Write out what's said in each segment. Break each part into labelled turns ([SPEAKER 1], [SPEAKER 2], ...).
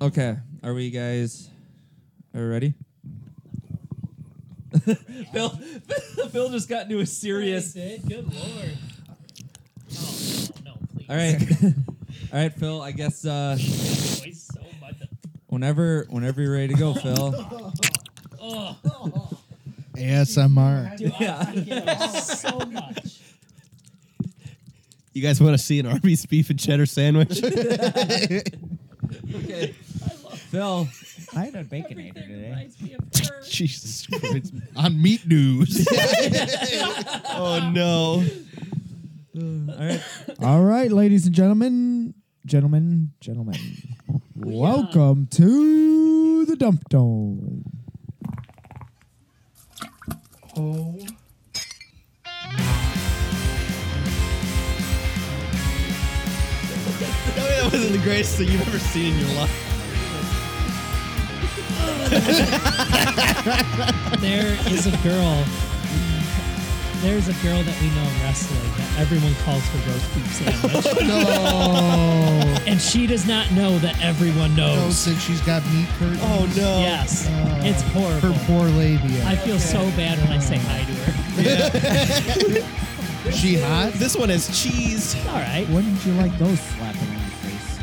[SPEAKER 1] Okay, are we guys are we ready? Phil, Phil just got into a serious.
[SPEAKER 2] They did? Good lord. Oh, no, no, please.
[SPEAKER 1] All right, all right, Phil. I guess uh,
[SPEAKER 2] Voice so much.
[SPEAKER 1] whenever whenever you're ready to go, Phil.
[SPEAKER 2] Oh,
[SPEAKER 3] ASMR.
[SPEAKER 2] dude,
[SPEAKER 1] Yeah.
[SPEAKER 2] I freaking love so much.
[SPEAKER 4] You guys want to see an Arby's beef and cheddar sandwich?
[SPEAKER 1] Okay, Phil.
[SPEAKER 5] I had a baconator
[SPEAKER 2] Everything
[SPEAKER 5] today.
[SPEAKER 2] reminds me of her.
[SPEAKER 4] Jesus Christ.
[SPEAKER 3] On meat news.
[SPEAKER 4] Oh, no.
[SPEAKER 3] Uh,
[SPEAKER 1] All right,
[SPEAKER 5] All right, ladies and gentlemen, gentlemen, gentlemen, welcome to the Dump Dome.
[SPEAKER 4] Oh. That wasn't the greatest thing you've ever seen in your life.
[SPEAKER 2] There is a girl. There's a girl that we know in wrestling that everyone calls her roast beef sandwich,
[SPEAKER 3] no.
[SPEAKER 2] and she does not know that everyone
[SPEAKER 3] Oh,
[SPEAKER 2] knows.
[SPEAKER 3] since she's got meat curtains.
[SPEAKER 4] Oh, no.
[SPEAKER 2] Yes,
[SPEAKER 3] Oh,
[SPEAKER 2] it's horrible.
[SPEAKER 3] Her poor labia.
[SPEAKER 2] I feel so bad when I say hi to her.
[SPEAKER 3] she hot?
[SPEAKER 4] This one has cheese.
[SPEAKER 2] All right.
[SPEAKER 5] Wouldn't you like those slapping on the face?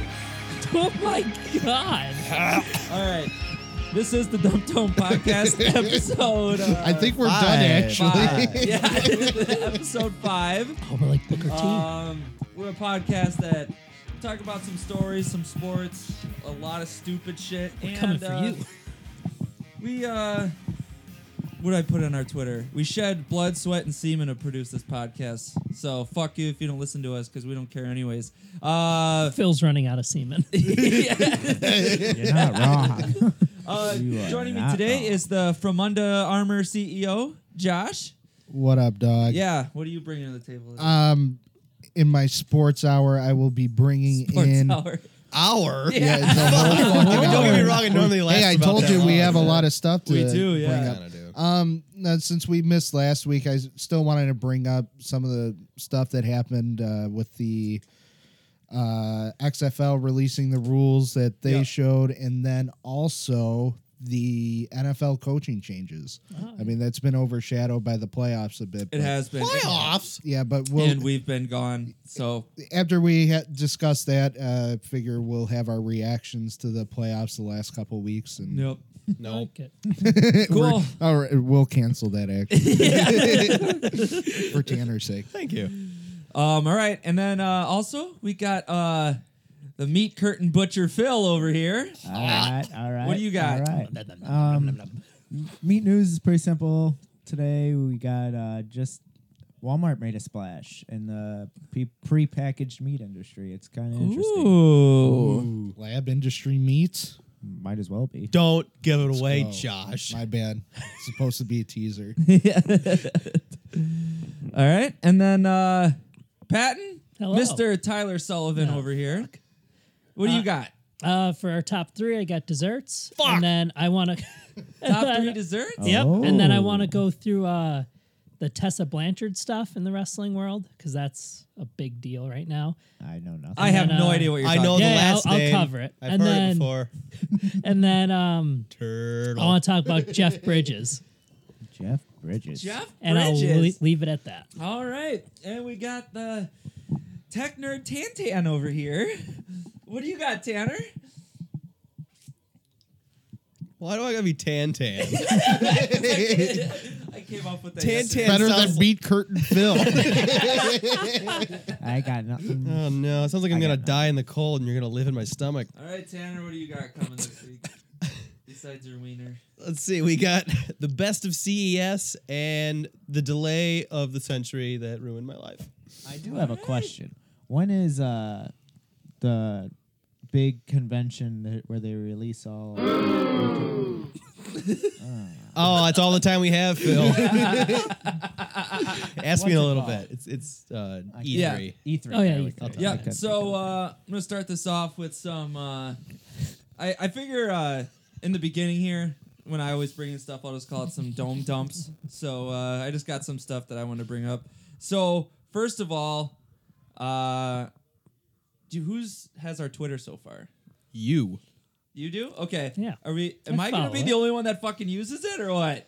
[SPEAKER 2] Oh my god.
[SPEAKER 1] all right. This is the Dump Dome podcast episode. Uh,
[SPEAKER 3] I think we're
[SPEAKER 4] Five.
[SPEAKER 3] done,
[SPEAKER 1] five.
[SPEAKER 3] actually.
[SPEAKER 1] yeah, episode five.
[SPEAKER 2] Oh, we're like Booker T.
[SPEAKER 4] Uh,
[SPEAKER 1] Um, we're a podcast that talk about some stories, some sports, a lot of stupid shit.
[SPEAKER 2] We're
[SPEAKER 1] and,
[SPEAKER 2] coming for
[SPEAKER 1] uh,
[SPEAKER 2] you.
[SPEAKER 1] We uh, what did I put on our Twitter? We shed blood, sweat, and semen to produce this podcast. So fuck you if you don't listen to us because we don't care anyways. Uh,
[SPEAKER 2] Phil's running out of semen.
[SPEAKER 5] You're not wrong.
[SPEAKER 1] uh
[SPEAKER 5] You are
[SPEAKER 1] joining me
[SPEAKER 5] not
[SPEAKER 1] today
[SPEAKER 5] wrong.
[SPEAKER 1] is the Fromunda Armor CEO Josh.
[SPEAKER 3] What up, dog?
[SPEAKER 1] Yeah, what are you bringing to the table? today?
[SPEAKER 3] Um, in my sports hour, I will be bringing
[SPEAKER 1] Sports
[SPEAKER 3] in.
[SPEAKER 1] hour.
[SPEAKER 4] Our?
[SPEAKER 3] Yeah, it's a whole fucking
[SPEAKER 4] Don't get me
[SPEAKER 3] hour.
[SPEAKER 4] wrong, it normally lasts
[SPEAKER 3] Hey, I
[SPEAKER 4] about
[SPEAKER 3] told
[SPEAKER 4] that
[SPEAKER 3] you we
[SPEAKER 4] long.
[SPEAKER 3] have a lot of stuff to
[SPEAKER 1] We do, yeah.
[SPEAKER 3] bring up. Um, now, since we missed last week, I s- still wanted to bring up some of the stuff that happened uh, with the uh, XFL releasing the rules that they
[SPEAKER 1] Yeah.
[SPEAKER 3] showed, and then also the NFL coaching changes. I mean, that's been overshadowed by the playoffs a bit.
[SPEAKER 1] It
[SPEAKER 3] but-
[SPEAKER 1] has been
[SPEAKER 4] Playoffs?
[SPEAKER 3] yeah, but we'll
[SPEAKER 1] and we've been gone. So
[SPEAKER 3] after we ha- discuss that, uh, figure we'll have our reactions to the playoffs the last couple weeks, and
[SPEAKER 1] nope.
[SPEAKER 4] No.
[SPEAKER 2] Like it.
[SPEAKER 3] We're-
[SPEAKER 1] Cool.
[SPEAKER 3] all right, we'll cancel that act for Tanner's sake.
[SPEAKER 4] Thank you.
[SPEAKER 1] Um, all right, and then uh, also we got uh, the meat curtain butcher Phil over here.
[SPEAKER 5] all right, all right.
[SPEAKER 1] What do you got?
[SPEAKER 5] All right. Um, meat news is pretty simple. Today we got uh, just Walmart made a splash in the pre- prepackaged meat industry. It's kind of interesting.
[SPEAKER 1] Ooh.
[SPEAKER 3] Lab industry meats.
[SPEAKER 5] Might as well be.
[SPEAKER 4] Don't give it away,
[SPEAKER 3] Oh,
[SPEAKER 4] Josh.
[SPEAKER 3] My bad. It's supposed to be a teaser.
[SPEAKER 1] all right, and then uh, Patton,
[SPEAKER 2] Hello.
[SPEAKER 1] Mr. Tyler Sullivan over here. What do you
[SPEAKER 2] Uh,
[SPEAKER 1] got?
[SPEAKER 2] Uh, for our top three, I got desserts.
[SPEAKER 4] Fuck.
[SPEAKER 2] And then I want to.
[SPEAKER 1] Top three desserts.
[SPEAKER 2] Yep. And then I
[SPEAKER 5] Oh.
[SPEAKER 2] want to go through uh, the Tessa Blanchard stuff in the wrestling world because that's a big deal right now.
[SPEAKER 5] I know nothing.
[SPEAKER 1] I have
[SPEAKER 2] then,
[SPEAKER 1] no
[SPEAKER 2] uh,
[SPEAKER 1] idea what you're
[SPEAKER 4] I know
[SPEAKER 1] talking.
[SPEAKER 4] the
[SPEAKER 2] Yeah,
[SPEAKER 4] last
[SPEAKER 2] I'll- I'll
[SPEAKER 4] name.
[SPEAKER 2] cover it.
[SPEAKER 4] I've
[SPEAKER 2] And
[SPEAKER 4] heard
[SPEAKER 2] then-
[SPEAKER 4] it before.
[SPEAKER 2] And then um, I
[SPEAKER 4] Turtle.
[SPEAKER 2] want to talk about Jeff Bridges.
[SPEAKER 5] Jeff Bridges.
[SPEAKER 1] Jeff
[SPEAKER 2] And I'll
[SPEAKER 1] Bridges.
[SPEAKER 2] le- leave it at that.
[SPEAKER 1] all right, and we got the tech nerd Tantan over here. What do you got, Tanner?
[SPEAKER 4] Why do I gotta be Tan Tan?
[SPEAKER 1] I came up with that.
[SPEAKER 4] Tan
[SPEAKER 1] yesterday.
[SPEAKER 4] Tan
[SPEAKER 3] Better
[SPEAKER 4] sounds
[SPEAKER 3] than beat curtain Phil.
[SPEAKER 5] I got nothing.
[SPEAKER 4] Oh no! It sounds like I'm
[SPEAKER 5] I
[SPEAKER 4] gonna
[SPEAKER 5] got
[SPEAKER 4] die in the cold, and you're gonna live in my stomach.
[SPEAKER 1] All right, Tanner, what do you got coming this week besides your wiener?
[SPEAKER 4] Let's see. We got the best of CES and the delay of the century that ruined my life.
[SPEAKER 5] I do have a question. When is uh the big convention that, where they release all?
[SPEAKER 4] Oh, that's all the time we have, Phil. Ask me in
[SPEAKER 5] What's
[SPEAKER 4] a
[SPEAKER 5] it
[SPEAKER 4] little
[SPEAKER 5] called?
[SPEAKER 4] bit. It's it's uh, E3.
[SPEAKER 1] Yeah.
[SPEAKER 5] E three.
[SPEAKER 2] Oh, yeah,
[SPEAKER 5] there we
[SPEAKER 2] E3.
[SPEAKER 5] go.
[SPEAKER 1] Yeah.
[SPEAKER 5] I couldn't
[SPEAKER 1] So
[SPEAKER 5] think of
[SPEAKER 1] uh, I'm gonna start this off with some. Uh, I I figure uh, in the beginning here when I always bring in stuff, I'll just call it some dome dumps. So uh, I just got some stuff that I want to bring up. So first of all, uh, do who's has our Twitter so far?
[SPEAKER 4] You.
[SPEAKER 1] You do? Okay.
[SPEAKER 2] Yeah.
[SPEAKER 1] Are we?
[SPEAKER 2] I
[SPEAKER 1] Am I, gonna
[SPEAKER 2] follow
[SPEAKER 1] be
[SPEAKER 2] it.
[SPEAKER 1] the only one that fucking uses it or what?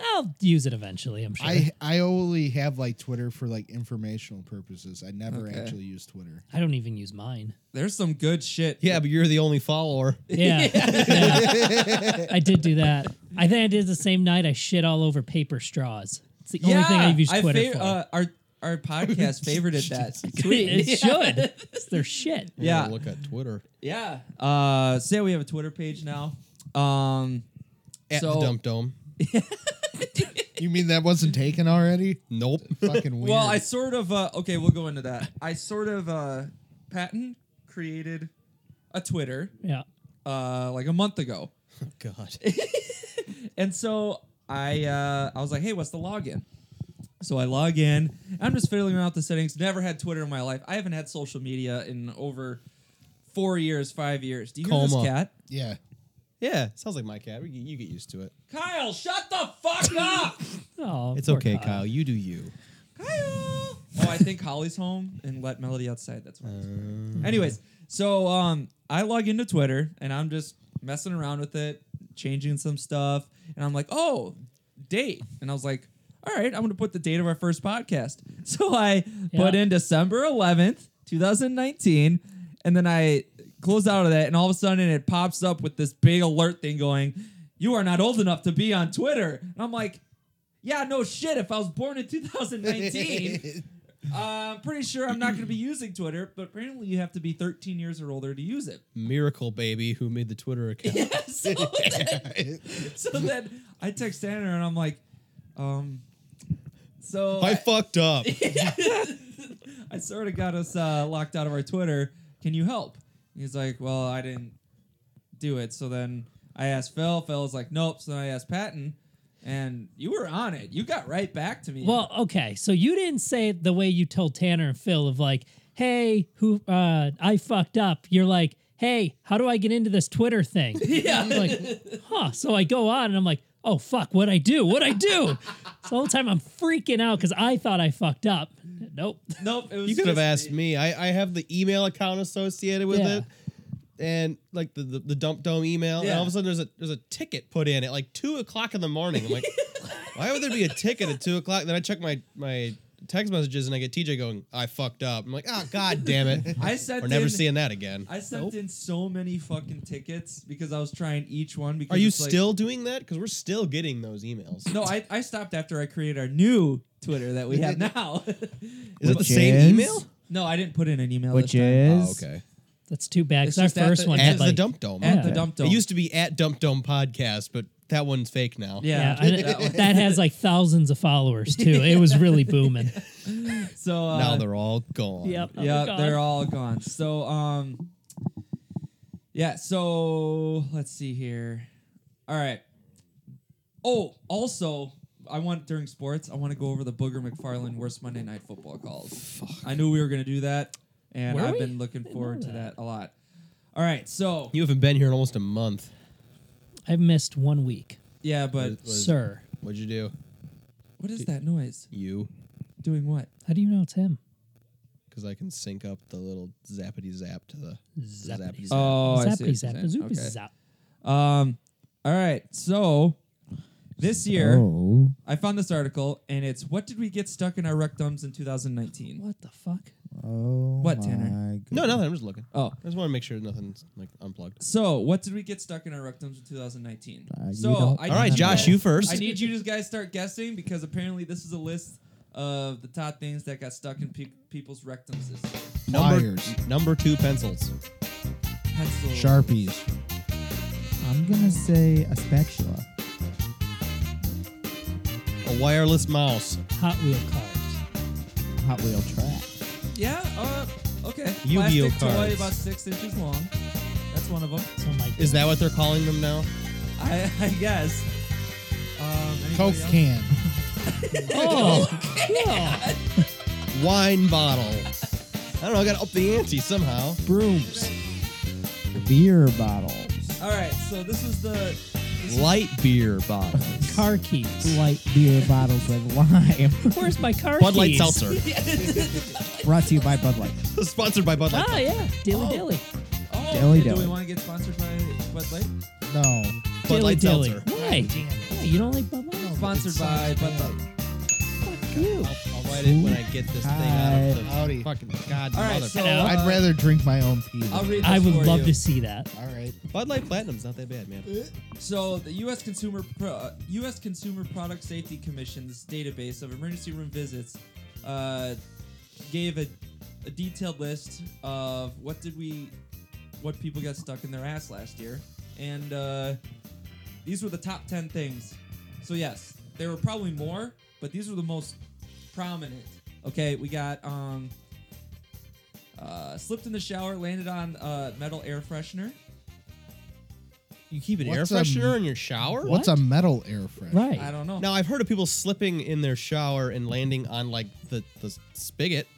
[SPEAKER 2] I'll use it eventually, I'm sure.
[SPEAKER 3] I
[SPEAKER 2] I,
[SPEAKER 3] I only have like Twitter for like informational purposes. I never
[SPEAKER 1] Okay.
[SPEAKER 3] actually use Twitter.
[SPEAKER 2] don't even use mine.
[SPEAKER 1] There's some good shit.
[SPEAKER 4] Yeah, but you're the only follower.
[SPEAKER 2] Yeah. yeah. I did do that. I think I did it the same night I shit all over paper straws. It's the only thing I've used
[SPEAKER 1] I
[SPEAKER 2] Twitter
[SPEAKER 1] fav-
[SPEAKER 2] for.
[SPEAKER 1] Uh, our our podcast favorited that tweet.
[SPEAKER 2] it should. It's their shit.
[SPEAKER 4] I'm gonna
[SPEAKER 1] Yeah.
[SPEAKER 4] Look at Twitter.
[SPEAKER 1] Yeah. Uh, say we have a Twitter page now. Um,
[SPEAKER 4] At
[SPEAKER 1] So-
[SPEAKER 4] the Dump Dome.
[SPEAKER 3] You mean that wasn't taken already?
[SPEAKER 4] Nope.
[SPEAKER 3] Fucking weird.
[SPEAKER 1] well, I sort of. Uh, okay, we'll go into that. I sort of uh, patent created a Twitter
[SPEAKER 2] Yeah.
[SPEAKER 1] uh, like a month ago.
[SPEAKER 4] God.
[SPEAKER 1] And so I uh, I was like, hey, what's the login? So I log in. I'm just fiddling around with the settings. Never had Twitter in my life. I haven't had social media in over four years, five years. Do you hear this
[SPEAKER 4] Coma.
[SPEAKER 1] cat?
[SPEAKER 3] yeah.
[SPEAKER 4] Yeah, sounds like my cat. We- You get used to it.
[SPEAKER 1] Kyle, shut the fuck up!
[SPEAKER 2] Oh,
[SPEAKER 4] It's
[SPEAKER 2] poor
[SPEAKER 4] okay, Kyle. You do you.
[SPEAKER 1] Kyle. Oh, I think Holly's home and let Melody outside. That's why. Anyways, so um, I log into Twitter and I'm just messing around with it, changing some stuff, and I'm like, oh, date, and I was like, all right, I'm gonna put the date of our first podcast. So I put
[SPEAKER 2] Yeah.
[SPEAKER 1] in December 11th, 2019, and then I close out of that, and all of a sudden it pops up with this big alert thing going. You are not old enough to be on Twitter. And I'm like, yeah, no shit. If I was born in 2019, uh, I'm pretty sure I'm not going to be using Twitter, but apparently you have to be 13 years or older to use it.
[SPEAKER 4] Miracle baby who made the Twitter account.
[SPEAKER 1] so, then, so then I text Tanner and I'm like, um, so
[SPEAKER 4] I fucked up.
[SPEAKER 1] I sort of got us uh, locked out of our Twitter. Can you help? He's like, well, I didn't do it. So then I asked Phil. Phil was like, nope. So then I asked Patton, and you were on it. You got right back to me.
[SPEAKER 2] Well, okay. So you didn't say it the way you told Tanner and Phil of like, hey, who uh I fucked up. You're like, hey, how do I get into this Twitter thing? Yeah. I'm like, huh. So I go on and I'm like, oh fuck, what I do? What I do? so the whole time I'm freaking out because I thought I fucked up. Nope.
[SPEAKER 1] nope. It was
[SPEAKER 4] You could have
[SPEAKER 1] just-
[SPEAKER 4] asked me. I, I have the email account associated with
[SPEAKER 2] Yeah.
[SPEAKER 4] it. And like the, the, the dump dome email, and
[SPEAKER 1] Yeah.
[SPEAKER 4] all of a sudden there's a there's a ticket put in at like two o'clock in the morning. I'm like, why would there be a ticket at two o'clock? Then I check my my text messages and I get TJ going, I fucked up. I'm like, oh god damn it,
[SPEAKER 1] I sent
[SPEAKER 4] we're never
[SPEAKER 1] in,
[SPEAKER 4] seeing that again.
[SPEAKER 1] I sent in so many fucking tickets because I was trying each one. Because
[SPEAKER 4] Are you
[SPEAKER 1] it's like-
[SPEAKER 4] still doing that? Because we're still getting those emails.
[SPEAKER 1] No, I, I stopped after I created our new Twitter that we have now.
[SPEAKER 4] Is it the
[SPEAKER 5] Which
[SPEAKER 4] same
[SPEAKER 5] is-
[SPEAKER 4] email?
[SPEAKER 1] no, I didn't put in an email.
[SPEAKER 5] Which
[SPEAKER 1] this time.
[SPEAKER 5] is
[SPEAKER 2] That's too bad. 'cause
[SPEAKER 1] It's just
[SPEAKER 2] our
[SPEAKER 1] at
[SPEAKER 2] first
[SPEAKER 1] the-
[SPEAKER 2] one
[SPEAKER 1] at
[SPEAKER 2] had
[SPEAKER 4] At
[SPEAKER 2] like,
[SPEAKER 4] the dump dome.
[SPEAKER 1] at the
[SPEAKER 2] Yeah.
[SPEAKER 1] dump dome.
[SPEAKER 4] It used to be at dump dome podcast, but that one's fake now.
[SPEAKER 1] yeah.
[SPEAKER 2] yeah, I-
[SPEAKER 1] that one.
[SPEAKER 2] that, has like thousands of followers too. It was really booming.
[SPEAKER 1] so uh,
[SPEAKER 4] Now they're all gone.
[SPEAKER 2] yep. Oh,
[SPEAKER 1] yeah,
[SPEAKER 2] God.
[SPEAKER 1] they're all gone. So um, yeah. So let's see here. All right. Oh, also, I want during sports, I want to go over the Booger McFarland worst Monday Night Football calls. I knew we were gonna do that, and
[SPEAKER 2] Were
[SPEAKER 1] I've
[SPEAKER 2] we?
[SPEAKER 1] been looking
[SPEAKER 2] Didn't
[SPEAKER 1] forward
[SPEAKER 2] know
[SPEAKER 1] to that
[SPEAKER 2] that.
[SPEAKER 1] a lot. All right, so
[SPEAKER 4] You haven't been here in almost a month.
[SPEAKER 2] I missed one week,
[SPEAKER 1] yeah, but
[SPEAKER 4] Was-
[SPEAKER 2] sir.
[SPEAKER 4] What'd you do?
[SPEAKER 1] what is that noise?
[SPEAKER 4] You,
[SPEAKER 1] Doing what?
[SPEAKER 2] How do you know it's him?
[SPEAKER 4] because I can sync up the little zappity zap to the zappity
[SPEAKER 2] Zappity zap.
[SPEAKER 4] zap.
[SPEAKER 1] Oh, I see
[SPEAKER 2] Zappity
[SPEAKER 1] what
[SPEAKER 2] zap.
[SPEAKER 1] you're saying.
[SPEAKER 2] Zoopy
[SPEAKER 1] Okay.
[SPEAKER 2] zap.
[SPEAKER 1] Um, all right, so this year
[SPEAKER 5] Oh,
[SPEAKER 1] I found this article, and it's what did we get stuck in our rectums in 2019?
[SPEAKER 2] What the fuck?
[SPEAKER 5] oh.
[SPEAKER 1] What,
[SPEAKER 5] my
[SPEAKER 1] Tanner?
[SPEAKER 5] goodness.
[SPEAKER 4] No, nothing. I'm just looking.
[SPEAKER 1] Oh,
[SPEAKER 4] I just want to make sure nothing's like unplugged.
[SPEAKER 1] so what did we get stuck in our rectums in 2019?
[SPEAKER 5] Uh, you
[SPEAKER 1] so
[SPEAKER 5] don't-
[SPEAKER 1] I
[SPEAKER 4] All right,
[SPEAKER 1] need
[SPEAKER 4] Josh,
[SPEAKER 1] guys-
[SPEAKER 4] you first.
[SPEAKER 1] I need you to guys start guessing because apparently this is a list of the top things that got stuck in pe- people's rectums this year.
[SPEAKER 4] number,
[SPEAKER 3] Pliers.
[SPEAKER 4] number two pencils.
[SPEAKER 1] Pencil.
[SPEAKER 3] Sharpies.
[SPEAKER 5] I'm gonna say a spatula.
[SPEAKER 4] A wireless mouse.
[SPEAKER 2] Hot Wheel cars.
[SPEAKER 5] Hot wheel track.
[SPEAKER 1] Yeah. Uh, okay.
[SPEAKER 4] Yu-Gi-Oh
[SPEAKER 1] Plastic
[SPEAKER 4] cards.
[SPEAKER 1] toy about six inches long. That's one of them.
[SPEAKER 2] So I'm like,
[SPEAKER 4] Is that what they're calling them now?
[SPEAKER 1] I, I guess. Um, anybody
[SPEAKER 3] Coke
[SPEAKER 1] else?
[SPEAKER 3] can.
[SPEAKER 2] oh, yeah.
[SPEAKER 4] Wine bottle. I don't know. I got to up the ante somehow.
[SPEAKER 5] Brooms. Beer bottles.
[SPEAKER 1] All right. So this is the. This
[SPEAKER 4] Light beer bottles.
[SPEAKER 2] car keys.
[SPEAKER 5] Light beer bottles with lime.
[SPEAKER 2] Where's my car
[SPEAKER 4] Bud Light
[SPEAKER 2] keys?
[SPEAKER 4] Seltzer.
[SPEAKER 5] Brought to you by Bud Light.
[SPEAKER 4] Sponsored by Bud Light.
[SPEAKER 2] Ah, yeah, dilly dilly.
[SPEAKER 1] oh,
[SPEAKER 5] Dilly
[SPEAKER 1] Do we
[SPEAKER 5] dilly.
[SPEAKER 1] want to get sponsored by Bud Light?
[SPEAKER 3] No.
[SPEAKER 2] Ah.
[SPEAKER 4] Bud Light
[SPEAKER 2] Dilly
[SPEAKER 4] Seltzer.
[SPEAKER 2] Dilly. Why? Why? You don't like Bud Light?
[SPEAKER 1] Sponsored by Bud Light.
[SPEAKER 2] Fuck you.
[SPEAKER 4] I'll, I'll write it when I get this thing out of the
[SPEAKER 3] Howdy.
[SPEAKER 4] fucking god.
[SPEAKER 1] All right,
[SPEAKER 4] mother-
[SPEAKER 1] so
[SPEAKER 2] Hello?
[SPEAKER 1] uh,
[SPEAKER 3] I'd rather drink my own pee. than-
[SPEAKER 1] I'll read. This
[SPEAKER 2] I would
[SPEAKER 1] for
[SPEAKER 2] love
[SPEAKER 1] you.
[SPEAKER 2] to see that.
[SPEAKER 3] All right.
[SPEAKER 4] Bud Light Platinum's not that bad, man.
[SPEAKER 1] So the U.S. Consumer Pro- uh, U.S. Consumer Product Safety Commission's database of emergency room visits uh, gave a, a detailed list of what did we, what people got stuck in their ass last year, and uh, these were the top ten things. So yes, there were probably more, but these were the most prominent. Okay, we got um, uh, slipped in the shower, landed on uh, metal air freshener.
[SPEAKER 4] You keep an air
[SPEAKER 3] What's,
[SPEAKER 4] freshener
[SPEAKER 3] um,
[SPEAKER 4] in your shower?
[SPEAKER 3] What's a metal air freshener?
[SPEAKER 2] Right.
[SPEAKER 1] I don't know.
[SPEAKER 4] Now I've heard of people slipping in their shower and landing on like the, the spigot.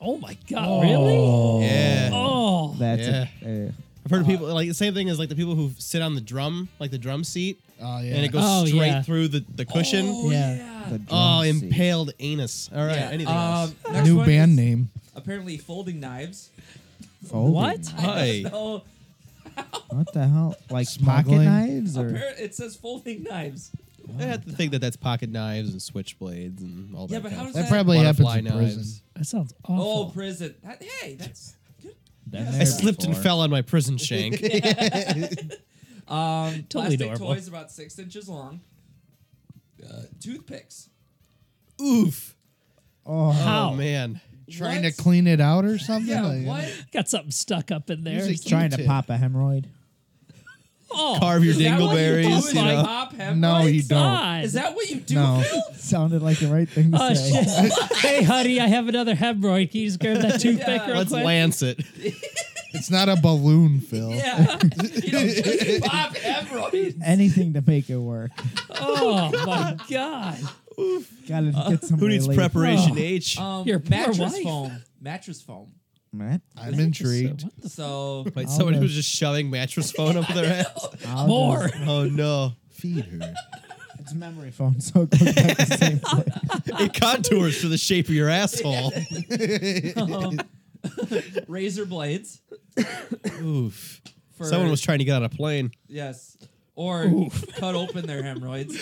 [SPEAKER 2] Oh my god, really?
[SPEAKER 4] Yeah.
[SPEAKER 2] Oh.
[SPEAKER 5] That's
[SPEAKER 4] Yeah.
[SPEAKER 5] a, uh,
[SPEAKER 4] I've heard of people like the same thing as like the people who sit on the drum, like the drum seat,
[SPEAKER 3] Oh yeah.
[SPEAKER 4] and it goes
[SPEAKER 2] Oh,
[SPEAKER 4] straight
[SPEAKER 2] yeah.
[SPEAKER 4] through the, the cushion.
[SPEAKER 1] Oh,
[SPEAKER 2] Yeah.
[SPEAKER 1] yeah.
[SPEAKER 5] the
[SPEAKER 4] Oh,
[SPEAKER 5] drum seat.
[SPEAKER 4] impaled anus. All right,
[SPEAKER 1] Yeah,
[SPEAKER 4] anything else?
[SPEAKER 1] um, next
[SPEAKER 3] New
[SPEAKER 1] one
[SPEAKER 3] band
[SPEAKER 1] is
[SPEAKER 3] name.
[SPEAKER 1] Apparently, folding knives.
[SPEAKER 5] Folding.
[SPEAKER 2] What?
[SPEAKER 4] Hi.
[SPEAKER 1] No,
[SPEAKER 5] What the hell? Like pocket
[SPEAKER 3] Smuggling?
[SPEAKER 5] knives or?
[SPEAKER 1] appar- it says folding knives.
[SPEAKER 4] I have to think that that's pocket knives and switchblades and all that.
[SPEAKER 1] Yeah, but how
[SPEAKER 4] kind of
[SPEAKER 1] does
[SPEAKER 3] That
[SPEAKER 1] that?
[SPEAKER 3] probably happens
[SPEAKER 4] Butterfly
[SPEAKER 3] in prison.
[SPEAKER 4] knives.
[SPEAKER 2] That sounds
[SPEAKER 1] Oh,
[SPEAKER 2] awful.
[SPEAKER 1] prison. That- hey, that's good.
[SPEAKER 4] I slipped and fell on my prison shank.
[SPEAKER 1] Um,
[SPEAKER 2] Totally
[SPEAKER 1] plastic
[SPEAKER 2] adorable.
[SPEAKER 1] toys about six inches long. Uh, toothpicks.
[SPEAKER 4] Oof.
[SPEAKER 5] Oh,
[SPEAKER 2] How?
[SPEAKER 4] Oh man.
[SPEAKER 3] Trying
[SPEAKER 1] What?
[SPEAKER 3] to clean it out or something.
[SPEAKER 1] Yeah.
[SPEAKER 3] Like,
[SPEAKER 1] What?
[SPEAKER 2] Got something stuck up in there.
[SPEAKER 3] Music-
[SPEAKER 5] trying to
[SPEAKER 3] Q-tip.
[SPEAKER 5] pop a hemorrhoid.
[SPEAKER 2] Oh,
[SPEAKER 4] Carve your
[SPEAKER 1] Is that what you do?
[SPEAKER 4] dingleberries.
[SPEAKER 1] Is
[SPEAKER 4] you know.
[SPEAKER 1] pop hemorrhoids?
[SPEAKER 3] No, you don't.
[SPEAKER 2] God.
[SPEAKER 1] Is that what you do?
[SPEAKER 3] No.
[SPEAKER 1] Phil?
[SPEAKER 5] Sounded like the right thing to
[SPEAKER 2] Oh
[SPEAKER 5] say.
[SPEAKER 2] shit! hey, honey, I have another hemorrhoid. Can you just grab that toothpick real
[SPEAKER 4] Let's
[SPEAKER 2] quick?
[SPEAKER 4] lance it.
[SPEAKER 3] It's not a balloon, Phil.
[SPEAKER 1] Yeah. you don't just pop hemorrhoids.
[SPEAKER 5] Anything to make it work.
[SPEAKER 2] Oh my god!
[SPEAKER 5] Gotta get some.
[SPEAKER 4] Who needs
[SPEAKER 5] relief.
[SPEAKER 4] preparation
[SPEAKER 2] Oh.
[SPEAKER 4] H?
[SPEAKER 1] Um,
[SPEAKER 2] Your poor
[SPEAKER 1] mattress
[SPEAKER 2] wife.
[SPEAKER 1] foam. Mattress foam.
[SPEAKER 5] What?
[SPEAKER 3] I'm intrigued.
[SPEAKER 2] What the
[SPEAKER 1] So
[SPEAKER 4] Wait,
[SPEAKER 5] I'll
[SPEAKER 4] someone
[SPEAKER 5] go-
[SPEAKER 4] who's just shoving mattress phone up their ass.
[SPEAKER 5] I'll
[SPEAKER 2] more?
[SPEAKER 5] just-
[SPEAKER 4] Oh no.
[SPEAKER 3] Feed her.
[SPEAKER 5] It's a memory phone, so it goes back the same place.
[SPEAKER 4] It contours to the shape of your asshole.
[SPEAKER 1] razor blades.
[SPEAKER 4] Oof.
[SPEAKER 1] For,
[SPEAKER 4] Someone was trying to get on a plane.
[SPEAKER 1] Yes. Or cut open their hemorrhoids.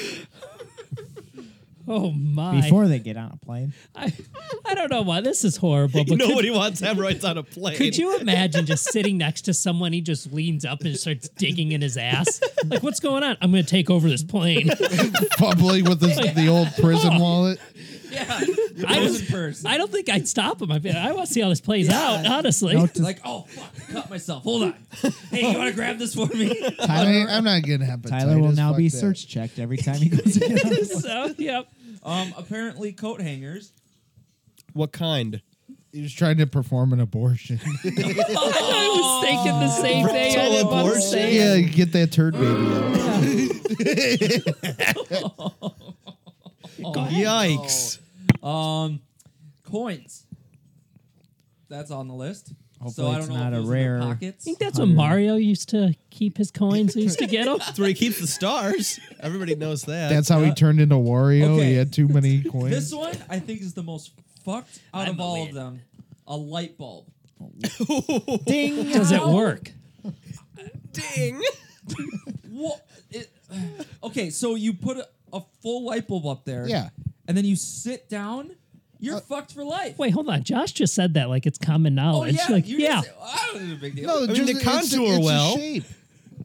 [SPEAKER 2] Oh my!
[SPEAKER 5] Before they get on a plane.
[SPEAKER 2] I, I don't know why this is horrible. But could,
[SPEAKER 4] Nobody wants hemorrhoids on a plane.
[SPEAKER 2] could you imagine just sitting next to someone? He just leans up and starts digging in his ass. Like, what's going on? I'm gonna take over this plane.
[SPEAKER 3] Fumbling with his, the old
[SPEAKER 1] Oh.
[SPEAKER 3] prison wallet.
[SPEAKER 1] Yeah. Your
[SPEAKER 2] I was-
[SPEAKER 1] prison purse.
[SPEAKER 2] I don't think I'd stop him. I'd be like, I want to see how this plays out. Honestly,
[SPEAKER 5] No, to
[SPEAKER 1] like, oh fuck, cut myself. Hold on. hey, you want to grab this for me?
[SPEAKER 3] I
[SPEAKER 5] Tyler,
[SPEAKER 3] am not getting hepatitis.
[SPEAKER 5] Tyler will now
[SPEAKER 3] fuck
[SPEAKER 5] be
[SPEAKER 3] that.
[SPEAKER 5] search checked every time he goes to get on a plane.
[SPEAKER 2] so yep.
[SPEAKER 1] Um, apparently coat hangers.
[SPEAKER 4] What kind?
[SPEAKER 3] He was trying to perform an abortion.
[SPEAKER 2] I was thinking the same thing. I
[SPEAKER 4] Rectal
[SPEAKER 2] didn't want to
[SPEAKER 4] abortion?
[SPEAKER 2] say
[SPEAKER 3] yeah,
[SPEAKER 2] it.
[SPEAKER 3] you get that turd baby out.
[SPEAKER 2] Oh.
[SPEAKER 4] Yikes.
[SPEAKER 1] Um, coins. That's on the list. so
[SPEAKER 5] Hopefully
[SPEAKER 1] I don't
[SPEAKER 5] it's
[SPEAKER 1] know if
[SPEAKER 5] not a
[SPEAKER 1] it was in their
[SPEAKER 5] rare-
[SPEAKER 1] pockets.
[SPEAKER 2] I think that's when Mario used to keep his coins. He used to get them.
[SPEAKER 4] That's where he keeps the stars. Everybody knows that.
[SPEAKER 3] That's how he turned into Wario.
[SPEAKER 1] uh, Okay.
[SPEAKER 3] He had too many coins.
[SPEAKER 1] This one I think is the most fucked out
[SPEAKER 2] I'm
[SPEAKER 1] of all
[SPEAKER 2] a
[SPEAKER 1] of them. A light bulb.
[SPEAKER 5] Ding!
[SPEAKER 2] Does it work?
[SPEAKER 4] ding.
[SPEAKER 1] What? It, okay, so you put a, a full light bulb up there.
[SPEAKER 3] Yeah.
[SPEAKER 1] And then you sit down.
[SPEAKER 5] Uh,
[SPEAKER 1] You're fucked for life.
[SPEAKER 2] Wait, hold on. Josh just said that like it's common
[SPEAKER 1] Oh
[SPEAKER 2] knowledge.
[SPEAKER 1] yeah,
[SPEAKER 2] like,
[SPEAKER 1] you
[SPEAKER 2] yeah.
[SPEAKER 1] Just, I don't know, big deal.
[SPEAKER 3] no,
[SPEAKER 4] mean,
[SPEAKER 3] just,
[SPEAKER 4] the
[SPEAKER 3] it's-
[SPEAKER 4] contour
[SPEAKER 3] it's a
[SPEAKER 4] well.
[SPEAKER 3] shape.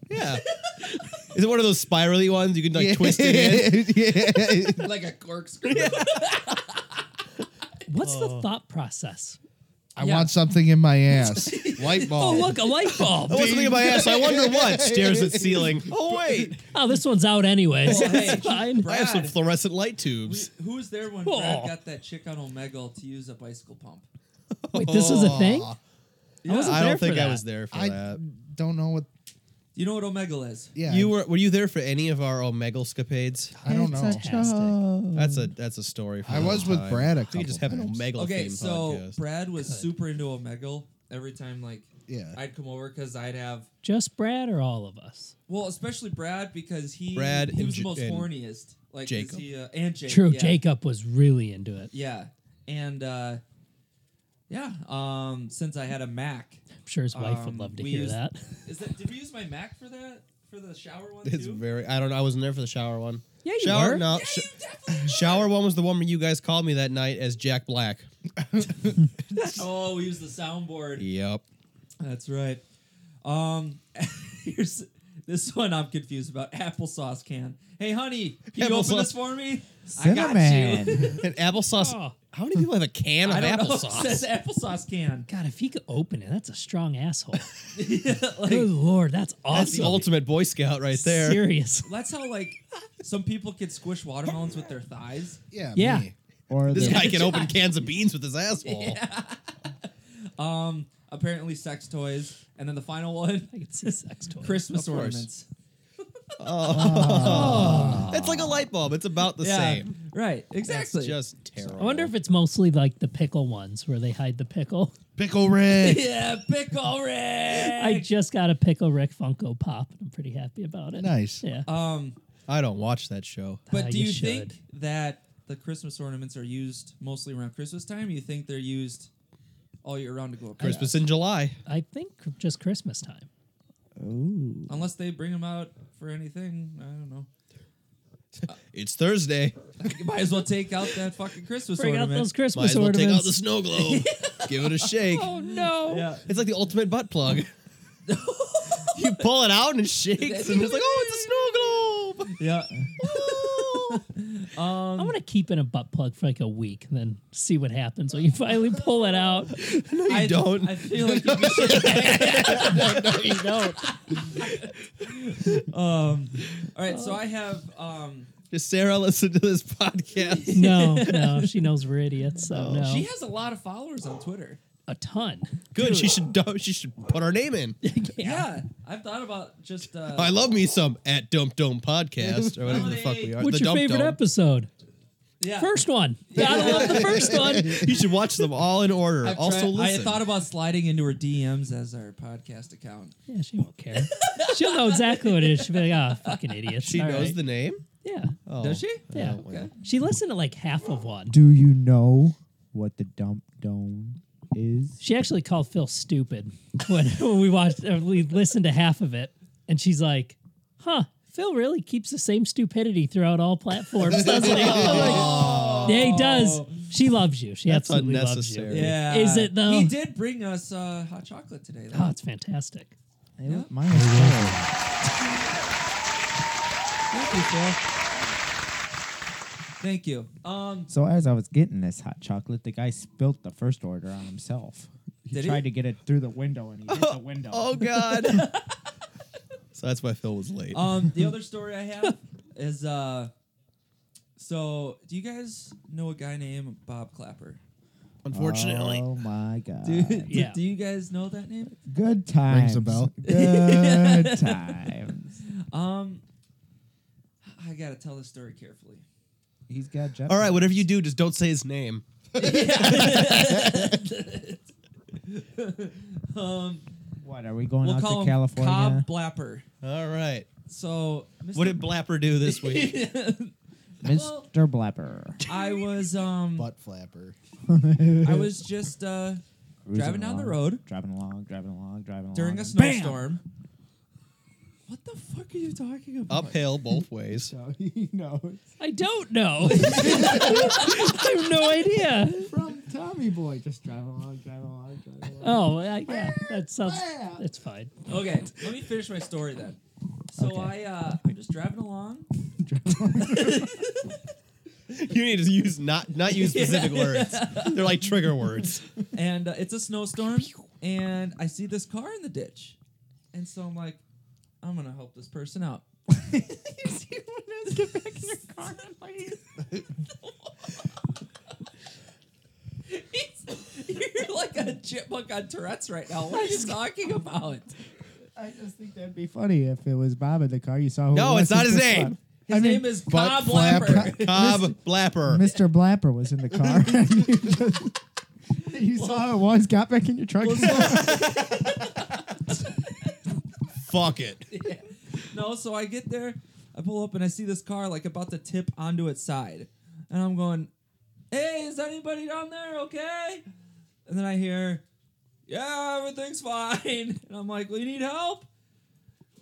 [SPEAKER 4] Yeah. Is it one of those spirally ones you can like twist it in?
[SPEAKER 3] Yeah.
[SPEAKER 1] like a corkscrew.
[SPEAKER 2] What's the thought process?
[SPEAKER 3] I
[SPEAKER 1] Yeah.
[SPEAKER 3] want something in my ass. Light
[SPEAKER 2] Oh,
[SPEAKER 3] bulb.
[SPEAKER 2] look, a light bulb.
[SPEAKER 4] I wasn't thinking my ass. I wonder what. Stares at ceiling. Oh wait,
[SPEAKER 2] oh, this one's out anyways.
[SPEAKER 1] Well, hey,
[SPEAKER 2] it's fine.
[SPEAKER 4] I have some
[SPEAKER 1] Brad.
[SPEAKER 4] fluorescent light tubes.
[SPEAKER 1] Who was there when Brad
[SPEAKER 2] Aw.
[SPEAKER 1] got that chick on Omegle to use a bicycle pump?
[SPEAKER 2] Wait, this was a thing? I wasn't
[SPEAKER 4] I
[SPEAKER 2] there
[SPEAKER 4] don't
[SPEAKER 2] for
[SPEAKER 4] think I
[SPEAKER 2] that.
[SPEAKER 4] was there for
[SPEAKER 3] I
[SPEAKER 4] that.
[SPEAKER 3] don't know what.
[SPEAKER 1] You know what Omegle is?
[SPEAKER 3] Yeah.
[SPEAKER 4] You were? Were you there for any of our Omegle escapades?
[SPEAKER 3] I don't know.
[SPEAKER 4] That's a that's a story. For
[SPEAKER 3] I
[SPEAKER 4] another
[SPEAKER 3] was with
[SPEAKER 4] time.
[SPEAKER 3] Brad a
[SPEAKER 4] We could just have
[SPEAKER 3] couple
[SPEAKER 4] an
[SPEAKER 3] times.
[SPEAKER 4] Omegle
[SPEAKER 1] Okay,
[SPEAKER 4] themed
[SPEAKER 1] so
[SPEAKER 4] podcast.
[SPEAKER 1] Brad was super into Omegle every time, like,
[SPEAKER 3] Yeah.
[SPEAKER 1] I'd come over because I'd have,
[SPEAKER 2] Just Brad or all of us?
[SPEAKER 1] well, especially Brad because he,
[SPEAKER 4] Brad
[SPEAKER 1] he
[SPEAKER 4] and
[SPEAKER 1] was the
[SPEAKER 4] J-
[SPEAKER 1] most
[SPEAKER 4] and
[SPEAKER 1] horniest. Like, 'cause
[SPEAKER 4] Jacob.
[SPEAKER 1] He, uh, and Jacob.
[SPEAKER 2] True.
[SPEAKER 1] yeah.
[SPEAKER 2] Jacob was really into it.
[SPEAKER 1] Yeah. And, uh, yeah, um, since I had a Mac,
[SPEAKER 2] I'm sure his wife would
[SPEAKER 1] Um,
[SPEAKER 2] love to
[SPEAKER 1] we
[SPEAKER 2] hear
[SPEAKER 1] used-
[SPEAKER 2] that.
[SPEAKER 1] Is that did we use my Mac for that for the shower one
[SPEAKER 4] It's
[SPEAKER 1] too?
[SPEAKER 4] very. I don't. know. I wasn't there for the shower one.
[SPEAKER 2] Yeah, you
[SPEAKER 4] shower.
[SPEAKER 2] were.
[SPEAKER 4] No.
[SPEAKER 1] yeah,
[SPEAKER 4] sh-
[SPEAKER 1] you definitely.
[SPEAKER 4] shower one was the one where you guys called me that night as Jack Black.
[SPEAKER 1] oh, we used the soundboard.
[SPEAKER 4] Yep.
[SPEAKER 1] That's right. Um, here's this one I'm confused about. Applesauce can. Hey, honey, can you open
[SPEAKER 4] Applesauce.
[SPEAKER 1] this for me? I got you.
[SPEAKER 5] Cinnamon.
[SPEAKER 4] And applesauce.
[SPEAKER 2] Oh.
[SPEAKER 4] How many people have a can of
[SPEAKER 1] I don't know. It
[SPEAKER 4] applesauce?
[SPEAKER 1] says applesauce can.
[SPEAKER 2] God, if he could open it, that's a strong asshole.
[SPEAKER 1] Yeah,
[SPEAKER 2] Good
[SPEAKER 1] like,
[SPEAKER 2] lord, that's awesome.
[SPEAKER 4] That's the ultimate Boy Scout right there.
[SPEAKER 2] Serious.
[SPEAKER 1] that's how like some people can squish watermelons with their thighs.
[SPEAKER 3] Yeah.
[SPEAKER 2] Yeah.
[SPEAKER 3] me.
[SPEAKER 5] Or
[SPEAKER 4] This
[SPEAKER 5] the
[SPEAKER 4] guy can open cans of beans with his asshole.
[SPEAKER 1] Um, apparently sex toys, and then the final one,
[SPEAKER 2] I could see sex toy.
[SPEAKER 1] Christmas
[SPEAKER 4] Of course.
[SPEAKER 1] ornaments.
[SPEAKER 4] It's like a light bulb. It's about the
[SPEAKER 1] yeah,
[SPEAKER 4] same.
[SPEAKER 1] right,
[SPEAKER 4] That's
[SPEAKER 1] exactly.
[SPEAKER 4] just terrible.
[SPEAKER 2] I wonder if it's mostly like the pickle ones where they hide the pickle.
[SPEAKER 3] Pickle Rick.
[SPEAKER 1] yeah, pickle Rick.
[SPEAKER 2] I just got a pickle Rick Funko Pop, and I'm pretty happy about it.
[SPEAKER 3] Nice.
[SPEAKER 2] Yeah.
[SPEAKER 1] um,
[SPEAKER 4] I don't watch that show.
[SPEAKER 1] but
[SPEAKER 2] Uh,
[SPEAKER 1] do
[SPEAKER 2] you
[SPEAKER 1] you, think
[SPEAKER 2] should.
[SPEAKER 1] that the Christmas ornaments are used mostly around Christmas time? You think they're used all year round to go up
[SPEAKER 4] Christmas in July.
[SPEAKER 2] I think just Christmas time.
[SPEAKER 5] Ooh.
[SPEAKER 1] unless they bring them out for anything. I don't know.
[SPEAKER 4] It's Thursday.
[SPEAKER 1] You might as well take out that fucking Christmas
[SPEAKER 2] Bring out
[SPEAKER 1] ornament.
[SPEAKER 2] those
[SPEAKER 4] Might
[SPEAKER 2] Christmas
[SPEAKER 4] as well take out
[SPEAKER 2] ornaments.
[SPEAKER 4] the snow globe. Give it a shake.
[SPEAKER 2] oh no.
[SPEAKER 1] yeah.
[SPEAKER 4] It's like the ultimate butt plug. you pull it out and it shakes, and it's like, oh, it's a snow globe.
[SPEAKER 1] Yeah. um,
[SPEAKER 2] I'm gonna keep in a butt plug for like a week, and then see what happens when you finally pull it out.
[SPEAKER 1] I
[SPEAKER 4] don't.
[SPEAKER 1] I feel like you should.
[SPEAKER 2] you know,
[SPEAKER 1] um, all right, so I have. Um,
[SPEAKER 4] Does Sarah listen to this podcast?
[SPEAKER 2] no, no, she knows we're idiots, so no,
[SPEAKER 1] She has a lot of followers on Twitter.
[SPEAKER 2] a ton.
[SPEAKER 4] Good. She should. do- She should put our name in.
[SPEAKER 1] Yeah, I've thought about just. Uh,
[SPEAKER 4] I love me some at Dump Dome Podcast or whatever the
[SPEAKER 1] Holiday.
[SPEAKER 4] fuck we are.
[SPEAKER 2] What's
[SPEAKER 4] the
[SPEAKER 2] your
[SPEAKER 4] Dump
[SPEAKER 2] favorite
[SPEAKER 4] Dome.
[SPEAKER 2] episode?
[SPEAKER 1] yeah.
[SPEAKER 2] First one. Gotta love the first one.
[SPEAKER 4] You should watch them all in order.
[SPEAKER 1] I've
[SPEAKER 4] also,
[SPEAKER 1] tried-
[SPEAKER 4] listen.
[SPEAKER 1] I thought about sliding into her DMs as our podcast account.
[SPEAKER 2] Yeah, she won't care. She'll know exactly what it is. She'll be like, ah, fucking idiots.
[SPEAKER 4] she
[SPEAKER 2] All
[SPEAKER 4] knows
[SPEAKER 2] right.
[SPEAKER 4] the name.
[SPEAKER 2] Yeah.
[SPEAKER 4] Oh.
[SPEAKER 1] Does she?
[SPEAKER 2] Yeah.
[SPEAKER 1] Okay.
[SPEAKER 2] She listened to like half of one.
[SPEAKER 5] Do you know what the dump dome is?
[SPEAKER 2] She actually called Phil stupid when, when we watched, uh, we listened to half of it, and she's like, "Huh, Phil really keeps the same stupidity throughout all platforms, doesn't he?" I'm like, yeah, he does. She loves you. She
[SPEAKER 4] That's
[SPEAKER 2] absolutely loves you.
[SPEAKER 4] unnecessary.
[SPEAKER 1] Yeah.
[SPEAKER 2] Is it though?
[SPEAKER 1] He did bring us uh, hot chocolate today. Though.
[SPEAKER 2] Oh, it's fantastic.
[SPEAKER 1] Yeah.
[SPEAKER 5] Mine is good.
[SPEAKER 1] Thank you, Phil. Thank you. Um,
[SPEAKER 5] So as I was getting this hot chocolate, the guy spilt the first order on himself. He
[SPEAKER 1] Did he?
[SPEAKER 5] tried to get it through the window and he hit the window.
[SPEAKER 4] Oh God. so that's why Phil was late.
[SPEAKER 1] um, the other story I have is uh, so do you guys know a guy named Bob Clapper?
[SPEAKER 4] Unfortunately,
[SPEAKER 5] Oh my god.
[SPEAKER 1] Do, do-
[SPEAKER 2] Yeah.
[SPEAKER 1] do you guys know that name?
[SPEAKER 5] Good times.
[SPEAKER 3] a bell.
[SPEAKER 5] Good times.
[SPEAKER 1] Um, I gotta tell this story carefully.
[SPEAKER 5] He's got Jeff.
[SPEAKER 4] all right. Whatever you do, just don't say his name.
[SPEAKER 1] Um,
[SPEAKER 5] What are we going
[SPEAKER 1] we'll
[SPEAKER 5] out
[SPEAKER 1] call
[SPEAKER 5] to
[SPEAKER 1] him
[SPEAKER 5] California?
[SPEAKER 1] Cobb Blapper.
[SPEAKER 4] All right.
[SPEAKER 1] So, Mr.
[SPEAKER 4] What did Blapper do this week?
[SPEAKER 1] Well-
[SPEAKER 5] Mr. Blapper.
[SPEAKER 1] I was um,
[SPEAKER 3] Butt flapper.
[SPEAKER 1] I was just uh, driving down the
[SPEAKER 5] along,
[SPEAKER 1] road
[SPEAKER 5] Driving along, driving along, driving
[SPEAKER 1] during a
[SPEAKER 5] along.
[SPEAKER 1] snowstorm. What the fuck are you talking about?
[SPEAKER 4] Uphill both ways.
[SPEAKER 5] So he knows
[SPEAKER 2] I don't know. I have no idea.
[SPEAKER 5] from Tommy Boy. Just driving along, driving along, driving along.
[SPEAKER 2] Oh, I, yeah, that sounds. That's fine.
[SPEAKER 1] Okay, let me finish my story then. So
[SPEAKER 5] Okay.
[SPEAKER 1] I uh, I'm just driving along.
[SPEAKER 4] You need to use not not use specific words. They're like trigger words.
[SPEAKER 1] and uh, it's a snowstorm and i see this car in the ditch and so i'm like i'm gonna help this person out
[SPEAKER 2] Get back in your car and
[SPEAKER 1] It's- you're like a chipmunk on tourette's right now what are you talking about
[SPEAKER 5] I just think that'd be funny if it was Bob in the car. You saw who.
[SPEAKER 4] No,
[SPEAKER 5] it was,
[SPEAKER 4] it's not
[SPEAKER 5] you
[SPEAKER 4] his
[SPEAKER 5] just
[SPEAKER 4] name.
[SPEAKER 5] thought,
[SPEAKER 1] his
[SPEAKER 5] I mean,
[SPEAKER 1] name is
[SPEAKER 3] butt
[SPEAKER 1] Bob
[SPEAKER 3] flap.
[SPEAKER 1] Lapper.
[SPEAKER 4] Cobb Blapper.
[SPEAKER 5] Mr. Blapper was in the car. and you just- you saw who it was. Got back in your truck.
[SPEAKER 4] Fuck it.
[SPEAKER 1] no so i get there i pull up and i see this car like about to tip onto its side and i'm going hey is anybody down there okay and then i hear yeah, everything's fine. And I'm like, well, you need help?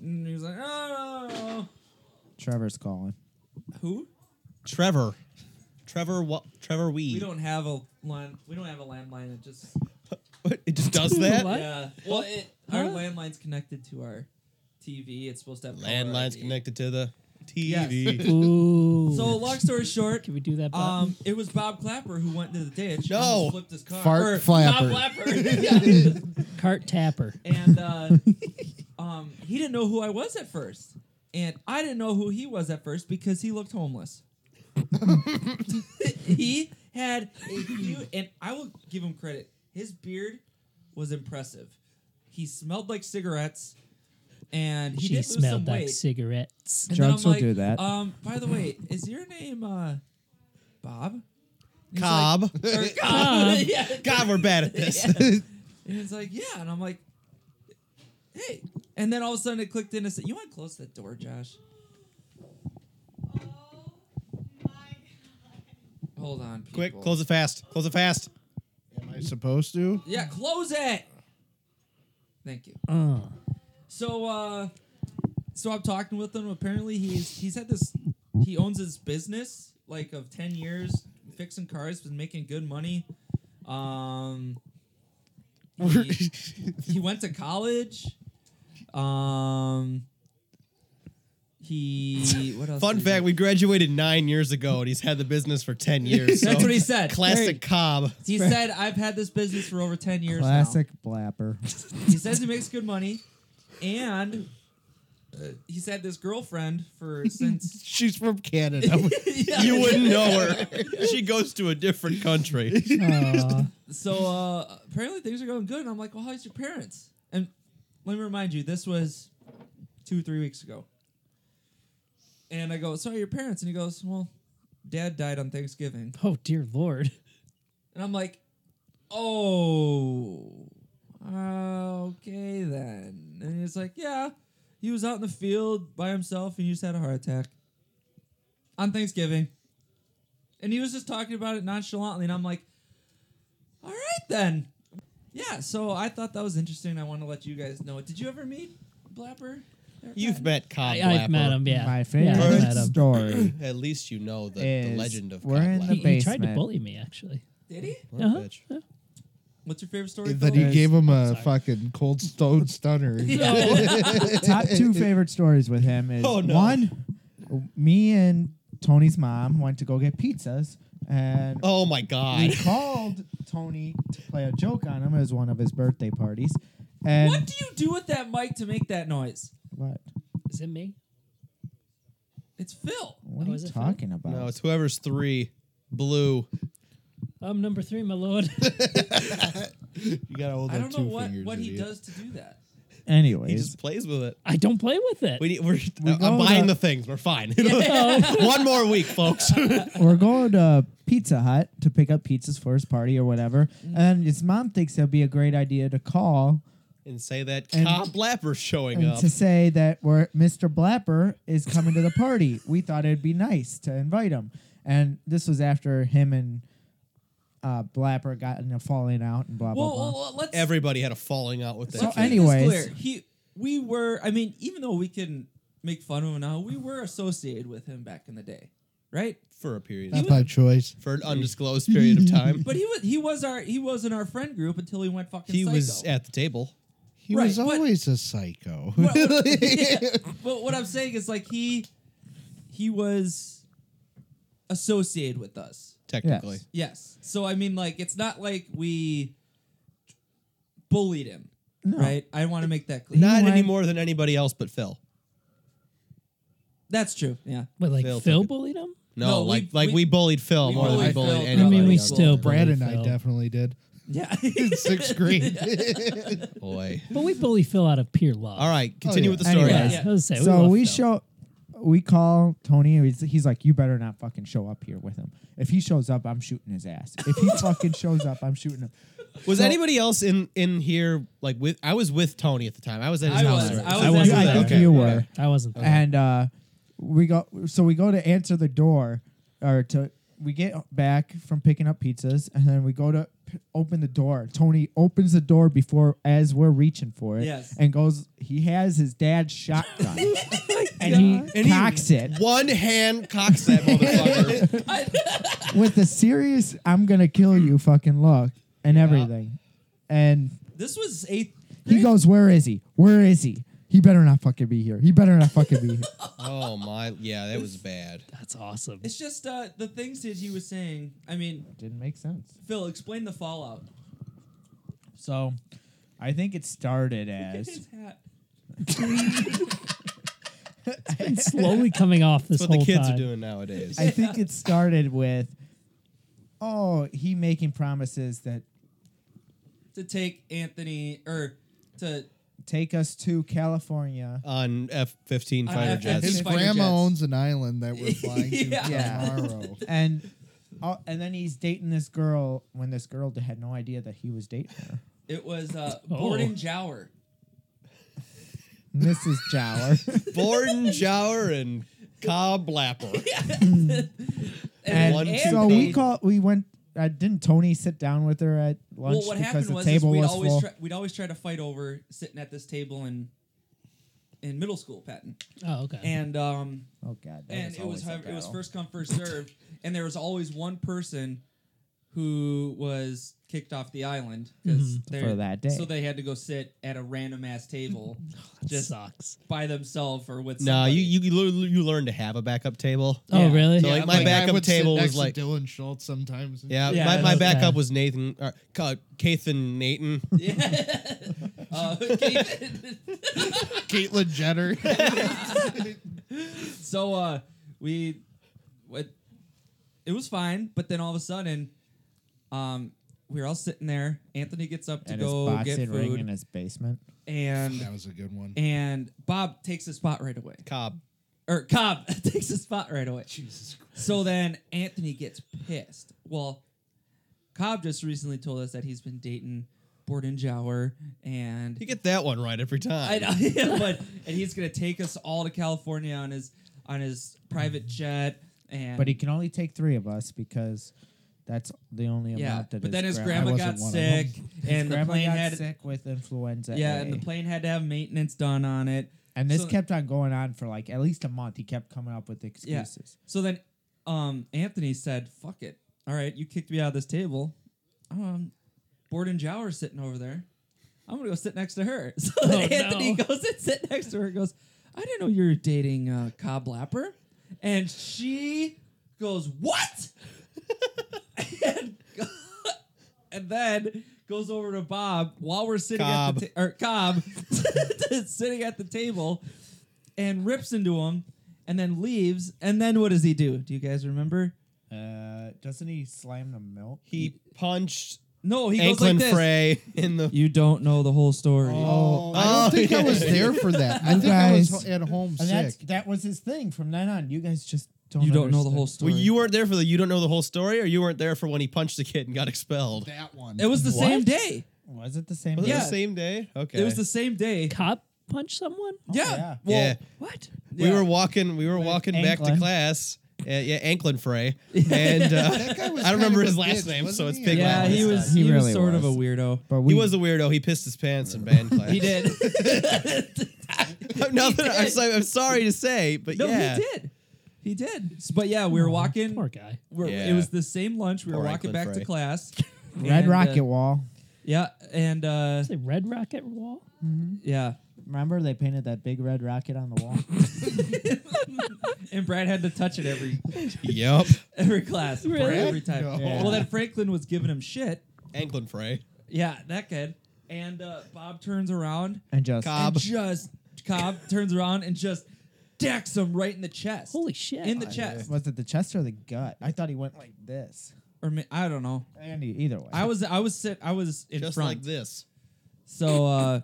[SPEAKER 1] And he's like, oh, no, no, no.
[SPEAKER 5] Trevor's calling.
[SPEAKER 1] Who?
[SPEAKER 4] Trevor. Trevor what? Trevor Weed.
[SPEAKER 1] We don't have a line. We don't have a landline. It just
[SPEAKER 4] What? It just does that.
[SPEAKER 2] What?
[SPEAKER 1] yeah. Well, it, our
[SPEAKER 2] Huh?
[SPEAKER 1] landline's connected to our TV. It's supposed to have caller
[SPEAKER 4] Landline's
[SPEAKER 1] ID.
[SPEAKER 4] connected to the
[SPEAKER 1] Yes.
[SPEAKER 4] TV.
[SPEAKER 2] Ooh.
[SPEAKER 1] So long story short,
[SPEAKER 2] can we do that? Bob?
[SPEAKER 1] um, it was Bob Clapper who went into the ditch.
[SPEAKER 4] No.
[SPEAKER 1] almost flipped his car.
[SPEAKER 3] Fart
[SPEAKER 1] or
[SPEAKER 3] flapper.
[SPEAKER 1] Bob Clapper.
[SPEAKER 2] Cart tapper.
[SPEAKER 1] and uh, um, he didn't know who I was at first, and I didn't know who he was at first because he looked homeless. he had a huge, and I will give him credit. His beard was impressive. He smelled like cigarettes, and he
[SPEAKER 2] She
[SPEAKER 1] did lose some
[SPEAKER 2] smelled like
[SPEAKER 1] weight.
[SPEAKER 2] cigarettes.
[SPEAKER 1] And then
[SPEAKER 5] Drugs
[SPEAKER 1] I'm
[SPEAKER 5] will
[SPEAKER 1] like,
[SPEAKER 5] do that.
[SPEAKER 1] Um, by the way, is your name uh, Bob? And he's
[SPEAKER 4] Cobb.
[SPEAKER 1] like- or Cobb.
[SPEAKER 2] Cobb.
[SPEAKER 1] yeah.
[SPEAKER 4] God, we're bad at this.
[SPEAKER 1] Yeah. And it's like, yeah. And I'm like, hey. And then all of a sudden it clicked in and said, you want to close that door, Josh? Hold on. People.
[SPEAKER 4] Quick, close it fast. Close it fast.
[SPEAKER 3] Am I supposed to?
[SPEAKER 1] Yeah, close it. Thank you.
[SPEAKER 4] Mm.
[SPEAKER 2] Uh,
[SPEAKER 1] So, uh, so I'm talking with him. Apparently, he's he's had this. He owns his business like of ten years, fixing cars, been making good money. Um, he, he went to college. Um, he what else?
[SPEAKER 4] Fun
[SPEAKER 1] did he
[SPEAKER 4] fact:
[SPEAKER 1] do?
[SPEAKER 4] We graduated nine years ago, and he's had the business for ten years.
[SPEAKER 1] That's
[SPEAKER 4] so-
[SPEAKER 1] what he said.
[SPEAKER 4] Classic Cobb.
[SPEAKER 1] He said, "I've had this business for over ten years." now."
[SPEAKER 5] Classic blapper.
[SPEAKER 1] he says he makes good money, and uh, he's had this girlfriend for since.
[SPEAKER 3] She's from Canada.
[SPEAKER 1] Yeah.
[SPEAKER 4] You wouldn't know her. She goes to a different country.
[SPEAKER 2] aw.
[SPEAKER 1] So uh, apparently things are going good, and I'm like, "Well, how's your parents?" And let me remind you, this was two, three weeks ago. And I go, "Sorry, your parents," and he goes, "Well, Dad died on Thanksgiving,"
[SPEAKER 2] oh dear lord.
[SPEAKER 1] and I'm like, "Oh, okay then." And he's like, "Yeah, he was out in the field by himself, and he just had a heart attack on Thanksgiving." And he was just talking about it nonchalantly, and I'm like, "All right then." Yeah, so I thought that was interesting. I want to let you guys know. Did you ever meet Blapper? Eric
[SPEAKER 4] You've
[SPEAKER 1] Blapper?
[SPEAKER 4] met Cobb.
[SPEAKER 2] I, I've
[SPEAKER 4] Blapper.
[SPEAKER 2] met him. Yeah.
[SPEAKER 5] My
[SPEAKER 2] Yeah,
[SPEAKER 5] favorite
[SPEAKER 2] I've met him.
[SPEAKER 5] story.
[SPEAKER 4] At least you know the, the
[SPEAKER 5] Is
[SPEAKER 4] legend of
[SPEAKER 5] we're
[SPEAKER 4] Cobb.
[SPEAKER 5] in the
[SPEAKER 2] He,
[SPEAKER 4] Blapper.
[SPEAKER 2] he tried to
[SPEAKER 5] basement.
[SPEAKER 2] bully me actually.
[SPEAKER 1] Did he?
[SPEAKER 4] What a
[SPEAKER 2] Uh-huh.
[SPEAKER 4] bitch.
[SPEAKER 1] What's your favorite story?
[SPEAKER 3] that
[SPEAKER 1] Phil?
[SPEAKER 3] he gave him a fucking cold stone stunner.
[SPEAKER 5] Top two favorite stories with him is
[SPEAKER 4] Oh, no.
[SPEAKER 5] one, me and Tony's mom went to go get pizzas, and
[SPEAKER 4] Oh my
[SPEAKER 5] we
[SPEAKER 4] god.
[SPEAKER 5] called Tony to play a joke on him. It was one of his birthday parties, and
[SPEAKER 1] What do you do with that mic to make that noise?
[SPEAKER 5] what?
[SPEAKER 2] Is it me?
[SPEAKER 1] It's Phil.
[SPEAKER 5] What
[SPEAKER 2] Oh,
[SPEAKER 5] are
[SPEAKER 2] is
[SPEAKER 5] you
[SPEAKER 2] it Phil?
[SPEAKER 5] talking about?
[SPEAKER 4] No, it's whoever's three. Blue.
[SPEAKER 2] I'm number three, my lord.
[SPEAKER 3] You gotta hold
[SPEAKER 1] I don't know what, what he does to do that.
[SPEAKER 5] Anyways,
[SPEAKER 4] He just plays with it.
[SPEAKER 2] I don't play with it.
[SPEAKER 4] We need, we're,
[SPEAKER 5] We
[SPEAKER 4] I'm
[SPEAKER 5] go
[SPEAKER 4] buying
[SPEAKER 5] to-
[SPEAKER 4] the things. We're fine.
[SPEAKER 2] Oh.
[SPEAKER 4] One more week, folks.
[SPEAKER 5] we're going to Pizza Hut to pick up pizzas for his party or whatever,
[SPEAKER 2] Mm.
[SPEAKER 5] and his mom thinks it'd be a great idea to call
[SPEAKER 4] and say that
[SPEAKER 5] And-
[SPEAKER 4] Cobb Blapper's showing
[SPEAKER 5] and
[SPEAKER 4] up.
[SPEAKER 5] to say that we're, Mr. Blapper is coming to the party. we thought it'd be nice to invite him. And this was after him and uh, Blapper got in a falling out and blah, blah,
[SPEAKER 1] Well,
[SPEAKER 5] blah.
[SPEAKER 1] well, well, let's
[SPEAKER 4] Everybody had a falling out with that.
[SPEAKER 5] So
[SPEAKER 4] kid.
[SPEAKER 1] let's make this
[SPEAKER 5] anyways.
[SPEAKER 1] clear. he we were. I mean, even though we can make fun of him now, we were associated with him back in the day, right?
[SPEAKER 4] for a period,
[SPEAKER 3] Not by choice.
[SPEAKER 4] for an undisclosed period of time.
[SPEAKER 1] But he was he was our he was in our friend group until he went fucking.
[SPEAKER 4] he
[SPEAKER 1] psycho.
[SPEAKER 4] was at the table.
[SPEAKER 3] He
[SPEAKER 1] Right,
[SPEAKER 3] was
[SPEAKER 1] but-
[SPEAKER 3] always a psycho.
[SPEAKER 1] But what, yeah, but what I'm saying is like he he was associated with us.
[SPEAKER 4] Technically,
[SPEAKER 1] Yes.
[SPEAKER 5] Yes.
[SPEAKER 1] So I mean, like, it's not like we bullied him,
[SPEAKER 5] No.
[SPEAKER 1] right? I want to make that clear.
[SPEAKER 4] not
[SPEAKER 5] went-
[SPEAKER 4] any more than anybody else, but Phil.
[SPEAKER 1] That's true. Yeah.
[SPEAKER 2] Wait, like
[SPEAKER 4] Phil
[SPEAKER 2] Phil,
[SPEAKER 4] took it.
[SPEAKER 2] bullied him?
[SPEAKER 4] No,
[SPEAKER 1] No, we-
[SPEAKER 4] like like we,
[SPEAKER 1] we-
[SPEAKER 4] bullied Phil
[SPEAKER 1] we
[SPEAKER 4] more than we bullied
[SPEAKER 1] bullied Phil. I mean,
[SPEAKER 4] anybody.
[SPEAKER 2] we
[SPEAKER 4] else.
[SPEAKER 2] still bullied
[SPEAKER 3] Brad and I
[SPEAKER 2] Phil.
[SPEAKER 3] definitely did
[SPEAKER 1] Yeah.
[SPEAKER 3] in sixth grade.
[SPEAKER 4] boy.
[SPEAKER 2] But we bully Phil out of pure love.
[SPEAKER 4] All right, continue
[SPEAKER 3] yeah.
[SPEAKER 4] with the story.
[SPEAKER 2] Anyways,
[SPEAKER 1] Oh, Yeah.
[SPEAKER 2] I was saying,
[SPEAKER 5] so
[SPEAKER 2] love
[SPEAKER 5] we
[SPEAKER 2] Phil.
[SPEAKER 5] show, we call Tony. and He's, he's like, you better not fucking show up here with him. If he shows up, I'm shooting his ass. If he fucking shows up, I'm shooting him.
[SPEAKER 4] Was
[SPEAKER 5] So-
[SPEAKER 4] anybody else in in here? Like with I was with Tony at the time. I was at his
[SPEAKER 1] I
[SPEAKER 4] house.
[SPEAKER 1] was.
[SPEAKER 4] right?
[SPEAKER 1] I was
[SPEAKER 4] I
[SPEAKER 1] at
[SPEAKER 4] wasn't
[SPEAKER 1] his
[SPEAKER 4] there.
[SPEAKER 5] I think
[SPEAKER 4] Okay.
[SPEAKER 5] you were.
[SPEAKER 2] I wasn't there.
[SPEAKER 5] and uh, we go so we go to answer the door or to we get back from picking up pizzas and then we go to p- open the door. Tony opens the door before as we're reaching for it.
[SPEAKER 1] Yes.
[SPEAKER 5] And goes. He has his dad's shotgun, Oh and he cocks it
[SPEAKER 4] One hand cocks that motherfucker.
[SPEAKER 5] with a serious "I'm gonna kill you" fucking look and everything. And
[SPEAKER 1] This was eighth.
[SPEAKER 5] he goes, "Where is he? Where is he? He better not fucking be here. He better not fucking be here."
[SPEAKER 4] oh my, yeah, that was bad.
[SPEAKER 2] That's awesome.
[SPEAKER 1] It's just uh, the things that he was saying. I mean,
[SPEAKER 5] Didn't make sense.
[SPEAKER 1] Phil, explain the fallout.
[SPEAKER 5] So, I think it started
[SPEAKER 1] Get
[SPEAKER 5] as
[SPEAKER 1] his hat.
[SPEAKER 2] It's slowly coming off this
[SPEAKER 4] That's what
[SPEAKER 2] whole
[SPEAKER 4] the kids
[SPEAKER 2] time.
[SPEAKER 4] are doing nowadays.
[SPEAKER 5] I think it started with, oh, he making promises that
[SPEAKER 1] to take Anthony or to
[SPEAKER 5] take us to California.
[SPEAKER 4] On F 15
[SPEAKER 1] On
[SPEAKER 4] fighter
[SPEAKER 1] F-
[SPEAKER 4] jets.
[SPEAKER 3] His
[SPEAKER 1] Fighter
[SPEAKER 3] grandma
[SPEAKER 1] jets.
[SPEAKER 3] owns an island that we're flying to
[SPEAKER 1] Yeah.
[SPEAKER 3] tomorrow.
[SPEAKER 5] and oh, and then he's dating this girl when this girl had no idea that he was dating her.
[SPEAKER 1] it was uh,
[SPEAKER 2] Oh.
[SPEAKER 1] Gordon Jower.
[SPEAKER 5] Mrs. Jower.
[SPEAKER 4] Borden Jower and Cobb Lapper.
[SPEAKER 5] and
[SPEAKER 4] One two,
[SPEAKER 5] so we
[SPEAKER 4] three.
[SPEAKER 5] call we went uh, didn't Tony sit down with her at
[SPEAKER 1] Well,
[SPEAKER 5] lunch
[SPEAKER 1] what
[SPEAKER 5] because
[SPEAKER 1] happened
[SPEAKER 5] the
[SPEAKER 1] was, is
[SPEAKER 5] table
[SPEAKER 1] we'd
[SPEAKER 5] was
[SPEAKER 1] always
[SPEAKER 5] full?
[SPEAKER 1] try, we'd always try to fight over sitting at this table in in middle school, Patton,
[SPEAKER 5] Uh-huh.
[SPEAKER 2] Oh, okay.
[SPEAKER 1] and um,
[SPEAKER 5] oh god. That
[SPEAKER 1] and
[SPEAKER 5] was
[SPEAKER 1] it was
[SPEAKER 5] always a
[SPEAKER 1] however- it was
[SPEAKER 5] battle.
[SPEAKER 1] first come first served, and there was always one person who was kicked off the island because
[SPEAKER 5] Mm-hmm. For that day. Oh,
[SPEAKER 1] so they had to go sit at a random ass table
[SPEAKER 2] That
[SPEAKER 1] just
[SPEAKER 2] sucks.
[SPEAKER 1] by themselves or with
[SPEAKER 4] No, you,
[SPEAKER 1] somebody.
[SPEAKER 4] you lear- you learn to have a backup table.
[SPEAKER 1] Yeah.
[SPEAKER 2] Oh, really?
[SPEAKER 4] So, like, my
[SPEAKER 3] I
[SPEAKER 4] backup
[SPEAKER 3] would sit
[SPEAKER 4] table was
[SPEAKER 3] next to
[SPEAKER 4] like-
[SPEAKER 3] Dylan Schultz sometimes.
[SPEAKER 4] Yeah,
[SPEAKER 1] Yeah,
[SPEAKER 4] my, my
[SPEAKER 1] that's
[SPEAKER 4] backup
[SPEAKER 2] bad.
[SPEAKER 4] was Nathan, uh, Ca- Cathan Nathan.
[SPEAKER 1] yeah. uh, okay.
[SPEAKER 3] Caitlyn Jenner.
[SPEAKER 1] So uh we what it was fine, but then all of a sudden um we were all sitting there. Anthony gets up to
[SPEAKER 5] and his
[SPEAKER 1] go
[SPEAKER 5] boxing
[SPEAKER 1] get
[SPEAKER 5] ring in
[SPEAKER 1] food
[SPEAKER 5] his basement.
[SPEAKER 3] that
[SPEAKER 1] and
[SPEAKER 3] was a good one.
[SPEAKER 1] and Bob takes his spot right away.
[SPEAKER 4] Cobb.
[SPEAKER 1] Or Cobb takes his spot right away.
[SPEAKER 3] Jesus Christ.
[SPEAKER 1] So then Anthony gets pissed. Well, Cobb just recently told us that he's been dating Borden Jower and
[SPEAKER 4] You get that one right every time.
[SPEAKER 1] I know, yeah, but and he's gonna take us all to California on his on his private
[SPEAKER 3] Mm.
[SPEAKER 1] jet and
[SPEAKER 5] But he can only take three of us because that's the only
[SPEAKER 1] Yeah,
[SPEAKER 5] amount that.
[SPEAKER 1] but then his
[SPEAKER 5] gra- I
[SPEAKER 1] grandma
[SPEAKER 5] wasn't
[SPEAKER 1] got
[SPEAKER 5] one of them.
[SPEAKER 1] sick, and the
[SPEAKER 5] grandma
[SPEAKER 1] plane
[SPEAKER 5] got
[SPEAKER 1] had
[SPEAKER 5] sick with influenza.
[SPEAKER 1] yeah,
[SPEAKER 5] A.
[SPEAKER 1] and the plane had to have maintenance done on it.
[SPEAKER 5] And this
[SPEAKER 1] so-
[SPEAKER 5] kept on going on for like at least a month. He kept coming up with excuses.
[SPEAKER 1] So then, um, Anthony said, "Fuck it, all right, you kicked me out of this table. Um, Borden Jower's sitting over there. I'm gonna go sit next to her." So then
[SPEAKER 2] no.
[SPEAKER 1] Anthony goes and sit next to her. and Goes, "I didn't know you were dating uh, Cobb Lapper," and she goes, "What?" and, and then goes over to Bob while we're sitting at the ta- or Cobb sitting at the table and rips into him and then leaves and then what does he do? Do you guys remember?
[SPEAKER 5] Uh, doesn't he slam the milk?
[SPEAKER 4] he punched
[SPEAKER 1] No, he goes like
[SPEAKER 4] Anklin
[SPEAKER 1] this.
[SPEAKER 4] Frey in the.
[SPEAKER 1] You don't know the whole story.
[SPEAKER 5] Oh,
[SPEAKER 3] I don't
[SPEAKER 4] Oh,
[SPEAKER 3] think I was
[SPEAKER 4] yeah.
[SPEAKER 3] there for that. I
[SPEAKER 5] You
[SPEAKER 3] think I was
[SPEAKER 5] guys-
[SPEAKER 3] ho- at home
[SPEAKER 5] and that's,
[SPEAKER 3] sick.
[SPEAKER 5] that was his thing from then on. You guys just don't.
[SPEAKER 1] you don't know the
[SPEAKER 5] understand.
[SPEAKER 1] whole story.
[SPEAKER 4] Well, you weren't there for the. You don't know the whole story, or you weren't there for when he punched the kid and got expelled.
[SPEAKER 3] That one.
[SPEAKER 1] it was the
[SPEAKER 2] What?
[SPEAKER 1] same day.
[SPEAKER 5] Was it the same?
[SPEAKER 4] Was
[SPEAKER 5] day?
[SPEAKER 4] it
[SPEAKER 1] Yeah.
[SPEAKER 4] the same day? Okay.
[SPEAKER 1] It was the same day.
[SPEAKER 2] Cop punch someone?
[SPEAKER 4] Mm.
[SPEAKER 1] yeah.
[SPEAKER 5] yeah.
[SPEAKER 1] Well,
[SPEAKER 4] Yeah.
[SPEAKER 2] What?
[SPEAKER 4] We were walking. We were walking back to
[SPEAKER 5] Anklin.
[SPEAKER 4] class. Uh, yeah, Anklin Frey, and uh,
[SPEAKER 3] That guy was
[SPEAKER 4] I don't remember
[SPEAKER 3] kind of
[SPEAKER 4] his
[SPEAKER 3] a
[SPEAKER 4] last
[SPEAKER 3] bitch,
[SPEAKER 4] name, so
[SPEAKER 3] wasn't
[SPEAKER 4] it's
[SPEAKER 3] he?
[SPEAKER 4] Big
[SPEAKER 1] yeah,
[SPEAKER 4] Lapper.
[SPEAKER 1] he was he,
[SPEAKER 5] He
[SPEAKER 1] was
[SPEAKER 5] really
[SPEAKER 1] sort of a
[SPEAKER 5] was.
[SPEAKER 1] weirdo.
[SPEAKER 5] But
[SPEAKER 4] He
[SPEAKER 5] we
[SPEAKER 4] was a weirdo. He pissed his pants in band class.
[SPEAKER 1] He did.
[SPEAKER 4] I'm, nothing, I'm, sorry, I'm sorry to say, but
[SPEAKER 1] No,
[SPEAKER 4] yeah,
[SPEAKER 1] he did. He did. So, but yeah, we
[SPEAKER 5] Oh,
[SPEAKER 1] were walking.
[SPEAKER 2] Poor guy.
[SPEAKER 1] we're-
[SPEAKER 4] Yeah.
[SPEAKER 1] It was the same lunch. We were
[SPEAKER 4] Poor
[SPEAKER 1] walking
[SPEAKER 4] Anklin
[SPEAKER 1] back to
[SPEAKER 4] Frey.
[SPEAKER 1] class.
[SPEAKER 5] Red
[SPEAKER 1] And, uh,
[SPEAKER 5] Rocket Wall.
[SPEAKER 1] Yeah, and uh,
[SPEAKER 2] Say Red Rocket Wall?
[SPEAKER 1] yeah,
[SPEAKER 5] Remember they painted that big red rocket on the wall.
[SPEAKER 1] and Brad had to touch it every
[SPEAKER 4] Yep,
[SPEAKER 1] every class, for
[SPEAKER 2] Really?
[SPEAKER 1] every time.
[SPEAKER 3] No.
[SPEAKER 5] Yeah.
[SPEAKER 1] Well, then Franklin was giving him shit.
[SPEAKER 4] Anklin Frey.
[SPEAKER 1] Yeah, that kid. And uh, Bob turns around
[SPEAKER 5] and just
[SPEAKER 4] Cop.
[SPEAKER 1] and
[SPEAKER 4] Bob.
[SPEAKER 1] just Cobb turns around and just decks him right in the chest.
[SPEAKER 2] Holy shit.
[SPEAKER 1] in the chest,
[SPEAKER 5] was it the chest or the gut? I thought he went like this.
[SPEAKER 1] or ma- I don't know.
[SPEAKER 5] Andy, either way.
[SPEAKER 1] I was I was sit I was in
[SPEAKER 4] Just
[SPEAKER 1] front.
[SPEAKER 4] like this
[SPEAKER 1] So uh,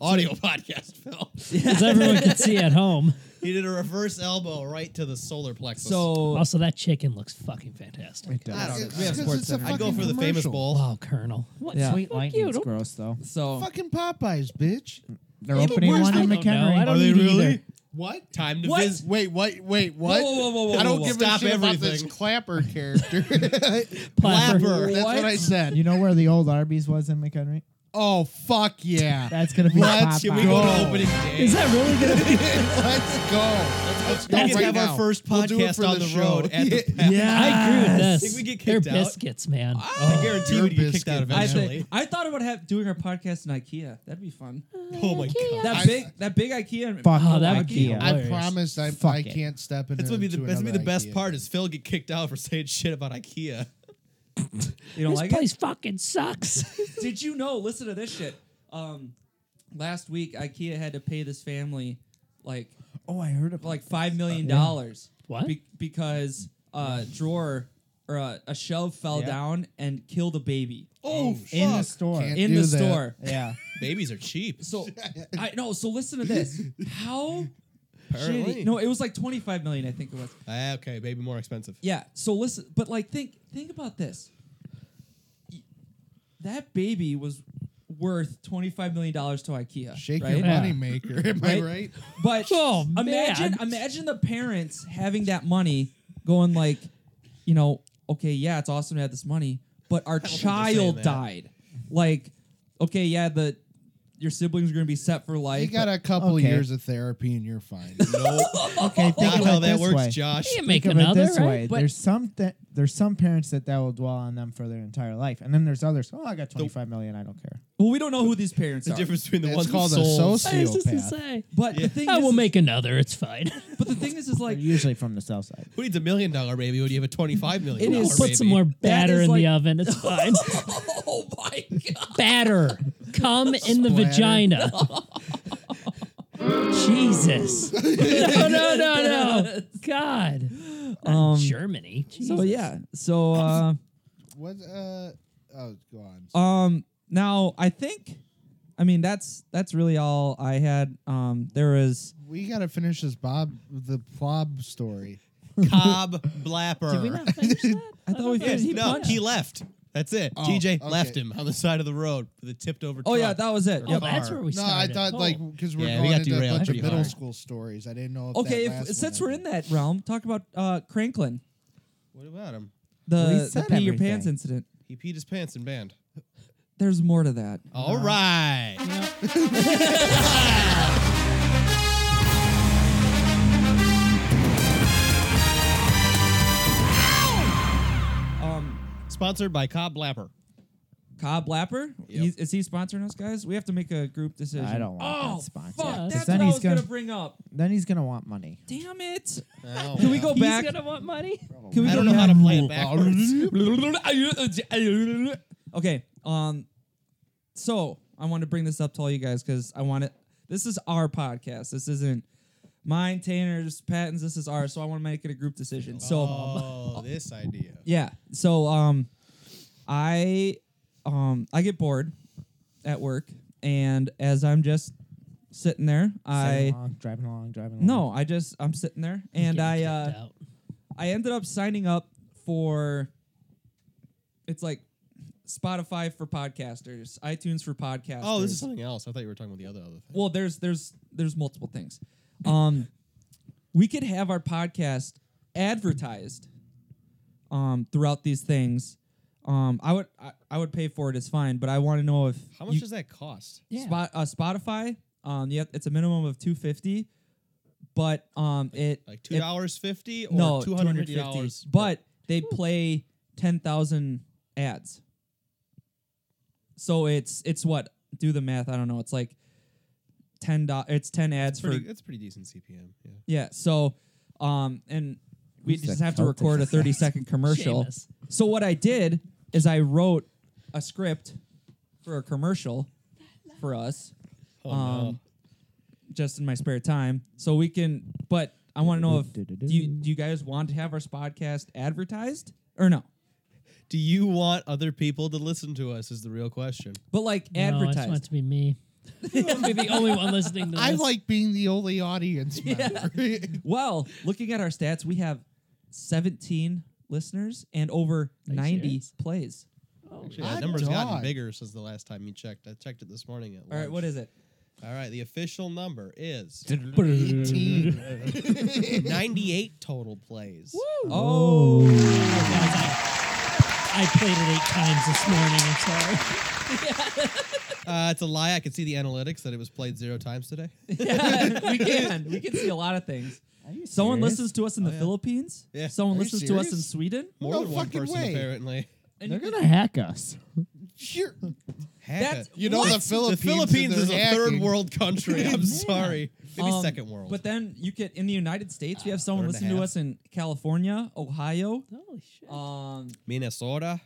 [SPEAKER 4] audio podcast, Phil.
[SPEAKER 2] As everyone can see at home.
[SPEAKER 4] He did a reverse elbow right to the solar plexus.
[SPEAKER 1] so
[SPEAKER 2] Also, that chicken looks fucking fantastic.
[SPEAKER 5] It does.
[SPEAKER 4] I don't know.
[SPEAKER 3] It's
[SPEAKER 1] We have
[SPEAKER 3] because
[SPEAKER 1] Sports
[SPEAKER 3] it's a
[SPEAKER 1] Center.
[SPEAKER 4] I'd go
[SPEAKER 3] fucking
[SPEAKER 4] for the famous
[SPEAKER 3] commercial.
[SPEAKER 4] bowl.
[SPEAKER 2] Wow, Colonel. What
[SPEAKER 1] Yeah.
[SPEAKER 5] Sweet
[SPEAKER 2] fuck
[SPEAKER 5] lightning's
[SPEAKER 2] you, don't-
[SPEAKER 5] gross though.
[SPEAKER 1] so
[SPEAKER 3] Fucking Popeyes, bitch.
[SPEAKER 5] They're
[SPEAKER 1] Yeah, but
[SPEAKER 5] opening
[SPEAKER 1] where's
[SPEAKER 5] one
[SPEAKER 2] I
[SPEAKER 5] in
[SPEAKER 2] don't know.
[SPEAKER 5] McHenry.
[SPEAKER 2] I don't
[SPEAKER 4] Are they
[SPEAKER 2] need it
[SPEAKER 4] really?
[SPEAKER 2] either.
[SPEAKER 6] What?
[SPEAKER 4] Time to
[SPEAKER 1] What?
[SPEAKER 4] visit.
[SPEAKER 3] Wait, what? Wait, what?
[SPEAKER 1] Whoa, whoa, whoa, whoa,
[SPEAKER 3] I don't
[SPEAKER 1] whoa,
[SPEAKER 3] give
[SPEAKER 4] whoa.
[SPEAKER 3] a shit
[SPEAKER 4] Stop
[SPEAKER 3] about this
[SPEAKER 4] everything.
[SPEAKER 3] clapper character. That's
[SPEAKER 2] Clapper.
[SPEAKER 3] what? I said.
[SPEAKER 5] You know where the old Arby's was in McHenry?
[SPEAKER 3] Oh fuck yeah!
[SPEAKER 5] That's gonna be
[SPEAKER 3] Let's
[SPEAKER 5] Popeye.
[SPEAKER 4] Can we go
[SPEAKER 3] Go.
[SPEAKER 4] to opening day?
[SPEAKER 2] Is that really gonna be?
[SPEAKER 3] Let's go. Let's go
[SPEAKER 4] we can
[SPEAKER 3] right
[SPEAKER 4] have
[SPEAKER 3] now.
[SPEAKER 4] our first
[SPEAKER 3] We'll do it
[SPEAKER 4] podcast
[SPEAKER 3] for
[SPEAKER 4] on the,
[SPEAKER 3] show.
[SPEAKER 4] road at the
[SPEAKER 3] Yeah.
[SPEAKER 4] Pack.
[SPEAKER 2] Yeah, I agree with
[SPEAKER 4] Yes.
[SPEAKER 2] this.
[SPEAKER 4] Think we get
[SPEAKER 2] They're
[SPEAKER 4] kicked out?
[SPEAKER 2] biscuits, man.
[SPEAKER 4] I guarantee
[SPEAKER 3] Your
[SPEAKER 4] we'd get kicked out
[SPEAKER 3] biscuit.
[SPEAKER 1] I,
[SPEAKER 4] eventually.
[SPEAKER 1] think- I thought about have, doing our podcast in IKEA. That'd be fun.
[SPEAKER 2] Uh,
[SPEAKER 4] oh my god.
[SPEAKER 1] That
[SPEAKER 3] I-
[SPEAKER 1] big, that big IKEA.
[SPEAKER 5] Fuck
[SPEAKER 2] Oh, that would
[SPEAKER 5] Ikea.
[SPEAKER 2] be
[SPEAKER 3] I
[SPEAKER 2] hilarious.
[SPEAKER 3] promised I,
[SPEAKER 5] Fuck
[SPEAKER 3] I
[SPEAKER 5] it.
[SPEAKER 3] can't step in.
[SPEAKER 4] That's gonna be the that's gonna be the best part is Phil get kicked out for saying shit about IKEA.
[SPEAKER 1] You don't
[SPEAKER 2] This
[SPEAKER 1] like it?
[SPEAKER 2] place fucking sucks.
[SPEAKER 1] Did you know? Listen to this shit. Um, last week IKEA had to pay this family like
[SPEAKER 5] Oh, I heard about
[SPEAKER 1] like five million dollars.
[SPEAKER 2] What?
[SPEAKER 1] Be- because a uh, drawer or uh, a shelf fell
[SPEAKER 5] Yeah.
[SPEAKER 1] down and killed a baby
[SPEAKER 4] Oh,
[SPEAKER 5] in the store.
[SPEAKER 3] Can't-
[SPEAKER 1] in
[SPEAKER 3] do
[SPEAKER 1] the
[SPEAKER 3] that.
[SPEAKER 1] store.
[SPEAKER 5] Yeah,
[SPEAKER 4] Babies are cheap.
[SPEAKER 1] So I know. So listen to this. How?
[SPEAKER 4] Apparently.
[SPEAKER 1] Shitty. No, it was like twenty five million. I think it was.
[SPEAKER 4] Ah, okay, baby more expensive.
[SPEAKER 1] Yeah. So listen, but like think think about this. Y- That baby was worth twenty five million dollars to IKEA.
[SPEAKER 3] Shake
[SPEAKER 1] right?
[SPEAKER 3] your
[SPEAKER 5] Yeah.
[SPEAKER 3] money maker. Am I
[SPEAKER 1] Right?
[SPEAKER 3] right?
[SPEAKER 1] But
[SPEAKER 2] Oh, man.
[SPEAKER 1] imagine imagine the parents having that money, going like, you know, okay, yeah, it's awesome to have this money, but our
[SPEAKER 4] think they're saying
[SPEAKER 1] child
[SPEAKER 4] that.
[SPEAKER 1] died. Like, okay, yeah, the your siblings are gonna be set for life.
[SPEAKER 3] You got a couple
[SPEAKER 5] Okay.
[SPEAKER 3] years of therapy and you're fine.
[SPEAKER 5] okay.
[SPEAKER 4] Not
[SPEAKER 5] Think about
[SPEAKER 4] how
[SPEAKER 5] it
[SPEAKER 4] Oh, that
[SPEAKER 5] this
[SPEAKER 4] works,
[SPEAKER 5] way.
[SPEAKER 4] Josh.
[SPEAKER 2] You make
[SPEAKER 5] Think of it
[SPEAKER 2] another,
[SPEAKER 5] this
[SPEAKER 2] right?
[SPEAKER 5] way.
[SPEAKER 2] But
[SPEAKER 5] there's some that there's some parents that that will dwell on them for their entire life, and then there's others. Oh, I got twenty five million. I don't care.
[SPEAKER 1] well, we don't know who these parents
[SPEAKER 4] The
[SPEAKER 1] are.
[SPEAKER 4] difference between the
[SPEAKER 3] That's
[SPEAKER 4] ones
[SPEAKER 3] called a
[SPEAKER 4] sold.
[SPEAKER 3] soci-
[SPEAKER 2] I was just gonna
[SPEAKER 3] Sociopath.
[SPEAKER 2] say,
[SPEAKER 1] But the thing
[SPEAKER 2] I
[SPEAKER 1] is,
[SPEAKER 2] will make another. It's fine.
[SPEAKER 1] But the thing is, is like
[SPEAKER 5] They're usually from the south side.
[SPEAKER 4] Who needs a million dollar baby when you have a twenty five million
[SPEAKER 1] It
[SPEAKER 4] dollar
[SPEAKER 1] is-
[SPEAKER 4] baby?
[SPEAKER 2] Put some more batter
[SPEAKER 1] is
[SPEAKER 2] in
[SPEAKER 1] like-
[SPEAKER 2] the oven. It's fine.
[SPEAKER 1] Oh my god!
[SPEAKER 2] batter. Come in the
[SPEAKER 3] Splatter.
[SPEAKER 2] vagina. Jesus. no, no, no, no. God.
[SPEAKER 1] Um,
[SPEAKER 2] Germany.
[SPEAKER 1] So
[SPEAKER 2] Jesus.
[SPEAKER 1] yeah. So uh,
[SPEAKER 3] what? Uh, oh, go on.
[SPEAKER 1] um, now I think, I mean that's that's really all I had. Um, there is
[SPEAKER 3] we gotta finish this Bob the Plob story.
[SPEAKER 4] Cobb Blapper.
[SPEAKER 2] Did we not finish that?
[SPEAKER 1] I thought we
[SPEAKER 2] know.
[SPEAKER 1] finished-
[SPEAKER 4] Yeah,
[SPEAKER 1] He
[SPEAKER 4] no,
[SPEAKER 1] punched
[SPEAKER 4] he left. That's it.
[SPEAKER 3] Oh,
[SPEAKER 4] TJ
[SPEAKER 3] okay.
[SPEAKER 4] left him on the side of the road with a tipped over.
[SPEAKER 1] oh yeah,
[SPEAKER 4] truck.
[SPEAKER 1] that was it.
[SPEAKER 4] Or
[SPEAKER 2] Oh,
[SPEAKER 1] Yep.
[SPEAKER 4] car.
[SPEAKER 2] that's where we
[SPEAKER 3] No,
[SPEAKER 2] started.
[SPEAKER 3] I thought
[SPEAKER 2] Oh.
[SPEAKER 3] like because we're
[SPEAKER 4] Yeah, we
[SPEAKER 3] going
[SPEAKER 4] got
[SPEAKER 3] into a
[SPEAKER 4] derailed
[SPEAKER 3] bunch of
[SPEAKER 4] pretty
[SPEAKER 3] middle
[SPEAKER 4] hard.
[SPEAKER 3] school stories. I didn't know. If
[SPEAKER 1] Okay,
[SPEAKER 3] that
[SPEAKER 1] if,
[SPEAKER 3] last
[SPEAKER 1] since
[SPEAKER 3] one
[SPEAKER 1] we're in that realm, talk about uh, Cranklin,
[SPEAKER 4] What about him?
[SPEAKER 1] the,
[SPEAKER 5] We
[SPEAKER 1] the
[SPEAKER 5] said
[SPEAKER 1] pee your pants
[SPEAKER 5] everything.
[SPEAKER 1] incident.
[SPEAKER 4] He peed his pants and banned.
[SPEAKER 1] There's more to that.
[SPEAKER 4] All right.
[SPEAKER 1] Um,
[SPEAKER 4] Sponsored by Cobb Blapper.
[SPEAKER 1] Cobb Lapper, He's- is he sponsoring us, guys? We have to make a group decision.
[SPEAKER 5] I don't want
[SPEAKER 1] Oh,
[SPEAKER 5] that sponsor.
[SPEAKER 1] fuck!
[SPEAKER 2] Yeah, 'cause
[SPEAKER 1] That's
[SPEAKER 5] then
[SPEAKER 1] what I
[SPEAKER 5] he's
[SPEAKER 1] was gonna,
[SPEAKER 5] gonna-
[SPEAKER 1] bring up.
[SPEAKER 5] Then he's gonna want money.
[SPEAKER 1] Damn it!
[SPEAKER 4] Oh,
[SPEAKER 1] Can we go
[SPEAKER 2] He's
[SPEAKER 1] back?
[SPEAKER 2] gonna want money.
[SPEAKER 1] Can we
[SPEAKER 4] I
[SPEAKER 1] go
[SPEAKER 4] don't know
[SPEAKER 1] back?
[SPEAKER 4] how to play it backwards.
[SPEAKER 1] okay. Um. So I want to bring this up to all you guys because I want it. This is our podcast. This isn't mine, Tanner's, Patton's. This is ours. So I want to make it a group decision. So
[SPEAKER 4] Oh, this idea.
[SPEAKER 1] yeah. So um, I um I get bored at work, and as I'm just sitting there,
[SPEAKER 5] Sitting
[SPEAKER 1] I
[SPEAKER 5] along, driving along, driving along.
[SPEAKER 1] no, I just I'm sitting there, and I
[SPEAKER 2] Getting
[SPEAKER 1] uh.
[SPEAKER 2] kicked out.
[SPEAKER 1] I ended up signing up for it's like Spotify for podcasters, iTunes for podcasters.
[SPEAKER 4] Oh, this is something else. I thought you were talking about the other other thing.
[SPEAKER 1] well, there's there's there's multiple things. Um, we could have our podcast advertised um, throughout these things. Um, I would I, I would pay for it. It's fine, but I want to know if
[SPEAKER 4] How much
[SPEAKER 1] you-
[SPEAKER 4] does that cost?
[SPEAKER 2] Yeah.
[SPEAKER 1] Spot, uh, Spotify. Um, yeah, it's a minimum of two fifty, but um, it
[SPEAKER 4] Like two
[SPEAKER 1] it-
[SPEAKER 4] dollars fifty or
[SPEAKER 1] no,
[SPEAKER 4] two
[SPEAKER 1] two
[SPEAKER 4] hundred
[SPEAKER 1] hundred
[SPEAKER 4] fifty dollars.
[SPEAKER 1] fifty. But they play ten thousand ads. So it's it's what do the math? I don't know. It's like ten dollars. It's ten ads
[SPEAKER 4] that's pretty.
[SPEAKER 1] for
[SPEAKER 4] That's pretty decent CPM. Yeah.
[SPEAKER 1] yeah. So um, and we
[SPEAKER 5] Who's
[SPEAKER 1] just
[SPEAKER 5] that
[SPEAKER 1] have to
[SPEAKER 5] Celtic
[SPEAKER 1] record a
[SPEAKER 5] ass?
[SPEAKER 1] thirty second commercial.
[SPEAKER 2] Seamus.
[SPEAKER 1] So what I did is I wrote a script for a commercial for us
[SPEAKER 4] Oh
[SPEAKER 1] um, just in my spare time. So we can, but I want to know if do you, do you guys want to have our podcast advertised or no?
[SPEAKER 4] Do you want other people to listen to us? Is the real question.
[SPEAKER 1] But like
[SPEAKER 2] No, I just want it
[SPEAKER 1] advertised.
[SPEAKER 2] to be me. I'm gonna be the only one listening to this.
[SPEAKER 3] I like being the only audience member.
[SPEAKER 1] well, looking at our stats, we have 17 listeners and over 90
[SPEAKER 2] serious?
[SPEAKER 1] plays.
[SPEAKER 4] Actually, that
[SPEAKER 3] Hot
[SPEAKER 4] number's gotten
[SPEAKER 3] dog.
[SPEAKER 4] bigger since the last time you checked. I checked it this morning. At
[SPEAKER 1] All right, what is it?
[SPEAKER 4] All right, the official number is
[SPEAKER 3] 18.
[SPEAKER 4] 98 total plays.
[SPEAKER 1] Oh.
[SPEAKER 2] Guys, I, I played it eight times this morning. I'm sorry.
[SPEAKER 4] Uh, it's a lie. I could see the analytics that it was played zero times today.
[SPEAKER 1] we can. We can see a lot of things.
[SPEAKER 5] Are you
[SPEAKER 1] Someone
[SPEAKER 5] serious?
[SPEAKER 1] listens to us in the
[SPEAKER 4] yeah.
[SPEAKER 1] Philippines.
[SPEAKER 4] Yeah.
[SPEAKER 1] Someone
[SPEAKER 3] Are you
[SPEAKER 1] listens to us in
[SPEAKER 3] serious?
[SPEAKER 1] Sweden.
[SPEAKER 4] More
[SPEAKER 3] No
[SPEAKER 4] than one
[SPEAKER 3] fucking
[SPEAKER 4] person,
[SPEAKER 3] way.
[SPEAKER 4] apparently.
[SPEAKER 1] And
[SPEAKER 5] They're
[SPEAKER 1] you-
[SPEAKER 5] gonna hack us.
[SPEAKER 3] You're-
[SPEAKER 1] That's-
[SPEAKER 4] Heck,
[SPEAKER 3] uh, you know the
[SPEAKER 1] What?
[SPEAKER 4] the
[SPEAKER 3] Philippines.
[SPEAKER 4] Philippines
[SPEAKER 3] they're
[SPEAKER 4] is a
[SPEAKER 3] hacking.
[SPEAKER 4] third world country. I'm sorry. Maybe
[SPEAKER 1] Um,
[SPEAKER 4] second world.
[SPEAKER 1] But then you get in the United States, we have someone
[SPEAKER 4] third and a
[SPEAKER 1] listen to
[SPEAKER 4] half.
[SPEAKER 1] us in California, Ohio.
[SPEAKER 2] Holy shit.
[SPEAKER 1] Um,
[SPEAKER 4] Minnesota.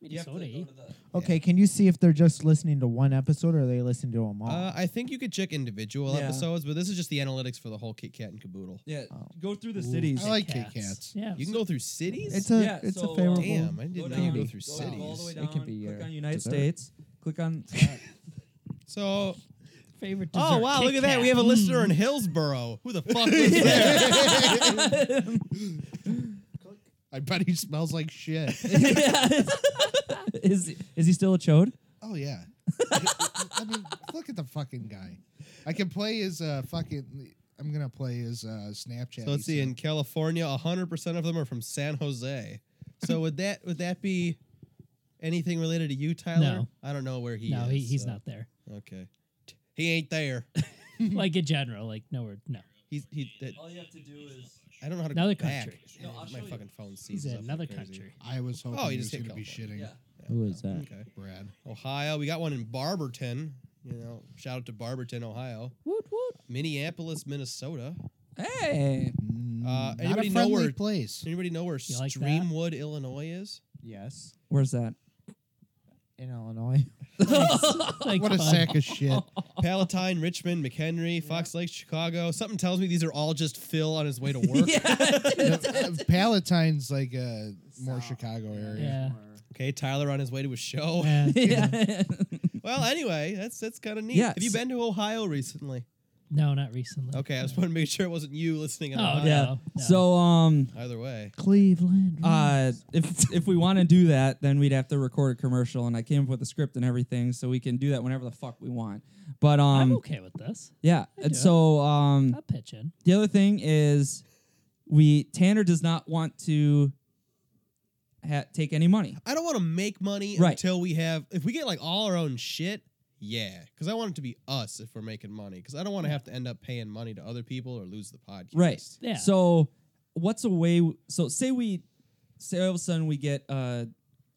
[SPEAKER 1] you have to
[SPEAKER 2] Minnesota,
[SPEAKER 1] go
[SPEAKER 2] eh?
[SPEAKER 1] to the-
[SPEAKER 5] Okay, can you see if they're just listening to one episode or they listen to them all?
[SPEAKER 4] Uh, I think you could check individual
[SPEAKER 1] Yeah.
[SPEAKER 4] episodes, but this is just the analytics for the whole Kit Kat and Caboodle.
[SPEAKER 1] yeah, go through the cities.
[SPEAKER 3] I like Kit Kats.
[SPEAKER 2] Yeah.
[SPEAKER 4] You can go through cities?
[SPEAKER 5] it's a
[SPEAKER 1] yeah,
[SPEAKER 5] it's
[SPEAKER 1] so, uh,
[SPEAKER 5] a favorable.
[SPEAKER 4] Damn, I
[SPEAKER 1] Go
[SPEAKER 4] didn't know
[SPEAKER 1] down,
[SPEAKER 4] you
[SPEAKER 5] It
[SPEAKER 4] go
[SPEAKER 5] can
[SPEAKER 4] through
[SPEAKER 1] go down, all the way
[SPEAKER 4] cities.
[SPEAKER 1] down.
[SPEAKER 5] It can be
[SPEAKER 1] click
[SPEAKER 5] your
[SPEAKER 1] on United
[SPEAKER 5] dessert.
[SPEAKER 1] States. Click on.
[SPEAKER 4] So,
[SPEAKER 2] favorite dessert.
[SPEAKER 4] oh wow,
[SPEAKER 2] Kit
[SPEAKER 4] look at that.
[SPEAKER 2] Kat.
[SPEAKER 4] We have a listener in Hillsboro. Who the fuck is there?
[SPEAKER 3] I bet he smells like shit.
[SPEAKER 1] is is he still a chode?
[SPEAKER 3] oh yeah. I mean, look at the fucking guy. I can play his uh fucking. I'm gonna play his uh Snapchat.
[SPEAKER 4] So let's
[SPEAKER 3] he
[SPEAKER 4] see.
[SPEAKER 3] sent.
[SPEAKER 4] In California, hundred percent of them are from San Jose. So would that would that be anything related to you, Tyler?
[SPEAKER 2] No.
[SPEAKER 4] I don't know where he
[SPEAKER 2] no,
[SPEAKER 4] is.
[SPEAKER 2] he, he's
[SPEAKER 4] so-
[SPEAKER 2] not there.
[SPEAKER 4] Okay, he ain't there.
[SPEAKER 2] like in general, like nowhere. No,
[SPEAKER 4] He's he. that-
[SPEAKER 1] All you have to do is.
[SPEAKER 4] I don't know how to
[SPEAKER 2] Another
[SPEAKER 4] go back.
[SPEAKER 2] country.
[SPEAKER 4] Man,
[SPEAKER 1] No, I'll
[SPEAKER 4] my
[SPEAKER 1] show you.
[SPEAKER 4] fucking phone sees
[SPEAKER 2] he's in another country.
[SPEAKER 3] I was hoping
[SPEAKER 4] Oh,
[SPEAKER 3] he
[SPEAKER 4] you
[SPEAKER 3] was
[SPEAKER 4] just hit
[SPEAKER 3] gonna be shitting.
[SPEAKER 1] Yeah.
[SPEAKER 5] Who is that?
[SPEAKER 4] Okay,
[SPEAKER 3] Brad.
[SPEAKER 4] Ohio. We got one in Barberton. You know, shout out to Barberton, Ohio.
[SPEAKER 2] Woot woot.
[SPEAKER 4] Minneapolis, Minnesota.
[SPEAKER 1] Hey.
[SPEAKER 2] Mm,
[SPEAKER 4] Uh,
[SPEAKER 3] Not
[SPEAKER 4] anybody
[SPEAKER 3] a
[SPEAKER 4] know
[SPEAKER 3] friendly
[SPEAKER 4] where?
[SPEAKER 3] place.
[SPEAKER 4] Anybody know where
[SPEAKER 2] You like that?
[SPEAKER 4] Streamwood, Illinois is?
[SPEAKER 5] Yes,
[SPEAKER 1] Where's that?
[SPEAKER 5] in Illinois.
[SPEAKER 2] Like
[SPEAKER 3] What a
[SPEAKER 2] fun.
[SPEAKER 3] sack of shit.
[SPEAKER 4] Palatine, Richmond, McHenry, Fox Lake, Chicago. Something tells me these are all just Phil on his way to work.
[SPEAKER 3] No, uh, Palatine's like uh, more
[SPEAKER 5] South.
[SPEAKER 3] Chicago area.
[SPEAKER 2] Yeah.
[SPEAKER 4] Okay, Tyler on his way to a show.
[SPEAKER 2] Yeah.
[SPEAKER 1] Yeah.
[SPEAKER 4] Well, anyway, that's that's kind of neat.
[SPEAKER 1] Yes.
[SPEAKER 4] Have you been to Ohio recently?
[SPEAKER 2] No, not recently.
[SPEAKER 4] Okay, I just wanted to make sure it wasn't you listening. In
[SPEAKER 2] Oh,
[SPEAKER 4] Ohio.
[SPEAKER 2] yeah. No.
[SPEAKER 1] So um.
[SPEAKER 4] Either way,
[SPEAKER 5] Cleveland.
[SPEAKER 1] Uh, if if we want to do that, then we'd have to record a commercial, and I came up with a script and everything, so we can do that whenever the fuck we want. But um,
[SPEAKER 2] I'm okay with this.
[SPEAKER 1] yeah,
[SPEAKER 2] do
[SPEAKER 1] and
[SPEAKER 2] it.
[SPEAKER 1] so um,
[SPEAKER 2] I'll pitch in.
[SPEAKER 1] the other thing is, we Tanner does not want to ha- take any money.
[SPEAKER 4] I don't want to make money
[SPEAKER 1] Right.
[SPEAKER 4] until we have. If we get like all our own shit, yeah, because I want it to be us if we're making money. Because I don't want to have to end up paying money to other people or lose the podcast.
[SPEAKER 1] Right.
[SPEAKER 2] Yeah.
[SPEAKER 1] So what's a way? So say we say all of a sudden we get uh,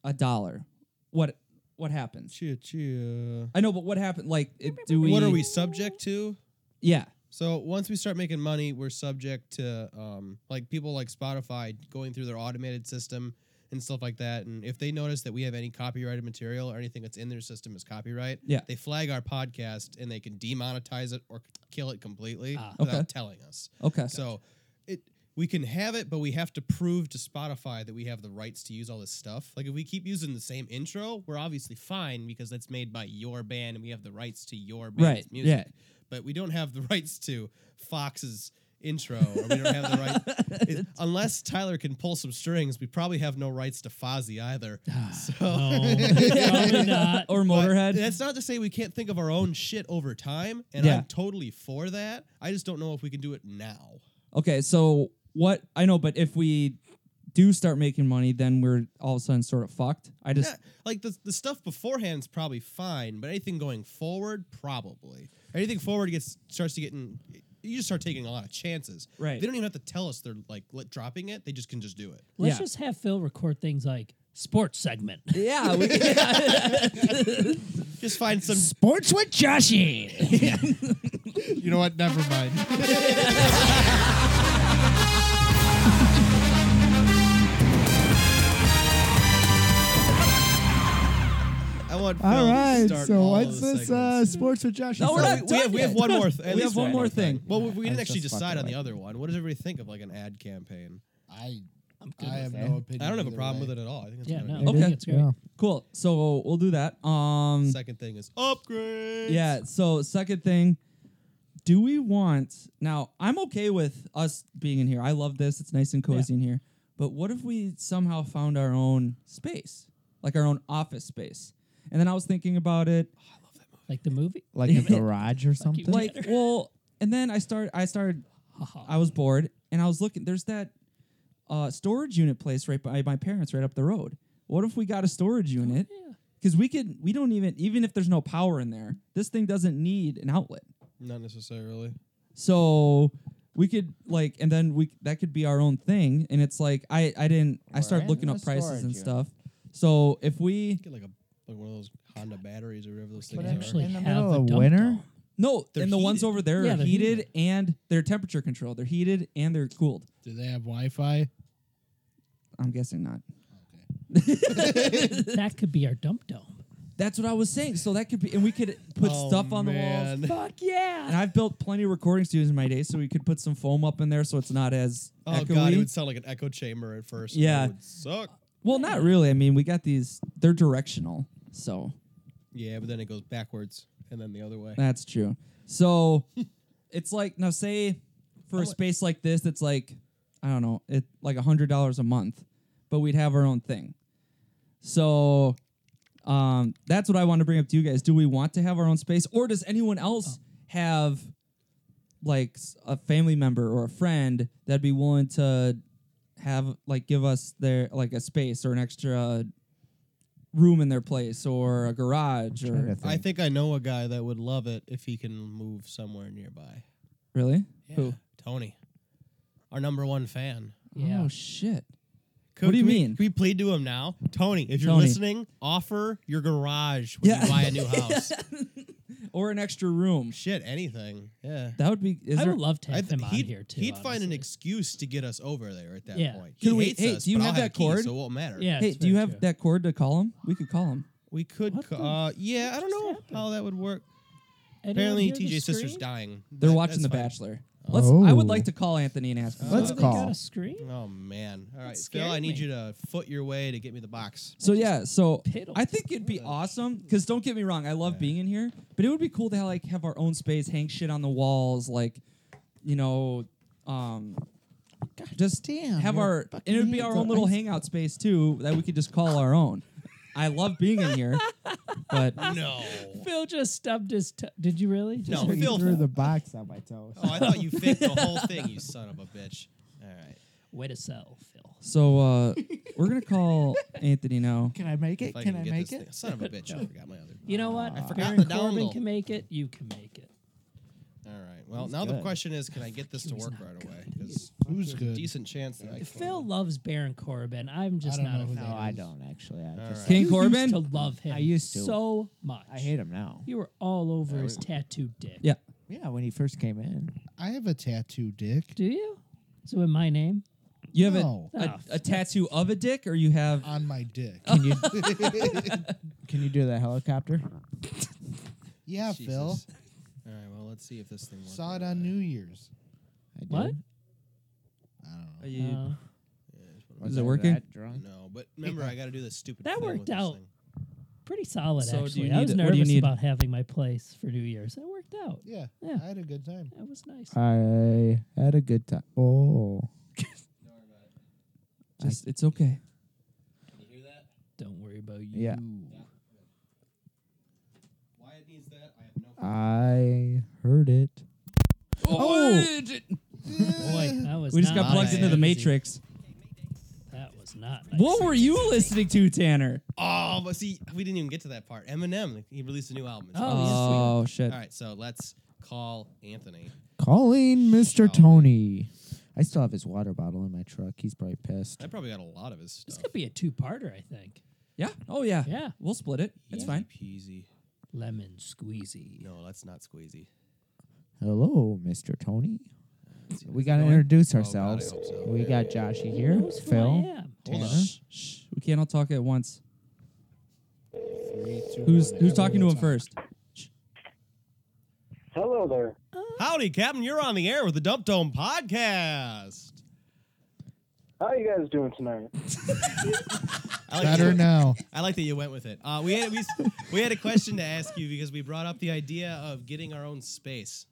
[SPEAKER 1] a dollar. What what happens?
[SPEAKER 4] Chia chia.
[SPEAKER 1] I know, but what happened? Like, it, do we?
[SPEAKER 4] What are we subject to?
[SPEAKER 1] Yeah.
[SPEAKER 4] So once we start making money, we're subject to um, like people like Spotify going through their automated system and stuff like that. And if they notice that we have any copyrighted material or anything that's in their system is copyright,
[SPEAKER 1] Yeah.
[SPEAKER 4] they flag our podcast and they can demonetize it or kill it completely
[SPEAKER 2] Ah.
[SPEAKER 4] without
[SPEAKER 1] Okay.
[SPEAKER 4] telling us.
[SPEAKER 1] Okay.
[SPEAKER 4] So it we can have it, but we have to prove to Spotify that we have the rights to use all this stuff. Like if we keep using the same intro, we're obviously fine because that's made by your band and we have the rights to your band's
[SPEAKER 1] Right,
[SPEAKER 4] music.
[SPEAKER 1] yeah.
[SPEAKER 4] But we don't have the rights to Fox's intro or we don't have the right it- unless Tyler can pull some strings, we probably have no rights to Fozzy either. So
[SPEAKER 2] No, probably not.
[SPEAKER 1] or
[SPEAKER 4] but
[SPEAKER 1] Oh. Motorhead.
[SPEAKER 4] That's not to say we can't think of our own shit over time, and
[SPEAKER 1] Yeah.
[SPEAKER 4] I'm totally for that. I just don't know if we can do it now.
[SPEAKER 1] Okay, so what I know, but if we do start making money, then we're all of a sudden sort of fucked. I just
[SPEAKER 4] Yeah, like the, the stuff beforehand is probably fine, but anything going forward, probably. Anything forward gets starts to getting. You just start taking a lot of chances.
[SPEAKER 1] Right.
[SPEAKER 4] They don't even have to tell us they're like li- dropping it. They just can just do it.
[SPEAKER 2] Let's
[SPEAKER 1] Yeah.
[SPEAKER 2] just have Phil record things like sports segment.
[SPEAKER 1] yeah, we,
[SPEAKER 4] Just find some.
[SPEAKER 5] Sports with Joshy.
[SPEAKER 3] You know what? Never mind.
[SPEAKER 4] I want. Phil
[SPEAKER 5] all
[SPEAKER 4] to
[SPEAKER 5] right.
[SPEAKER 4] start
[SPEAKER 5] So
[SPEAKER 4] all
[SPEAKER 5] what's
[SPEAKER 4] the
[SPEAKER 5] this? Uh,
[SPEAKER 4] segments.
[SPEAKER 5] sports with Joshy.
[SPEAKER 1] No, we're not-
[SPEAKER 5] segment?
[SPEAKER 4] we have we have one more. th- at least
[SPEAKER 1] we have one more thing.
[SPEAKER 4] Well, we, we didn't
[SPEAKER 5] I
[SPEAKER 4] actually
[SPEAKER 5] just fucking
[SPEAKER 4] decide on the
[SPEAKER 5] like-
[SPEAKER 4] other one. What does everybody think of like an ad campaign?
[SPEAKER 3] I
[SPEAKER 2] good
[SPEAKER 3] I
[SPEAKER 2] with
[SPEAKER 3] have
[SPEAKER 2] that.
[SPEAKER 3] no opinion.
[SPEAKER 4] I don't have a
[SPEAKER 3] either
[SPEAKER 4] problem
[SPEAKER 3] way.
[SPEAKER 4] with it at all. I think it's
[SPEAKER 2] Yeah,
[SPEAKER 4] a good
[SPEAKER 2] no.
[SPEAKER 4] idea.
[SPEAKER 5] It is,
[SPEAKER 1] Okay.
[SPEAKER 5] yeah.
[SPEAKER 1] cool. So we'll do that. Um,
[SPEAKER 4] Second thing is upgrade.
[SPEAKER 1] yeah. So second thing, do we want now? I'm okay with us being in here. I love this. It's nice and cozy in here. But what if we somehow found our own space, like our own office space? And then I was thinking about it.
[SPEAKER 2] like the movie.
[SPEAKER 5] like a garage or something.
[SPEAKER 2] Like-
[SPEAKER 1] like well and then i started i started i was bored and i was looking there's that uh, storage unit place right by my parents right up the road what if we got a
[SPEAKER 5] Oh,
[SPEAKER 1] storage unit because we could we don't even even if there's no power in there this thing doesn't need an outlet
[SPEAKER 4] Not necessarily.
[SPEAKER 1] so we could like and then we that could be our own thing and it's like i i didn't i started
[SPEAKER 5] Right.
[SPEAKER 1] looking up
[SPEAKER 5] A
[SPEAKER 1] prices
[SPEAKER 5] storage
[SPEAKER 1] and
[SPEAKER 5] unit.
[SPEAKER 1] stuff so if we
[SPEAKER 4] Get like a like one of those Honda batteries or whatever those
[SPEAKER 5] But
[SPEAKER 4] things
[SPEAKER 2] actually
[SPEAKER 4] are.
[SPEAKER 5] in the
[SPEAKER 2] have
[SPEAKER 5] middle
[SPEAKER 2] a
[SPEAKER 5] of
[SPEAKER 2] dump
[SPEAKER 5] winter?
[SPEAKER 2] dome.
[SPEAKER 1] no
[SPEAKER 4] They're
[SPEAKER 1] and the ones
[SPEAKER 4] heated.
[SPEAKER 1] over there
[SPEAKER 2] Yeah,
[SPEAKER 1] are
[SPEAKER 2] they're
[SPEAKER 1] heated,
[SPEAKER 2] heated.
[SPEAKER 1] and they're temperature controlled they're heated and they're cooled
[SPEAKER 6] Do they have Wi-Fi?
[SPEAKER 1] i'm guessing not
[SPEAKER 2] that could be our dump dome.
[SPEAKER 1] That's what I was saying. So that could be, and we could put
[SPEAKER 4] Oh,
[SPEAKER 1] stuff on the walls.
[SPEAKER 4] man.
[SPEAKER 2] Fuck yeah!
[SPEAKER 1] And I've built plenty of recording studios in my day, so we could put some foam up in there, so it's not as
[SPEAKER 4] Oh
[SPEAKER 1] echoey.
[SPEAKER 4] god, it would sound like an echo chamber at first.
[SPEAKER 1] Yeah.
[SPEAKER 4] It would suck.
[SPEAKER 1] well, not really. I mean, we got these; they're directional, so
[SPEAKER 4] Yeah, but then it goes backwards and then the other way.
[SPEAKER 1] that's true. So it's like now, say for a space like this, that's like I don't know, it like a hundred dollars a month, but we'd have our own thing. So um, that's what I want to bring up to you guys. Do we want to have our own space, or does anyone else
[SPEAKER 5] Oh.
[SPEAKER 1] have like s- a family member or a friend that'd be willing to have like give us their like a space or an extra room in their place or a garage
[SPEAKER 5] trying to
[SPEAKER 1] or
[SPEAKER 4] I think I know a guy that would love it if he can move somewhere nearby.
[SPEAKER 1] really
[SPEAKER 4] Yeah,
[SPEAKER 1] who?
[SPEAKER 4] Tony, our number one fan.
[SPEAKER 2] yeah.
[SPEAKER 1] Oh shit!
[SPEAKER 4] Could,
[SPEAKER 1] What do you
[SPEAKER 4] can we-
[SPEAKER 1] mean?
[SPEAKER 4] can we plead to him now, Tony? If you're
[SPEAKER 1] Tony.
[SPEAKER 4] listening, offer your garage when
[SPEAKER 1] Yeah.
[SPEAKER 4] you buy a new house.
[SPEAKER 1] Or an extra room.
[SPEAKER 4] Shit, anything. Yeah.
[SPEAKER 1] That would be. Is
[SPEAKER 2] I
[SPEAKER 1] there,
[SPEAKER 2] would love to have
[SPEAKER 4] th-
[SPEAKER 2] him on
[SPEAKER 4] he'd,
[SPEAKER 2] here too.
[SPEAKER 4] He'd find an
[SPEAKER 2] honestly.
[SPEAKER 4] excuse to get us over there at that
[SPEAKER 2] Yeah.
[SPEAKER 4] point.
[SPEAKER 1] Can
[SPEAKER 4] he
[SPEAKER 1] we-
[SPEAKER 4] hates
[SPEAKER 1] hey,
[SPEAKER 4] us,
[SPEAKER 1] do you
[SPEAKER 4] but
[SPEAKER 1] have
[SPEAKER 4] I'll
[SPEAKER 1] that
[SPEAKER 4] a key,
[SPEAKER 1] cord?
[SPEAKER 4] so it won't matter.
[SPEAKER 2] Yeah,
[SPEAKER 1] hey,
[SPEAKER 2] it's
[SPEAKER 1] do you
[SPEAKER 2] very
[SPEAKER 1] have
[SPEAKER 2] true.
[SPEAKER 1] that cord to call him? We could call him.
[SPEAKER 4] we could.
[SPEAKER 2] What
[SPEAKER 4] ca-
[SPEAKER 2] the-
[SPEAKER 4] uh, yeah, I don't know
[SPEAKER 2] happened?
[SPEAKER 4] how that would work.
[SPEAKER 2] Anyone
[SPEAKER 4] Apparently,
[SPEAKER 2] hear the
[SPEAKER 4] TJ's sister's
[SPEAKER 2] scream?
[SPEAKER 4] dying.
[SPEAKER 1] They're
[SPEAKER 4] That-
[SPEAKER 1] watching The
[SPEAKER 4] that's fine.
[SPEAKER 1] Bachelor. Let's. I would
[SPEAKER 5] Oh.
[SPEAKER 1] like to call Anthony and ask him.
[SPEAKER 5] Let's
[SPEAKER 2] Oh, they
[SPEAKER 5] call.
[SPEAKER 2] got a scream?
[SPEAKER 4] Oh man! All right,
[SPEAKER 2] That
[SPEAKER 4] Phil, I
[SPEAKER 2] scared
[SPEAKER 4] need
[SPEAKER 2] me.
[SPEAKER 4] you to foot your way to get me the box.
[SPEAKER 1] So yeah, so
[SPEAKER 2] piddled.
[SPEAKER 1] I think it'd be awesome because don't get me wrong, I love being in here, but it would be cool to have, like have our own space, hang shit on the walls, like you know, um, just
[SPEAKER 5] damn,
[SPEAKER 1] have
[SPEAKER 5] your
[SPEAKER 1] our
[SPEAKER 5] fucking
[SPEAKER 1] and it would be our
[SPEAKER 5] hands
[SPEAKER 1] own
[SPEAKER 5] are
[SPEAKER 1] little
[SPEAKER 5] ice-
[SPEAKER 1] hangout space too that we could just call our own. I love being in here, but
[SPEAKER 4] No.
[SPEAKER 2] Phil just stubbed his. T- Did you really? Just
[SPEAKER 4] No,
[SPEAKER 5] I
[SPEAKER 2] freaking-
[SPEAKER 4] Phil-
[SPEAKER 5] threw the box on my toes.
[SPEAKER 4] Oh, I thought you faked the whole thing, you son of a bitch. All right.
[SPEAKER 2] Way to sell, Phil.
[SPEAKER 1] so uh, we're gonna call Anthony now.
[SPEAKER 5] Can I make it?
[SPEAKER 4] If I
[SPEAKER 5] Can I
[SPEAKER 4] get
[SPEAKER 5] make
[SPEAKER 4] this
[SPEAKER 5] it?
[SPEAKER 4] Thing. Son of a bitch! I forgot my other.
[SPEAKER 2] You know what?
[SPEAKER 4] I forgot
[SPEAKER 2] Aaron
[SPEAKER 4] the
[SPEAKER 2] Corbin
[SPEAKER 4] download.
[SPEAKER 2] can make it. You can make it.
[SPEAKER 4] All right. Well, now the
[SPEAKER 5] good.
[SPEAKER 4] question is, can I get this to
[SPEAKER 2] He's
[SPEAKER 4] work
[SPEAKER 2] not
[SPEAKER 4] right
[SPEAKER 2] good.
[SPEAKER 4] away? Because
[SPEAKER 6] Who's good?
[SPEAKER 4] decent chance that I can.
[SPEAKER 2] Phil loves Baron Corbin. I'm just
[SPEAKER 6] don't
[SPEAKER 2] not
[SPEAKER 6] know
[SPEAKER 2] a
[SPEAKER 6] who
[SPEAKER 2] fan.
[SPEAKER 5] No, I don't actually. I just
[SPEAKER 1] King
[SPEAKER 2] You
[SPEAKER 1] Corbin.
[SPEAKER 2] used to love him.
[SPEAKER 5] I used to.
[SPEAKER 2] so much.
[SPEAKER 5] I hate him now.
[SPEAKER 2] You were all over his tattooed dick.
[SPEAKER 1] yeah.
[SPEAKER 5] Yeah, when he first came in.
[SPEAKER 3] I have a tattoo, Dick.
[SPEAKER 2] Do you? So in my name?
[SPEAKER 1] You have
[SPEAKER 3] No.
[SPEAKER 1] a, a, a tattoo of a dick, or you have
[SPEAKER 2] Uh,
[SPEAKER 3] On my dick.
[SPEAKER 4] Oh.
[SPEAKER 5] Can you Can you do the helicopter?
[SPEAKER 3] yeah, Phil.
[SPEAKER 4] Jesus. All right. Well, let's see if this thing works.
[SPEAKER 3] Saw it
[SPEAKER 4] right
[SPEAKER 3] on
[SPEAKER 4] away.
[SPEAKER 3] New Year's.
[SPEAKER 5] I did.
[SPEAKER 2] What?
[SPEAKER 1] Are you-
[SPEAKER 2] Uh,
[SPEAKER 5] Was
[SPEAKER 1] Is it
[SPEAKER 5] I
[SPEAKER 1] working?
[SPEAKER 5] that drunk?
[SPEAKER 4] No, but remember, I got to do this stupid.
[SPEAKER 2] That
[SPEAKER 4] thing with
[SPEAKER 2] worked
[SPEAKER 4] this
[SPEAKER 2] out.
[SPEAKER 4] thing.
[SPEAKER 2] pretty solid,
[SPEAKER 1] So do
[SPEAKER 2] actually.
[SPEAKER 1] you
[SPEAKER 2] I
[SPEAKER 1] need-
[SPEAKER 2] was
[SPEAKER 1] what do you
[SPEAKER 2] nervous
[SPEAKER 1] need?
[SPEAKER 2] about having my place for New Year's. It worked out.
[SPEAKER 3] Yeah,
[SPEAKER 2] Yeah.
[SPEAKER 3] I had a good time.
[SPEAKER 2] That was
[SPEAKER 1] Uh,
[SPEAKER 2] nice.
[SPEAKER 5] I had a good time. Oh.
[SPEAKER 1] just it's okay.
[SPEAKER 2] don't worry about you.
[SPEAKER 5] Yeah.
[SPEAKER 4] Why it needs that, I have no.
[SPEAKER 5] I heard it.
[SPEAKER 1] Oh,
[SPEAKER 2] Boy, that was
[SPEAKER 1] we just
[SPEAKER 2] not
[SPEAKER 1] got plugged
[SPEAKER 2] nice.
[SPEAKER 1] into the
[SPEAKER 2] Easy.
[SPEAKER 1] Matrix.
[SPEAKER 2] That was not nice.
[SPEAKER 1] What were you listening to, Tanner?
[SPEAKER 4] Oh, but see, we didn't even get to that part. Eminem, he released a new album. It's
[SPEAKER 2] Oh,
[SPEAKER 4] awesome.
[SPEAKER 1] Oh, shit.
[SPEAKER 4] All right, so let's call Anthony.
[SPEAKER 5] Calling Mr.
[SPEAKER 4] Shall we?
[SPEAKER 5] Tony. I still have his water bottle in my truck. He's probably pissed.
[SPEAKER 4] I probably got a lot of his stuff.
[SPEAKER 2] This could be a two-parter, I think.
[SPEAKER 1] Yeah. Oh yeah.
[SPEAKER 2] Yeah.
[SPEAKER 1] We'll split it. It's
[SPEAKER 4] Easy
[SPEAKER 1] fine.
[SPEAKER 4] Peasy.
[SPEAKER 2] Lemon squeezy.
[SPEAKER 4] No, that's not squeezy.
[SPEAKER 5] Hello, Mr. Tony.
[SPEAKER 4] Let's see
[SPEAKER 5] We
[SPEAKER 4] what's
[SPEAKER 5] got to
[SPEAKER 4] going.
[SPEAKER 5] introduce
[SPEAKER 4] Oh, God, I
[SPEAKER 5] ourselves.
[SPEAKER 4] hope so.
[SPEAKER 5] We got Joshy
[SPEAKER 2] Who
[SPEAKER 5] here,
[SPEAKER 2] knows who I
[SPEAKER 5] Phil,
[SPEAKER 2] am?
[SPEAKER 5] Tanner.
[SPEAKER 1] Shh, shh. We can't all talk at once.
[SPEAKER 6] Three, two,
[SPEAKER 2] Oh,
[SPEAKER 1] Who's
[SPEAKER 6] one,
[SPEAKER 1] who's
[SPEAKER 6] everyone
[SPEAKER 1] talking to him
[SPEAKER 6] talk.
[SPEAKER 1] first?
[SPEAKER 7] Hello there.
[SPEAKER 4] Howdy, Captain. You're on the air with the Dump Dome podcast.
[SPEAKER 7] How you guys doing tonight?
[SPEAKER 4] I like
[SPEAKER 3] Better
[SPEAKER 4] that-
[SPEAKER 3] now.
[SPEAKER 4] I like that you went with it. Uh, we had we, s- we had a question to ask you because we brought up the idea of getting our own space.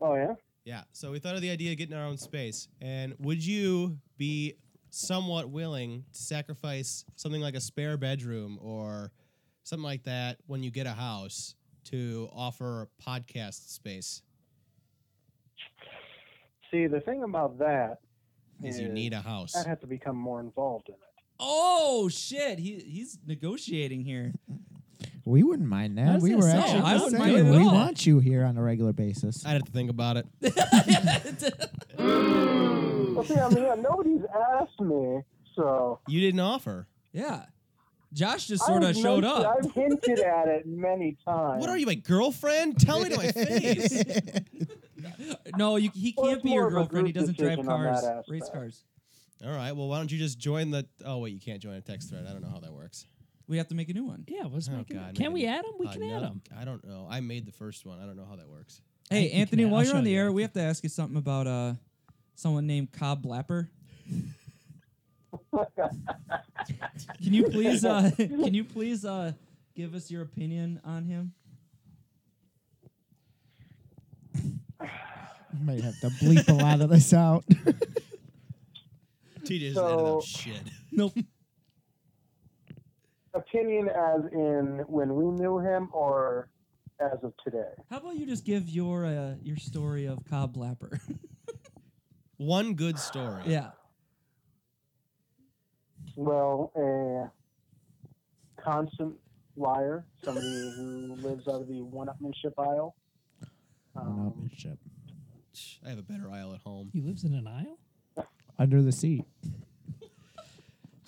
[SPEAKER 7] Oh yeah.
[SPEAKER 4] Yeah, so we thought of the idea of getting our own space. And would you be somewhat willing to sacrifice something like a spare bedroom or something like that when you get a house to offer podcast space
[SPEAKER 7] See, the thing about that
[SPEAKER 4] is you
[SPEAKER 7] Yeah.
[SPEAKER 4] need a house.
[SPEAKER 7] I'd have to become more involved in it.
[SPEAKER 1] Oh shit! He he's negotiating here.
[SPEAKER 5] We wouldn't mind
[SPEAKER 2] I
[SPEAKER 5] that.
[SPEAKER 2] was
[SPEAKER 5] We
[SPEAKER 2] gonna
[SPEAKER 5] were
[SPEAKER 2] say,
[SPEAKER 5] actually
[SPEAKER 1] Oh, I
[SPEAKER 5] just
[SPEAKER 1] wouldn't
[SPEAKER 5] saying,
[SPEAKER 1] mind it at
[SPEAKER 5] we
[SPEAKER 1] all.
[SPEAKER 5] want you here on a regular basis.
[SPEAKER 4] I'd have to think about it.
[SPEAKER 7] Well, see, I mean, yeah, nobody's asked me, so
[SPEAKER 4] You didn't offer.
[SPEAKER 1] yeah, Josh just sort of
[SPEAKER 7] I've
[SPEAKER 1] showed
[SPEAKER 7] mentioned-
[SPEAKER 1] up.
[SPEAKER 7] I've hinted at it many times.
[SPEAKER 4] What are you, my girlfriend? Tell me to my face.
[SPEAKER 1] No, you, he
[SPEAKER 7] Well,
[SPEAKER 1] can't
[SPEAKER 7] it's
[SPEAKER 1] be your
[SPEAKER 7] more of a
[SPEAKER 1] girlfriend. He
[SPEAKER 7] group
[SPEAKER 1] doesn't drive
[SPEAKER 7] decision on
[SPEAKER 1] cars,
[SPEAKER 7] that
[SPEAKER 1] race
[SPEAKER 7] aspect.
[SPEAKER 1] cars.
[SPEAKER 4] All right. Well, why don't you just join the? Oh wait, you can't join a text thread. I don't know how that works.
[SPEAKER 1] We have to make a new one.
[SPEAKER 2] Yeah, let's
[SPEAKER 4] Oh,
[SPEAKER 2] make it.
[SPEAKER 4] God,
[SPEAKER 2] Can
[SPEAKER 4] make
[SPEAKER 2] we
[SPEAKER 4] it-
[SPEAKER 2] add them? We
[SPEAKER 4] Uh,
[SPEAKER 2] can add
[SPEAKER 4] no,
[SPEAKER 2] them.
[SPEAKER 4] I don't know. I made the first one. I don't know how that works.
[SPEAKER 1] Hey,
[SPEAKER 2] think you
[SPEAKER 1] Anthony,
[SPEAKER 2] can.
[SPEAKER 1] while
[SPEAKER 2] I'll
[SPEAKER 1] you're on
[SPEAKER 2] show
[SPEAKER 1] the
[SPEAKER 2] you.
[SPEAKER 1] air, we have to ask you something about uh someone named Cobb Blapper. can you please uh can you please uh give us your opinion on him?
[SPEAKER 5] might have to bleep a lot of this out.
[SPEAKER 4] TJ just
[SPEAKER 7] So-
[SPEAKER 4] added up shit.
[SPEAKER 1] Nope.
[SPEAKER 7] Opinion as in when we knew him or as of today?
[SPEAKER 1] How about you just give your uh, your story of Cobb Blapper?
[SPEAKER 4] One good story.
[SPEAKER 1] yeah.
[SPEAKER 7] Well, a constant liar, somebody who lives out of the one-upmanship aisle. Um,
[SPEAKER 5] Shit.
[SPEAKER 4] I have a better aisle at home.
[SPEAKER 2] He lives in an aisle.
[SPEAKER 5] Under the seat.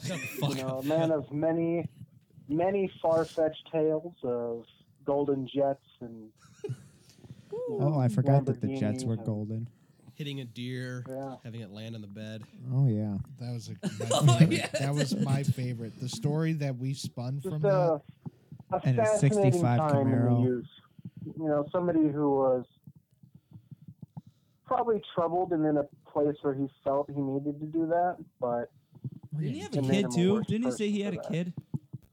[SPEAKER 4] Shut the
[SPEAKER 7] you
[SPEAKER 4] fuck
[SPEAKER 7] know,
[SPEAKER 4] up.
[SPEAKER 7] a man of many, many far-fetched tales of golden jets and. you know,
[SPEAKER 5] Oh, I forgot that the Jets were
[SPEAKER 7] Lamborghinis and-
[SPEAKER 5] golden.
[SPEAKER 4] Hitting a deer,
[SPEAKER 7] Yeah.
[SPEAKER 4] having it land on the bed.
[SPEAKER 5] Oh yeah.
[SPEAKER 3] That was a, my favorite. that was my favorite. The story that we spun
[SPEAKER 7] just uh,
[SPEAKER 3] from
[SPEAKER 7] a,
[SPEAKER 3] that.
[SPEAKER 7] a
[SPEAKER 5] And a
[SPEAKER 7] fascinating
[SPEAKER 5] 65
[SPEAKER 7] time in
[SPEAKER 5] Camaro.
[SPEAKER 7] the youth. You know, somebody who was probably troubled and in a place where he felt he needed to do that, but
[SPEAKER 1] Didn't he have
[SPEAKER 7] It
[SPEAKER 1] a
[SPEAKER 7] made
[SPEAKER 1] kid
[SPEAKER 7] him a
[SPEAKER 1] too?
[SPEAKER 7] worse
[SPEAKER 1] Didn't he say he had
[SPEAKER 7] person
[SPEAKER 1] a
[SPEAKER 7] for
[SPEAKER 1] kid?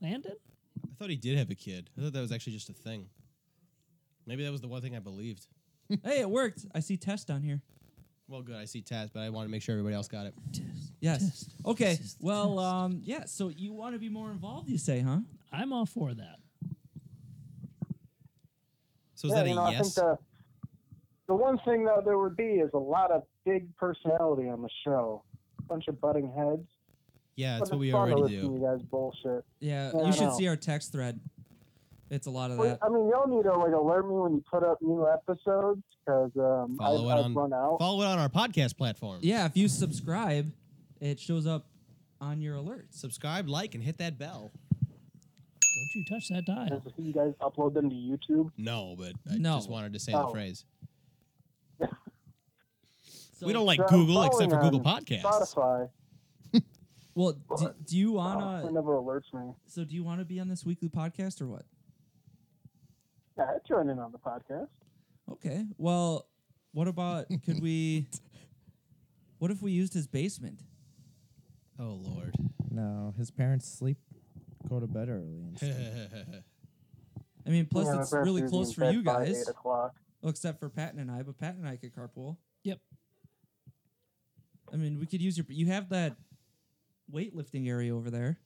[SPEAKER 2] Landon.
[SPEAKER 4] I thought he did have a kid. I thought that was actually just a thing. Maybe that was the one thing I believed.
[SPEAKER 1] hey, it worked. I see test on here.
[SPEAKER 4] Well, good. I see Taz, but I want to make sure everybody else got it.
[SPEAKER 1] Yes.
[SPEAKER 2] Test.
[SPEAKER 1] Okay.
[SPEAKER 2] This is the
[SPEAKER 1] Well,
[SPEAKER 2] test.
[SPEAKER 1] um, yeah. So you want to be more involved, you say, huh?
[SPEAKER 2] I'm all for that.
[SPEAKER 4] So is
[SPEAKER 7] yeah,
[SPEAKER 4] that a
[SPEAKER 7] you know, I think
[SPEAKER 4] yes?
[SPEAKER 7] the the one thing though there would be is a lot of big personality on the show, bunch of butting heads.
[SPEAKER 4] yeah, that's
[SPEAKER 7] but
[SPEAKER 4] what
[SPEAKER 7] it's
[SPEAKER 4] we
[SPEAKER 7] fun to
[SPEAKER 4] already
[SPEAKER 7] listen to
[SPEAKER 4] do.
[SPEAKER 7] You guys bullshit.
[SPEAKER 1] Yeah.
[SPEAKER 7] Yeah, I
[SPEAKER 1] you should
[SPEAKER 7] know.
[SPEAKER 1] see our text thread. It's a lot of
[SPEAKER 7] Well,
[SPEAKER 1] that.
[SPEAKER 7] I mean, y'all need to like alert me when you put up new episodes because um, I've,
[SPEAKER 4] Follow it
[SPEAKER 7] I've
[SPEAKER 4] on-
[SPEAKER 7] run out.
[SPEAKER 4] Follow it on our podcast platform.
[SPEAKER 1] Yeah. If you subscribe, it shows up on your alerts.
[SPEAKER 4] Subscribe, like, and hit that bell.
[SPEAKER 2] Don't you touch that dial.
[SPEAKER 7] Does you guys upload them to YouTube?
[SPEAKER 4] No, but I
[SPEAKER 1] No.
[SPEAKER 4] just wanted to say the
[SPEAKER 7] Oh.
[SPEAKER 4] phrase.
[SPEAKER 1] So,
[SPEAKER 4] we don't like
[SPEAKER 7] So I'm
[SPEAKER 4] Google except for
[SPEAKER 7] following
[SPEAKER 4] Google
[SPEAKER 7] on
[SPEAKER 4] Podcasts. Oh,
[SPEAKER 7] Spotify.
[SPEAKER 1] Well, do, do you
[SPEAKER 7] Oh, it
[SPEAKER 1] wanna?
[SPEAKER 7] never alerts me.
[SPEAKER 1] So do you want to be on this weekly podcast or what?
[SPEAKER 7] Yeah, I'd join in on the podcast.
[SPEAKER 1] Okay. Well, what about could we? What if we used his basement?
[SPEAKER 4] Oh lord.
[SPEAKER 5] No, his parents sleep, go to bed early. And stuff.
[SPEAKER 1] I mean, plus
[SPEAKER 7] Yeah, my
[SPEAKER 1] it's
[SPEAKER 7] parents
[SPEAKER 1] really
[SPEAKER 7] usually
[SPEAKER 1] close
[SPEAKER 7] in
[SPEAKER 1] for
[SPEAKER 7] bed
[SPEAKER 1] you
[SPEAKER 7] by
[SPEAKER 1] guys,
[SPEAKER 7] Eight o'clock.
[SPEAKER 1] well, except for Patton and I. But Patton and I could carpool.
[SPEAKER 2] Yep.
[SPEAKER 1] I mean, we could use your. You have that weightlifting area over there.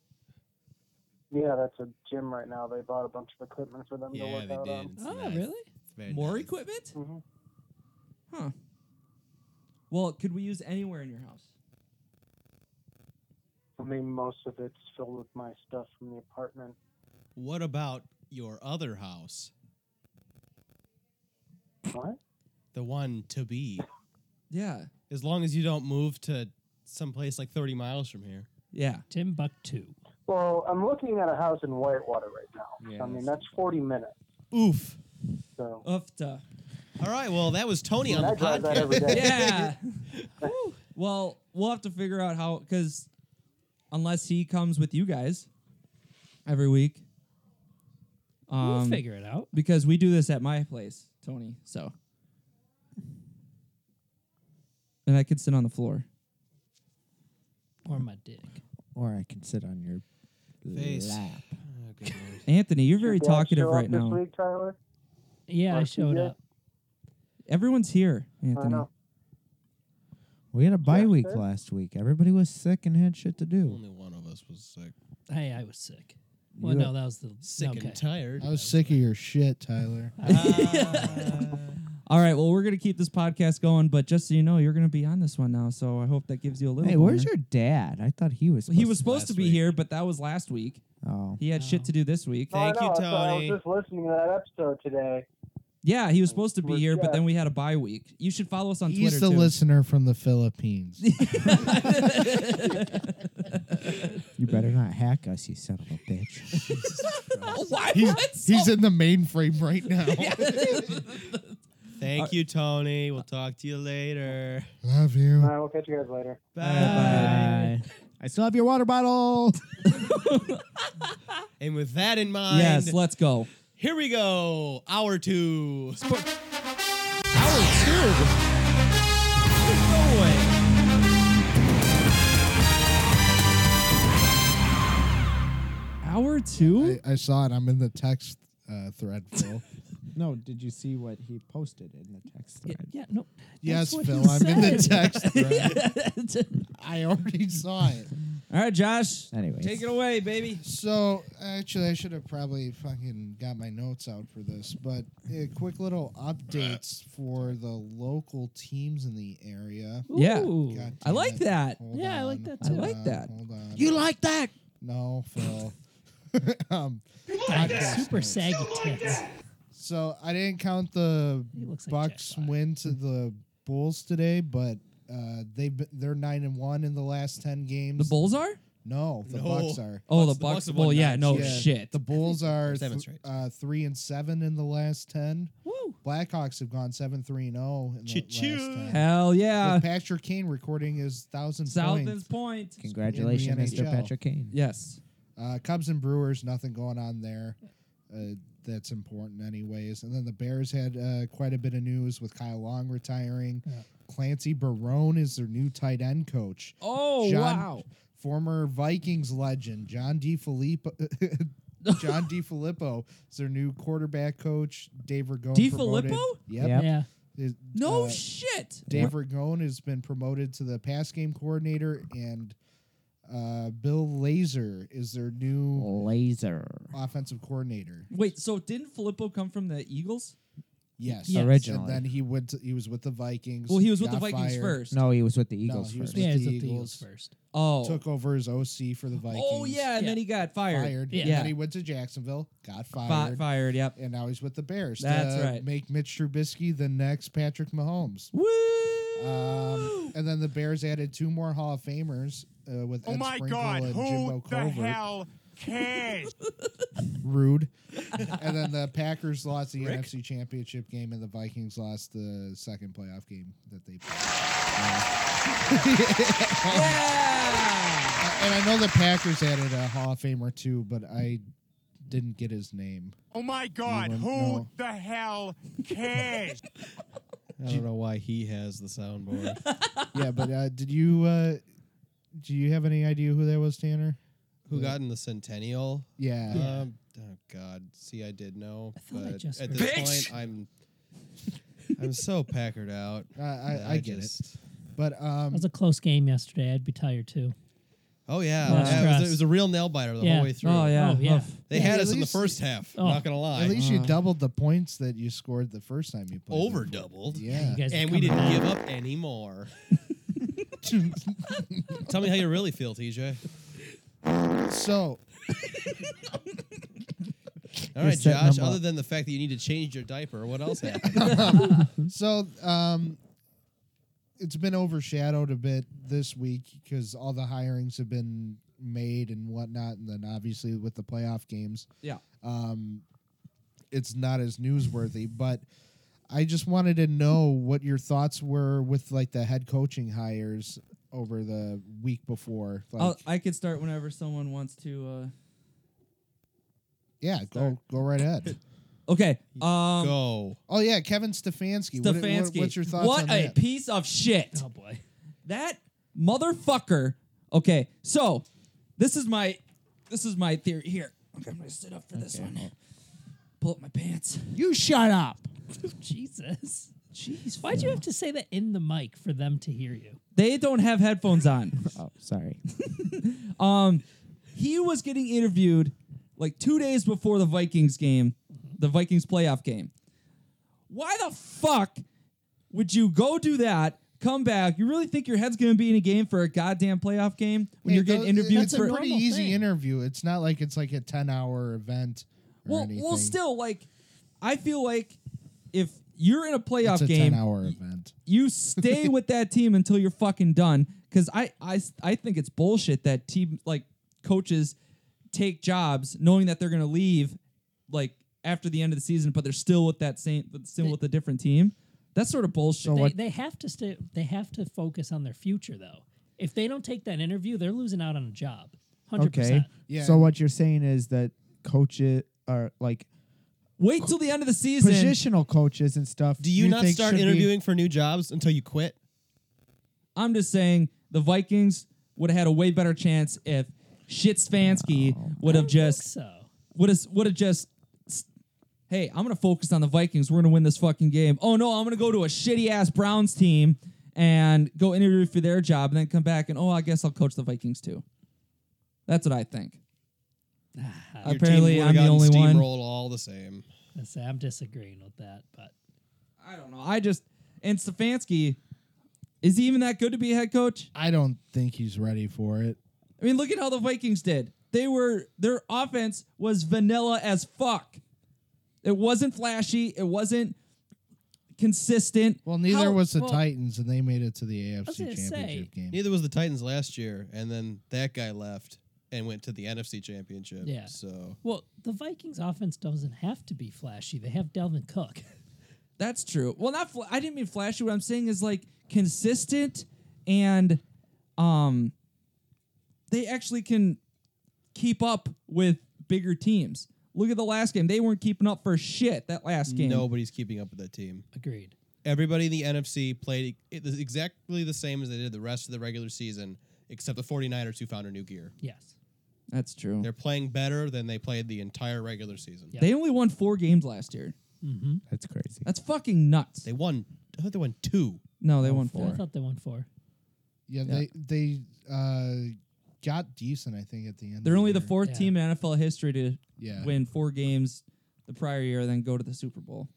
[SPEAKER 7] Yeah, that's a gym right now. They bought a bunch of equipment for them to
[SPEAKER 4] yeah,
[SPEAKER 7] work
[SPEAKER 4] they
[SPEAKER 7] out
[SPEAKER 4] did.
[SPEAKER 7] on.
[SPEAKER 4] It's
[SPEAKER 2] Oh,
[SPEAKER 4] nice.
[SPEAKER 2] really?
[SPEAKER 4] It's very
[SPEAKER 1] More
[SPEAKER 4] nice.
[SPEAKER 1] equipment?
[SPEAKER 7] hmm
[SPEAKER 1] Huh. Well, could we use anywhere in your house?
[SPEAKER 7] I mean, most of it's filled with my stuff from the apartment.
[SPEAKER 4] What about your other house?
[SPEAKER 7] What?
[SPEAKER 4] The one to be.
[SPEAKER 1] Yeah.
[SPEAKER 4] As long as you don't move to someplace like 30 miles from here.
[SPEAKER 1] Yeah.
[SPEAKER 2] Timbuktu.
[SPEAKER 7] Well, I'm looking at a house in Whitewater right now.
[SPEAKER 5] Yeah,
[SPEAKER 7] I mean,
[SPEAKER 5] that's-
[SPEAKER 7] that's 40 minutes.
[SPEAKER 4] Oof.
[SPEAKER 7] So
[SPEAKER 1] Ufta.
[SPEAKER 4] All right, well, that was Tony Oh, on
[SPEAKER 7] I
[SPEAKER 4] the
[SPEAKER 7] drive that every
[SPEAKER 4] podcast.
[SPEAKER 7] day.
[SPEAKER 1] Yeah. Whew. well, we'll have to figure out how because unless he comes with you guys every week,
[SPEAKER 2] we'll
[SPEAKER 1] um,
[SPEAKER 2] figure it out.
[SPEAKER 1] because we do this at my place, Tony. So, and I could sit on the floor.
[SPEAKER 2] Or my dick.
[SPEAKER 5] Or I can sit on your
[SPEAKER 4] Face.
[SPEAKER 5] lap.
[SPEAKER 4] Oh, good lord.
[SPEAKER 1] Anthony, you're very
[SPEAKER 7] Did Dad
[SPEAKER 1] talkative
[SPEAKER 7] show up
[SPEAKER 1] right
[SPEAKER 7] this
[SPEAKER 1] now.
[SPEAKER 7] Week, Tyler?
[SPEAKER 2] Yeah, I
[SPEAKER 7] Or
[SPEAKER 2] showed
[SPEAKER 7] TJ?
[SPEAKER 2] up.
[SPEAKER 1] Everyone's here,
[SPEAKER 7] I
[SPEAKER 1] Anthony.
[SPEAKER 7] know.
[SPEAKER 5] We had a bye week
[SPEAKER 7] sir.
[SPEAKER 5] last week. Everybody was sick and had shit to do.
[SPEAKER 4] Only one of us was sick.
[SPEAKER 2] Hey, I was sick. Well,
[SPEAKER 3] You-
[SPEAKER 2] no, that was the
[SPEAKER 4] Sick
[SPEAKER 2] okay.
[SPEAKER 4] and tired.
[SPEAKER 3] I was sick of your shit, Tyler.
[SPEAKER 1] All right, well, we're gonna keep this podcast going, but just so you know, you're gonna be on this one now, so I hope that gives you a little.
[SPEAKER 5] Hey, where's
[SPEAKER 1] boner.
[SPEAKER 5] your dad? I thought he was.
[SPEAKER 1] He was supposed
[SPEAKER 4] last
[SPEAKER 1] to be
[SPEAKER 4] week.
[SPEAKER 1] here, but that was last week.
[SPEAKER 5] Oh,
[SPEAKER 1] He had shit
[SPEAKER 2] Oh.
[SPEAKER 1] to do this week.
[SPEAKER 4] Thank
[SPEAKER 7] I
[SPEAKER 4] you,
[SPEAKER 7] know, so I was
[SPEAKER 4] Tony.
[SPEAKER 7] just listening to that episode today.
[SPEAKER 1] Yeah, he was supposed to be
[SPEAKER 7] We're
[SPEAKER 1] here, but
[SPEAKER 7] set.
[SPEAKER 1] then we had a bye week. You should follow us on
[SPEAKER 3] He's
[SPEAKER 1] Twitter
[SPEAKER 3] the
[SPEAKER 1] too.
[SPEAKER 3] listener from the Philippines.
[SPEAKER 5] Oh, you better not hack us, you son of a bitch.
[SPEAKER 1] Why?
[SPEAKER 3] He's-
[SPEAKER 1] what?
[SPEAKER 3] He's in the mainframe right now.
[SPEAKER 4] Thank you, Tony. We'll talk to you later.
[SPEAKER 3] Love
[SPEAKER 7] All
[SPEAKER 3] you.
[SPEAKER 7] right, we'll catch you guys later.
[SPEAKER 4] Bye.
[SPEAKER 5] Bye. I still have your water bottle.
[SPEAKER 4] And with that in mind,
[SPEAKER 1] yes, let's go.
[SPEAKER 4] here we go. Hour two.
[SPEAKER 1] Hour two.
[SPEAKER 3] I, I saw it. I'm in the text uh, thread, Phil.
[SPEAKER 5] No, did you see what he posted in the text
[SPEAKER 2] Yeah,
[SPEAKER 5] thread?
[SPEAKER 2] yeah, no.
[SPEAKER 3] yes,
[SPEAKER 2] what he
[SPEAKER 3] Phil, I'm in the
[SPEAKER 2] said.
[SPEAKER 3] text thread. I already saw it.
[SPEAKER 1] All right, Josh,
[SPEAKER 5] Anyways,
[SPEAKER 1] take it away, baby.
[SPEAKER 3] So actually, I should have probably fucking got my notes out for this, but uh, quick little updates for the local teams in the area.
[SPEAKER 1] Yeah.
[SPEAKER 2] Ooh.
[SPEAKER 3] God
[SPEAKER 1] I
[SPEAKER 3] damn
[SPEAKER 1] like
[SPEAKER 3] it.
[SPEAKER 1] that.
[SPEAKER 3] Hold
[SPEAKER 2] Yeah, I like
[SPEAKER 3] on.
[SPEAKER 2] that
[SPEAKER 1] I
[SPEAKER 2] too.
[SPEAKER 3] Hold
[SPEAKER 1] like
[SPEAKER 3] on,
[SPEAKER 1] that.
[SPEAKER 3] Hold on.
[SPEAKER 1] like that?
[SPEAKER 3] No, Phil. um, podcast
[SPEAKER 2] Super
[SPEAKER 3] notes.
[SPEAKER 2] saggy tits.
[SPEAKER 3] So I didn't count the
[SPEAKER 2] He looks like
[SPEAKER 3] Bucks
[SPEAKER 2] Jack Black.
[SPEAKER 3] win to the Bulls today, but uh, they've been, they're nine and one in the last ten games.
[SPEAKER 1] The Bulls are?
[SPEAKER 3] No, the
[SPEAKER 4] No.
[SPEAKER 3] Bucks are.
[SPEAKER 4] Bucks-
[SPEAKER 1] Oh, the
[SPEAKER 4] the
[SPEAKER 1] Bucks.
[SPEAKER 4] Bucks have
[SPEAKER 1] Bull.
[SPEAKER 4] won
[SPEAKER 1] Yeah,
[SPEAKER 4] nine
[SPEAKER 1] no
[SPEAKER 3] Yeah.
[SPEAKER 1] shit.
[SPEAKER 3] The Bulls are
[SPEAKER 4] seven
[SPEAKER 3] th-
[SPEAKER 4] straight.
[SPEAKER 3] uh, three and seven in the last ten.
[SPEAKER 2] Woo.
[SPEAKER 3] Blackhawks have gone seven three and zero in the
[SPEAKER 4] Choo-choo.
[SPEAKER 3] last ten.
[SPEAKER 1] Hell
[SPEAKER 3] With
[SPEAKER 1] yeah.
[SPEAKER 3] Patrick Kane recording his thousand
[SPEAKER 1] Southland's
[SPEAKER 3] points.
[SPEAKER 1] point.
[SPEAKER 5] Congratulations,
[SPEAKER 3] in the
[SPEAKER 5] Mr.
[SPEAKER 3] NHL.
[SPEAKER 5] Patrick Kane.
[SPEAKER 1] Yes.
[SPEAKER 3] Uh, Cubs and Brewers, nothing going on there. Uh, that's important, anyways. And then the Bears had uh, quite a bit of news with Kyle Long retiring. Clancy Barone is their new tight end coach.
[SPEAKER 1] Oh
[SPEAKER 3] John-
[SPEAKER 1] wow.
[SPEAKER 3] Former Vikings legend John D. Filippo. John D. Filippo is their new quarterback coach. Dave Ragone. promoted-
[SPEAKER 1] DiFilippo?
[SPEAKER 3] Yep.
[SPEAKER 5] Yep.
[SPEAKER 2] Yeah.
[SPEAKER 3] Is-
[SPEAKER 1] No
[SPEAKER 3] uh,
[SPEAKER 1] shit.
[SPEAKER 3] Dave Ragone has been promoted to the pass game coordinator, and uh, Bill Lazor is their new
[SPEAKER 5] Oh. Laser.
[SPEAKER 3] offensive coordinator.
[SPEAKER 1] Wait, so didn't Filippo come from the Eagles?
[SPEAKER 3] Yes,
[SPEAKER 2] Yes.
[SPEAKER 5] Originally.
[SPEAKER 3] And then he went. To, he was with the Vikings.
[SPEAKER 1] Well, he was with the
[SPEAKER 3] got
[SPEAKER 1] Vikings
[SPEAKER 3] fired,
[SPEAKER 1] first.
[SPEAKER 5] No, he was with the Eagles
[SPEAKER 3] he was
[SPEAKER 5] first.
[SPEAKER 3] with
[SPEAKER 2] Yeah,
[SPEAKER 3] the
[SPEAKER 2] it's with the
[SPEAKER 3] Eagles.
[SPEAKER 2] Eagles first.
[SPEAKER 1] Oh.
[SPEAKER 3] Took over as OC for the Vikings.
[SPEAKER 1] oh yeah, and then
[SPEAKER 2] Yeah.
[SPEAKER 1] he got fired.
[SPEAKER 3] fired.
[SPEAKER 2] Yeah.
[SPEAKER 3] And then he went to Jacksonville, got
[SPEAKER 1] Fi-
[SPEAKER 3] fired,
[SPEAKER 1] fired. Yep.
[SPEAKER 3] and now he's with the Bears.
[SPEAKER 1] That's
[SPEAKER 3] to
[SPEAKER 1] right.
[SPEAKER 3] Make Mitch Trubisky the next Patrick Mahomes.
[SPEAKER 1] Woo! Oh,
[SPEAKER 3] Um, and then the Bears added two more Hall of Famers uh, with
[SPEAKER 8] Oh
[SPEAKER 3] Ed
[SPEAKER 8] my
[SPEAKER 3] Springle
[SPEAKER 8] God!
[SPEAKER 3] and
[SPEAKER 8] Who
[SPEAKER 3] Jimbo
[SPEAKER 8] the
[SPEAKER 3] Covert.
[SPEAKER 8] hell cares?
[SPEAKER 3] Rude. and then the Packers lost the NFC Championship game, and the Vikings lost the second playoff game that they played.
[SPEAKER 1] yeah.
[SPEAKER 3] Uh, and I know the Packers added a Hall of Famer too, but I didn't get his name.
[SPEAKER 8] oh my God!
[SPEAKER 3] wouldn't
[SPEAKER 8] Who
[SPEAKER 3] know.
[SPEAKER 8] the hell cares?
[SPEAKER 4] I don't know why he has the soundboard.
[SPEAKER 3] Yeah, but uh, did you? Uh, do you have any idea who that was, Tanner?
[SPEAKER 4] Who got in the centennial?
[SPEAKER 3] Yeah.
[SPEAKER 4] Um, oh God. See, I did know,
[SPEAKER 2] I thought I
[SPEAKER 4] but
[SPEAKER 2] just
[SPEAKER 4] at
[SPEAKER 2] heard
[SPEAKER 4] this
[SPEAKER 2] that.
[SPEAKER 4] point, I'm I'm so packered out.
[SPEAKER 3] I, I, I get it, but
[SPEAKER 2] That
[SPEAKER 3] um,
[SPEAKER 2] was a close game yesterday. I'd be tired too.
[SPEAKER 4] Oh yeah,
[SPEAKER 2] Lost
[SPEAKER 4] yeah, it, was,
[SPEAKER 2] trust.
[SPEAKER 4] it was a real nail biter the
[SPEAKER 2] Yeah.
[SPEAKER 4] whole way through.
[SPEAKER 1] Oh yeah.
[SPEAKER 2] Oh, yeah.
[SPEAKER 1] Oh,
[SPEAKER 4] They
[SPEAKER 3] Yeah,
[SPEAKER 4] had
[SPEAKER 3] at
[SPEAKER 4] us in the
[SPEAKER 3] least-
[SPEAKER 4] first half.
[SPEAKER 2] Oh.
[SPEAKER 4] Not gonna lie, Mm.
[SPEAKER 3] at least you
[SPEAKER 1] Uh.
[SPEAKER 3] doubled the points that you scored the first time you played.
[SPEAKER 4] over
[SPEAKER 3] them.
[SPEAKER 4] doubled.
[SPEAKER 3] Yeah.
[SPEAKER 2] You guys
[SPEAKER 4] And
[SPEAKER 2] were
[SPEAKER 4] we
[SPEAKER 2] coming
[SPEAKER 4] didn't
[SPEAKER 2] back.
[SPEAKER 4] give up anymore. Tell me how you really feel, TJ.
[SPEAKER 3] so
[SPEAKER 4] All right,
[SPEAKER 5] setting
[SPEAKER 4] Josh.
[SPEAKER 5] them
[SPEAKER 4] Other
[SPEAKER 5] up.
[SPEAKER 4] than the fact that you need to change your diaper, what else happened?
[SPEAKER 3] So, um, it's been overshadowed a bit this week because all the hirings have been made and whatnot, and then obviously with the playoff games,
[SPEAKER 1] Yeah.
[SPEAKER 3] um, it's not as newsworthy. But I just wanted to know what your thoughts were with like the head coaching hires over the week before. Like,
[SPEAKER 1] I'll, I could start whenever someone wants to.
[SPEAKER 3] yeah, go go right ahead.
[SPEAKER 1] Uh... Okay. Um,
[SPEAKER 4] Go.
[SPEAKER 3] Oh yeah, Kevin Stefanski. What- what-
[SPEAKER 1] Stefanski.
[SPEAKER 3] what's your thoughts
[SPEAKER 1] What
[SPEAKER 3] on
[SPEAKER 1] a
[SPEAKER 3] that?
[SPEAKER 1] piece of shit.
[SPEAKER 2] Oh boy.
[SPEAKER 1] That motherfucker. Okay, so this is my this is my theory here. Okay, I'm gonna sit up for this one. Pull up my pants.
[SPEAKER 5] You shut up.
[SPEAKER 2] Jesus. Jeez. Why'd you have to say that in the mic for them to hear you?
[SPEAKER 1] They don't have headphones on.
[SPEAKER 5] Oh, sorry.
[SPEAKER 1] he was getting interviewed like two days before the Vikings game, the Vikings playoff game. Why the fuck would you go do that? Come back. You really think your head's going to be in a game for a goddamn playoff game when
[SPEAKER 3] Hey,
[SPEAKER 1] you're getting
[SPEAKER 3] tho-
[SPEAKER 1] interviewed
[SPEAKER 3] That's
[SPEAKER 1] for
[SPEAKER 3] a pretty easy
[SPEAKER 2] thing.
[SPEAKER 3] interview. It's not like it's like a ten-hour event. Or
[SPEAKER 1] well,
[SPEAKER 3] anything.
[SPEAKER 1] well, still like I feel like if you're in a playoff
[SPEAKER 3] it's a
[SPEAKER 1] game,
[SPEAKER 3] ten-hour event.
[SPEAKER 1] you stay with that team until you're fucking done. Because I, I, I think it's bullshit that team like coaches take jobs knowing that they're gonna leave like after the end of the season, but they're still with that same, but still with a different team. That's sort of bullshit.
[SPEAKER 2] they, they have to stay. They have to focus on their future, though. If they don't take that interview, they're losing out on a job. Hundred
[SPEAKER 5] Okay.
[SPEAKER 2] percent.
[SPEAKER 3] Yeah.
[SPEAKER 5] So what you're saying is that coaches are like
[SPEAKER 1] Wait till the end of the season.
[SPEAKER 5] positional coaches and stuff.
[SPEAKER 4] Do you, not
[SPEAKER 5] think
[SPEAKER 4] start
[SPEAKER 5] should be-
[SPEAKER 4] interviewing for new jobs until you quit?
[SPEAKER 1] I'm just saying the Vikings would have had a way better chance if Shit Svansky
[SPEAKER 3] Oh.
[SPEAKER 1] would have just
[SPEAKER 2] So
[SPEAKER 1] would have would have just hey i'm gonna focus on the vikings we're gonna win this fucking game oh no i'm gonna go to a shitty ass browns team and go interview for their job and then come back and oh i guess i'll coach the vikings too that's what i think
[SPEAKER 4] Your team
[SPEAKER 1] apparently
[SPEAKER 4] would've
[SPEAKER 1] i'm the
[SPEAKER 4] gotten
[SPEAKER 1] only one
[SPEAKER 4] steamrolled all the same.
[SPEAKER 2] I say I'm disagreeing with that, but
[SPEAKER 1] i don't know i just and stefanski is he even that good to be a head coach
[SPEAKER 3] I don't think he's ready for it.
[SPEAKER 1] i mean look at how the vikings did they were their offense was vanilla as fuck it wasn't flashy it wasn't consistent
[SPEAKER 3] Well, neither
[SPEAKER 1] How-
[SPEAKER 3] was the
[SPEAKER 2] well-
[SPEAKER 3] Titans, and they made it to the AFC
[SPEAKER 2] gonna
[SPEAKER 3] Championship
[SPEAKER 2] say-
[SPEAKER 3] game.
[SPEAKER 4] Neither was the Titans last year, and then that guy left and went to the NFC Championship.
[SPEAKER 2] Yeah.
[SPEAKER 4] So
[SPEAKER 2] well, the Vikings' offense doesn't have to be flashy. They have Delvin Cook.
[SPEAKER 1] That's true. Well, not fl- I didn't mean flashy. What I'm saying is like consistent and um they actually can keep up with bigger teams. Look at the last game. They weren't keeping up for shit that last game.
[SPEAKER 4] nobody's keeping up with that team.
[SPEAKER 2] Agreed.
[SPEAKER 4] Everybody in the NFC played it was exactly the same as they did the rest of the regular season, except the 49ers who found a new gear.
[SPEAKER 2] Yes.
[SPEAKER 1] That's true.
[SPEAKER 4] They're playing better than they played the entire regular season.
[SPEAKER 2] Yeah.
[SPEAKER 1] They only won 4 games last year.
[SPEAKER 5] That's crazy.
[SPEAKER 1] That's fucking nuts.
[SPEAKER 4] They won. I thought they won two.
[SPEAKER 1] no, they won 4.
[SPEAKER 2] I thought they won four.
[SPEAKER 3] Yeah, they they uh, got decent. I think at the end.
[SPEAKER 1] They're
[SPEAKER 3] of
[SPEAKER 1] only the
[SPEAKER 3] year.
[SPEAKER 1] fourth
[SPEAKER 2] Yeah.
[SPEAKER 1] team in NFL history to
[SPEAKER 3] Yeah.
[SPEAKER 1] win 4 games the prior year then go to the Super Bowl.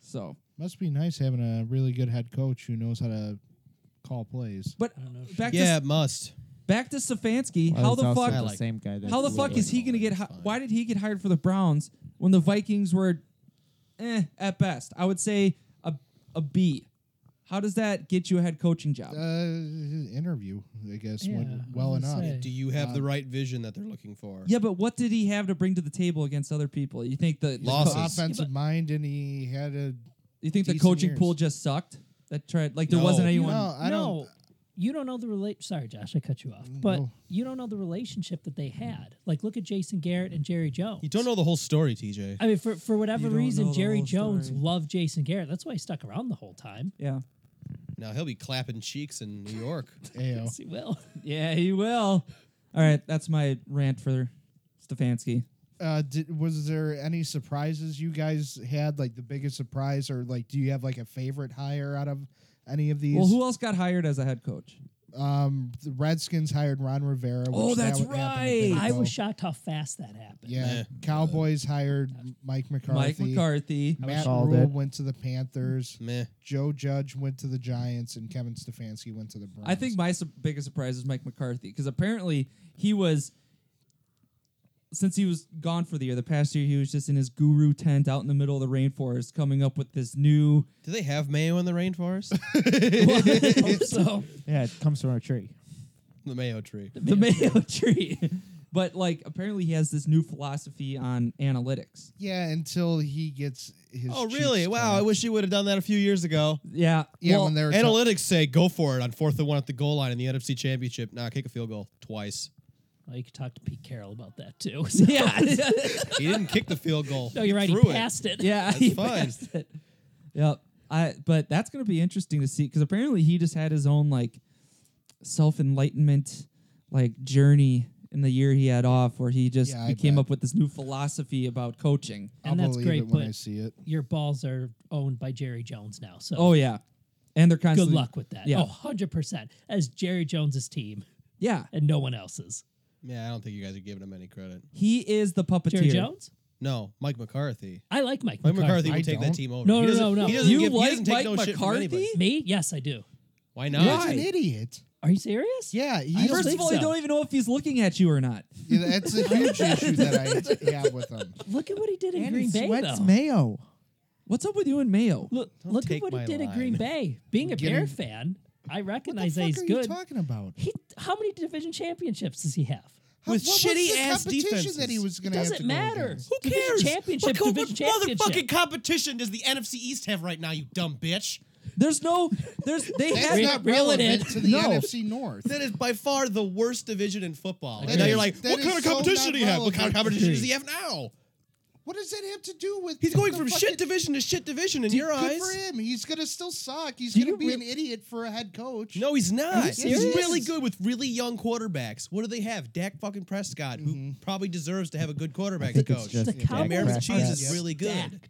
[SPEAKER 1] So,
[SPEAKER 3] Must be nice having a really good head coach who knows how to call plays.
[SPEAKER 1] but
[SPEAKER 2] don't know if
[SPEAKER 1] back
[SPEAKER 4] yeah,
[SPEAKER 1] to
[SPEAKER 4] it must.
[SPEAKER 1] back to Stefanski,
[SPEAKER 5] Well,
[SPEAKER 1] how
[SPEAKER 5] it's
[SPEAKER 1] the
[SPEAKER 5] also
[SPEAKER 1] fuck
[SPEAKER 5] the
[SPEAKER 4] like-
[SPEAKER 5] same guy that
[SPEAKER 1] How the
[SPEAKER 5] blew
[SPEAKER 1] fuck
[SPEAKER 5] it.
[SPEAKER 1] is he going to get?
[SPEAKER 4] It's
[SPEAKER 1] Hi-
[SPEAKER 4] fine.
[SPEAKER 1] why did he get hired for the Browns when the Vikings were, eh, at best? I would say a a B. How does that get you a head coaching job?
[SPEAKER 3] Uh, interview, I guess,
[SPEAKER 2] Yeah,
[SPEAKER 3] went
[SPEAKER 2] I
[SPEAKER 3] well
[SPEAKER 2] was
[SPEAKER 3] enough.
[SPEAKER 2] gonna say.
[SPEAKER 4] Do you have the right vision that they're looking for?
[SPEAKER 1] yeah, but what did he have to bring to the table against other people? You think the
[SPEAKER 4] Lost Losses.
[SPEAKER 3] Offensive mind, and he had a.
[SPEAKER 1] You think the
[SPEAKER 3] Decent
[SPEAKER 1] coaching
[SPEAKER 3] years.
[SPEAKER 1] pool just sucked? That tried like there
[SPEAKER 4] No.
[SPEAKER 1] wasn't anyone.
[SPEAKER 3] No, I
[SPEAKER 2] no,
[SPEAKER 3] don't.
[SPEAKER 2] you don't know the relate. Sorry, Josh, I cut you off. But
[SPEAKER 3] No.
[SPEAKER 2] you don't know the relationship that they had. Like, look at Jason Garrett and Jerry Jones.
[SPEAKER 4] You don't know the whole story, TJ.
[SPEAKER 2] I mean, for for whatever
[SPEAKER 1] You don't know
[SPEAKER 2] reason,
[SPEAKER 1] the
[SPEAKER 2] Jerry
[SPEAKER 1] whole
[SPEAKER 2] Jones
[SPEAKER 1] story.
[SPEAKER 2] loved Jason Garrett. That's why he stuck around the whole time.
[SPEAKER 1] Yeah,
[SPEAKER 4] Now he'll be clapping cheeks in New York.
[SPEAKER 3] Ayo.
[SPEAKER 2] Yes, he will.
[SPEAKER 1] yeah, he will. All right, that's my rant for Stefanski.
[SPEAKER 3] Uh, did, was there any surprises you guys had? Like the biggest surprise, or like, do you have like a favorite hire out of any of these?
[SPEAKER 1] Well, who else got hired as a head coach?
[SPEAKER 3] um, the Redskins hired Ron Rivera.
[SPEAKER 1] Oh,
[SPEAKER 3] which that
[SPEAKER 1] that's
[SPEAKER 3] would happen a bit
[SPEAKER 1] right.
[SPEAKER 2] I
[SPEAKER 3] ago.
[SPEAKER 2] was shocked how fast that happened.
[SPEAKER 3] Yeah,
[SPEAKER 4] Yeah.
[SPEAKER 3] Cowboys hired Mike McCarthy.
[SPEAKER 1] Mike McCarthy.
[SPEAKER 3] Matt
[SPEAKER 5] Called
[SPEAKER 3] Rule
[SPEAKER 5] it.
[SPEAKER 3] went to the Panthers.
[SPEAKER 4] Meh.
[SPEAKER 3] Joe Judge went to the Giants, and Kevin Stefanski went to the Browns.
[SPEAKER 1] I think my su- biggest surprise is Mike McCarthy because apparently he was, since he was gone for the year, the past year he was just in his guru tent out in the middle of the rainforest, coming up with this new.
[SPEAKER 4] Do they have mayo in the rainforest?
[SPEAKER 1] so
[SPEAKER 5] Yeah, it comes from a tree.
[SPEAKER 4] the mayo tree.
[SPEAKER 1] the mayo tree, but like apparently he has this new philosophy on analytics.
[SPEAKER 3] yeah, until he gets his.
[SPEAKER 4] Oh,
[SPEAKER 3] cheeks
[SPEAKER 4] really? Wow. I
[SPEAKER 3] clapped.
[SPEAKER 4] wish you would have done that a few years ago.
[SPEAKER 1] Yeah,
[SPEAKER 3] Yeah,
[SPEAKER 1] well,
[SPEAKER 3] when they were ta-
[SPEAKER 4] Analytics say go for it on fourth and one at the goal line in the NFC Championship. Nah, kick a field goal twice.
[SPEAKER 2] Well, you could talk to Pete Carroll about that too.
[SPEAKER 1] yeah,
[SPEAKER 4] He didn't kick the field goal.
[SPEAKER 2] no, you're right. He
[SPEAKER 4] threw it.
[SPEAKER 2] passed it.
[SPEAKER 1] yeah.
[SPEAKER 4] That's
[SPEAKER 1] he
[SPEAKER 4] fine.
[SPEAKER 1] passed it. Yep. I but that's gonna be interesting to see because apparently he just had his own like self enlightenment like journey in the year he had off where he just
[SPEAKER 3] Yeah, I
[SPEAKER 1] he came
[SPEAKER 3] bet.
[SPEAKER 1] up with this new philosophy about coaching.
[SPEAKER 3] I'll
[SPEAKER 2] and that's
[SPEAKER 3] believe
[SPEAKER 2] great.
[SPEAKER 3] it when I
[SPEAKER 2] But
[SPEAKER 3] see it.
[SPEAKER 2] your balls are owned by Jerry Jones now. So
[SPEAKER 1] Oh yeah, and they're
[SPEAKER 2] good
[SPEAKER 1] constantly
[SPEAKER 2] luck with that.
[SPEAKER 1] Yeah.
[SPEAKER 2] Oh, 100 percent as Jerry Jones's team
[SPEAKER 1] Yeah,
[SPEAKER 2] and no one else's.
[SPEAKER 4] Yeah, I don't think you guys are giving him any credit.
[SPEAKER 1] He is the puppeteer.
[SPEAKER 2] Jerry Jones?
[SPEAKER 4] No, Mike McCarthy.
[SPEAKER 2] I like Mike,
[SPEAKER 4] Mike McCarthy
[SPEAKER 3] I
[SPEAKER 4] will take
[SPEAKER 3] don't.
[SPEAKER 4] that team over.
[SPEAKER 2] No,
[SPEAKER 4] He
[SPEAKER 2] no,
[SPEAKER 4] doesn't-
[SPEAKER 2] no, no.
[SPEAKER 4] He doesn't
[SPEAKER 1] You
[SPEAKER 4] give. he
[SPEAKER 1] like
[SPEAKER 4] doesn't take
[SPEAKER 1] Mike
[SPEAKER 4] no shit from anybody.
[SPEAKER 1] McCarthy?
[SPEAKER 2] Me? Yes, I do.
[SPEAKER 4] Why
[SPEAKER 3] He's
[SPEAKER 4] not?
[SPEAKER 1] Why?
[SPEAKER 3] an idiot.
[SPEAKER 2] Are you serious?
[SPEAKER 3] Yeah,
[SPEAKER 2] I
[SPEAKER 3] he's,
[SPEAKER 2] don't
[SPEAKER 1] First
[SPEAKER 2] think
[SPEAKER 1] of all, I
[SPEAKER 2] so.
[SPEAKER 1] don't even know if he's looking at you or not.
[SPEAKER 3] yeah, that's a huge issue that I have with him.
[SPEAKER 2] Look at what he did in
[SPEAKER 5] And
[SPEAKER 2] Green
[SPEAKER 5] he
[SPEAKER 2] Bay,
[SPEAKER 5] sweats
[SPEAKER 2] though.
[SPEAKER 5] mayo.
[SPEAKER 1] What's up with you and Mayo?
[SPEAKER 2] Look,
[SPEAKER 4] Don't
[SPEAKER 2] look at
[SPEAKER 4] take
[SPEAKER 2] what he
[SPEAKER 4] my
[SPEAKER 2] did at
[SPEAKER 4] line.
[SPEAKER 2] Green Bay. Being a
[SPEAKER 3] Get
[SPEAKER 2] Bear
[SPEAKER 3] him-
[SPEAKER 2] fan, I
[SPEAKER 3] What
[SPEAKER 2] recognize
[SPEAKER 3] the
[SPEAKER 2] that
[SPEAKER 3] fuck
[SPEAKER 2] he's
[SPEAKER 3] are you
[SPEAKER 2] good.
[SPEAKER 3] talking about?
[SPEAKER 2] He, how many division championships does he have?
[SPEAKER 3] How-
[SPEAKER 4] With
[SPEAKER 3] what was
[SPEAKER 4] shitty
[SPEAKER 3] the
[SPEAKER 4] ass
[SPEAKER 3] competition
[SPEAKER 4] defenses.
[SPEAKER 3] that he was going to have to
[SPEAKER 2] Doesn't
[SPEAKER 3] go
[SPEAKER 2] matter.
[SPEAKER 3] against?
[SPEAKER 2] Division Championship,
[SPEAKER 9] what,
[SPEAKER 2] division
[SPEAKER 9] what
[SPEAKER 2] championship.
[SPEAKER 9] motherfucking competition does the NFC East have right now, you dumb bitch?
[SPEAKER 1] There's no, there's they
[SPEAKER 3] That's
[SPEAKER 1] have
[SPEAKER 3] not
[SPEAKER 2] reel it
[SPEAKER 3] relevant
[SPEAKER 2] in.
[SPEAKER 3] to the
[SPEAKER 1] No.
[SPEAKER 3] NFC North.
[SPEAKER 4] That is by far the worst division in football.
[SPEAKER 2] That
[SPEAKER 4] And now
[SPEAKER 2] is-
[SPEAKER 4] you're like,
[SPEAKER 3] that
[SPEAKER 4] what
[SPEAKER 3] is
[SPEAKER 4] kind of
[SPEAKER 3] so
[SPEAKER 4] competition
[SPEAKER 3] not
[SPEAKER 4] do you have? What kind of
[SPEAKER 3] relevant.
[SPEAKER 4] competition does he have now?
[SPEAKER 3] What does that have to do with?
[SPEAKER 4] He's going
[SPEAKER 3] the
[SPEAKER 4] from
[SPEAKER 3] fucking-
[SPEAKER 4] shit division to shit division in
[SPEAKER 3] Dude,
[SPEAKER 4] your
[SPEAKER 3] good
[SPEAKER 4] eyes.
[SPEAKER 3] for him. He's gonna still suck. He's
[SPEAKER 2] Do
[SPEAKER 3] gonna
[SPEAKER 2] you
[SPEAKER 3] be
[SPEAKER 2] re-
[SPEAKER 3] an idiot for a head coach.
[SPEAKER 4] No, he's not. He's
[SPEAKER 2] serious?
[SPEAKER 4] really good with really young quarterbacks. What do they have? Dak fucking Prescott, who probably deserves to have a good quarterback
[SPEAKER 5] think it's
[SPEAKER 4] coach.
[SPEAKER 5] just
[SPEAKER 2] The
[SPEAKER 5] Dak
[SPEAKER 2] Cowboys
[SPEAKER 4] American
[SPEAKER 2] are
[SPEAKER 4] cheese is
[SPEAKER 2] stacked.
[SPEAKER 4] really good.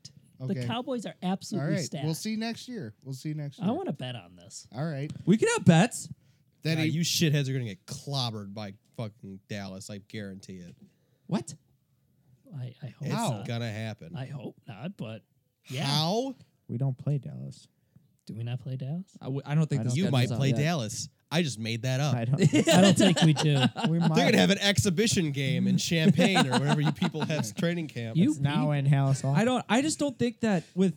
[SPEAKER 3] Okay.
[SPEAKER 2] The Cowboys are
[SPEAKER 3] All
[SPEAKER 2] absolutely
[SPEAKER 3] right.
[SPEAKER 2] stacked.
[SPEAKER 3] We'll see next year. We'll see next year.
[SPEAKER 2] I want to bet on this.
[SPEAKER 3] All right.
[SPEAKER 1] we could have bets.
[SPEAKER 3] That
[SPEAKER 4] Nah,
[SPEAKER 3] he,
[SPEAKER 4] you shitheads are gonna get clobbered by fucking Dallas. I guarantee it.
[SPEAKER 1] What?
[SPEAKER 2] I, I hope
[SPEAKER 4] It's
[SPEAKER 2] not.
[SPEAKER 4] gonna happen.
[SPEAKER 2] I hope not, but yeah.
[SPEAKER 4] How
[SPEAKER 5] We don't play Dallas.
[SPEAKER 2] Do we not play Dallas?
[SPEAKER 1] I, w- I don't think
[SPEAKER 5] I
[SPEAKER 1] the
[SPEAKER 5] don't-
[SPEAKER 4] you
[SPEAKER 1] schedule's
[SPEAKER 4] might
[SPEAKER 1] out
[SPEAKER 4] play
[SPEAKER 1] yet.
[SPEAKER 4] Dallas? I just made that up.
[SPEAKER 5] I don't.
[SPEAKER 2] I don't think we do.
[SPEAKER 5] we
[SPEAKER 4] They're
[SPEAKER 5] might.
[SPEAKER 4] gonna have an exhibition game in Champaign or wherever you people have training camp.
[SPEAKER 2] You
[SPEAKER 5] It's now in house.
[SPEAKER 1] I don't. I just don't think that with.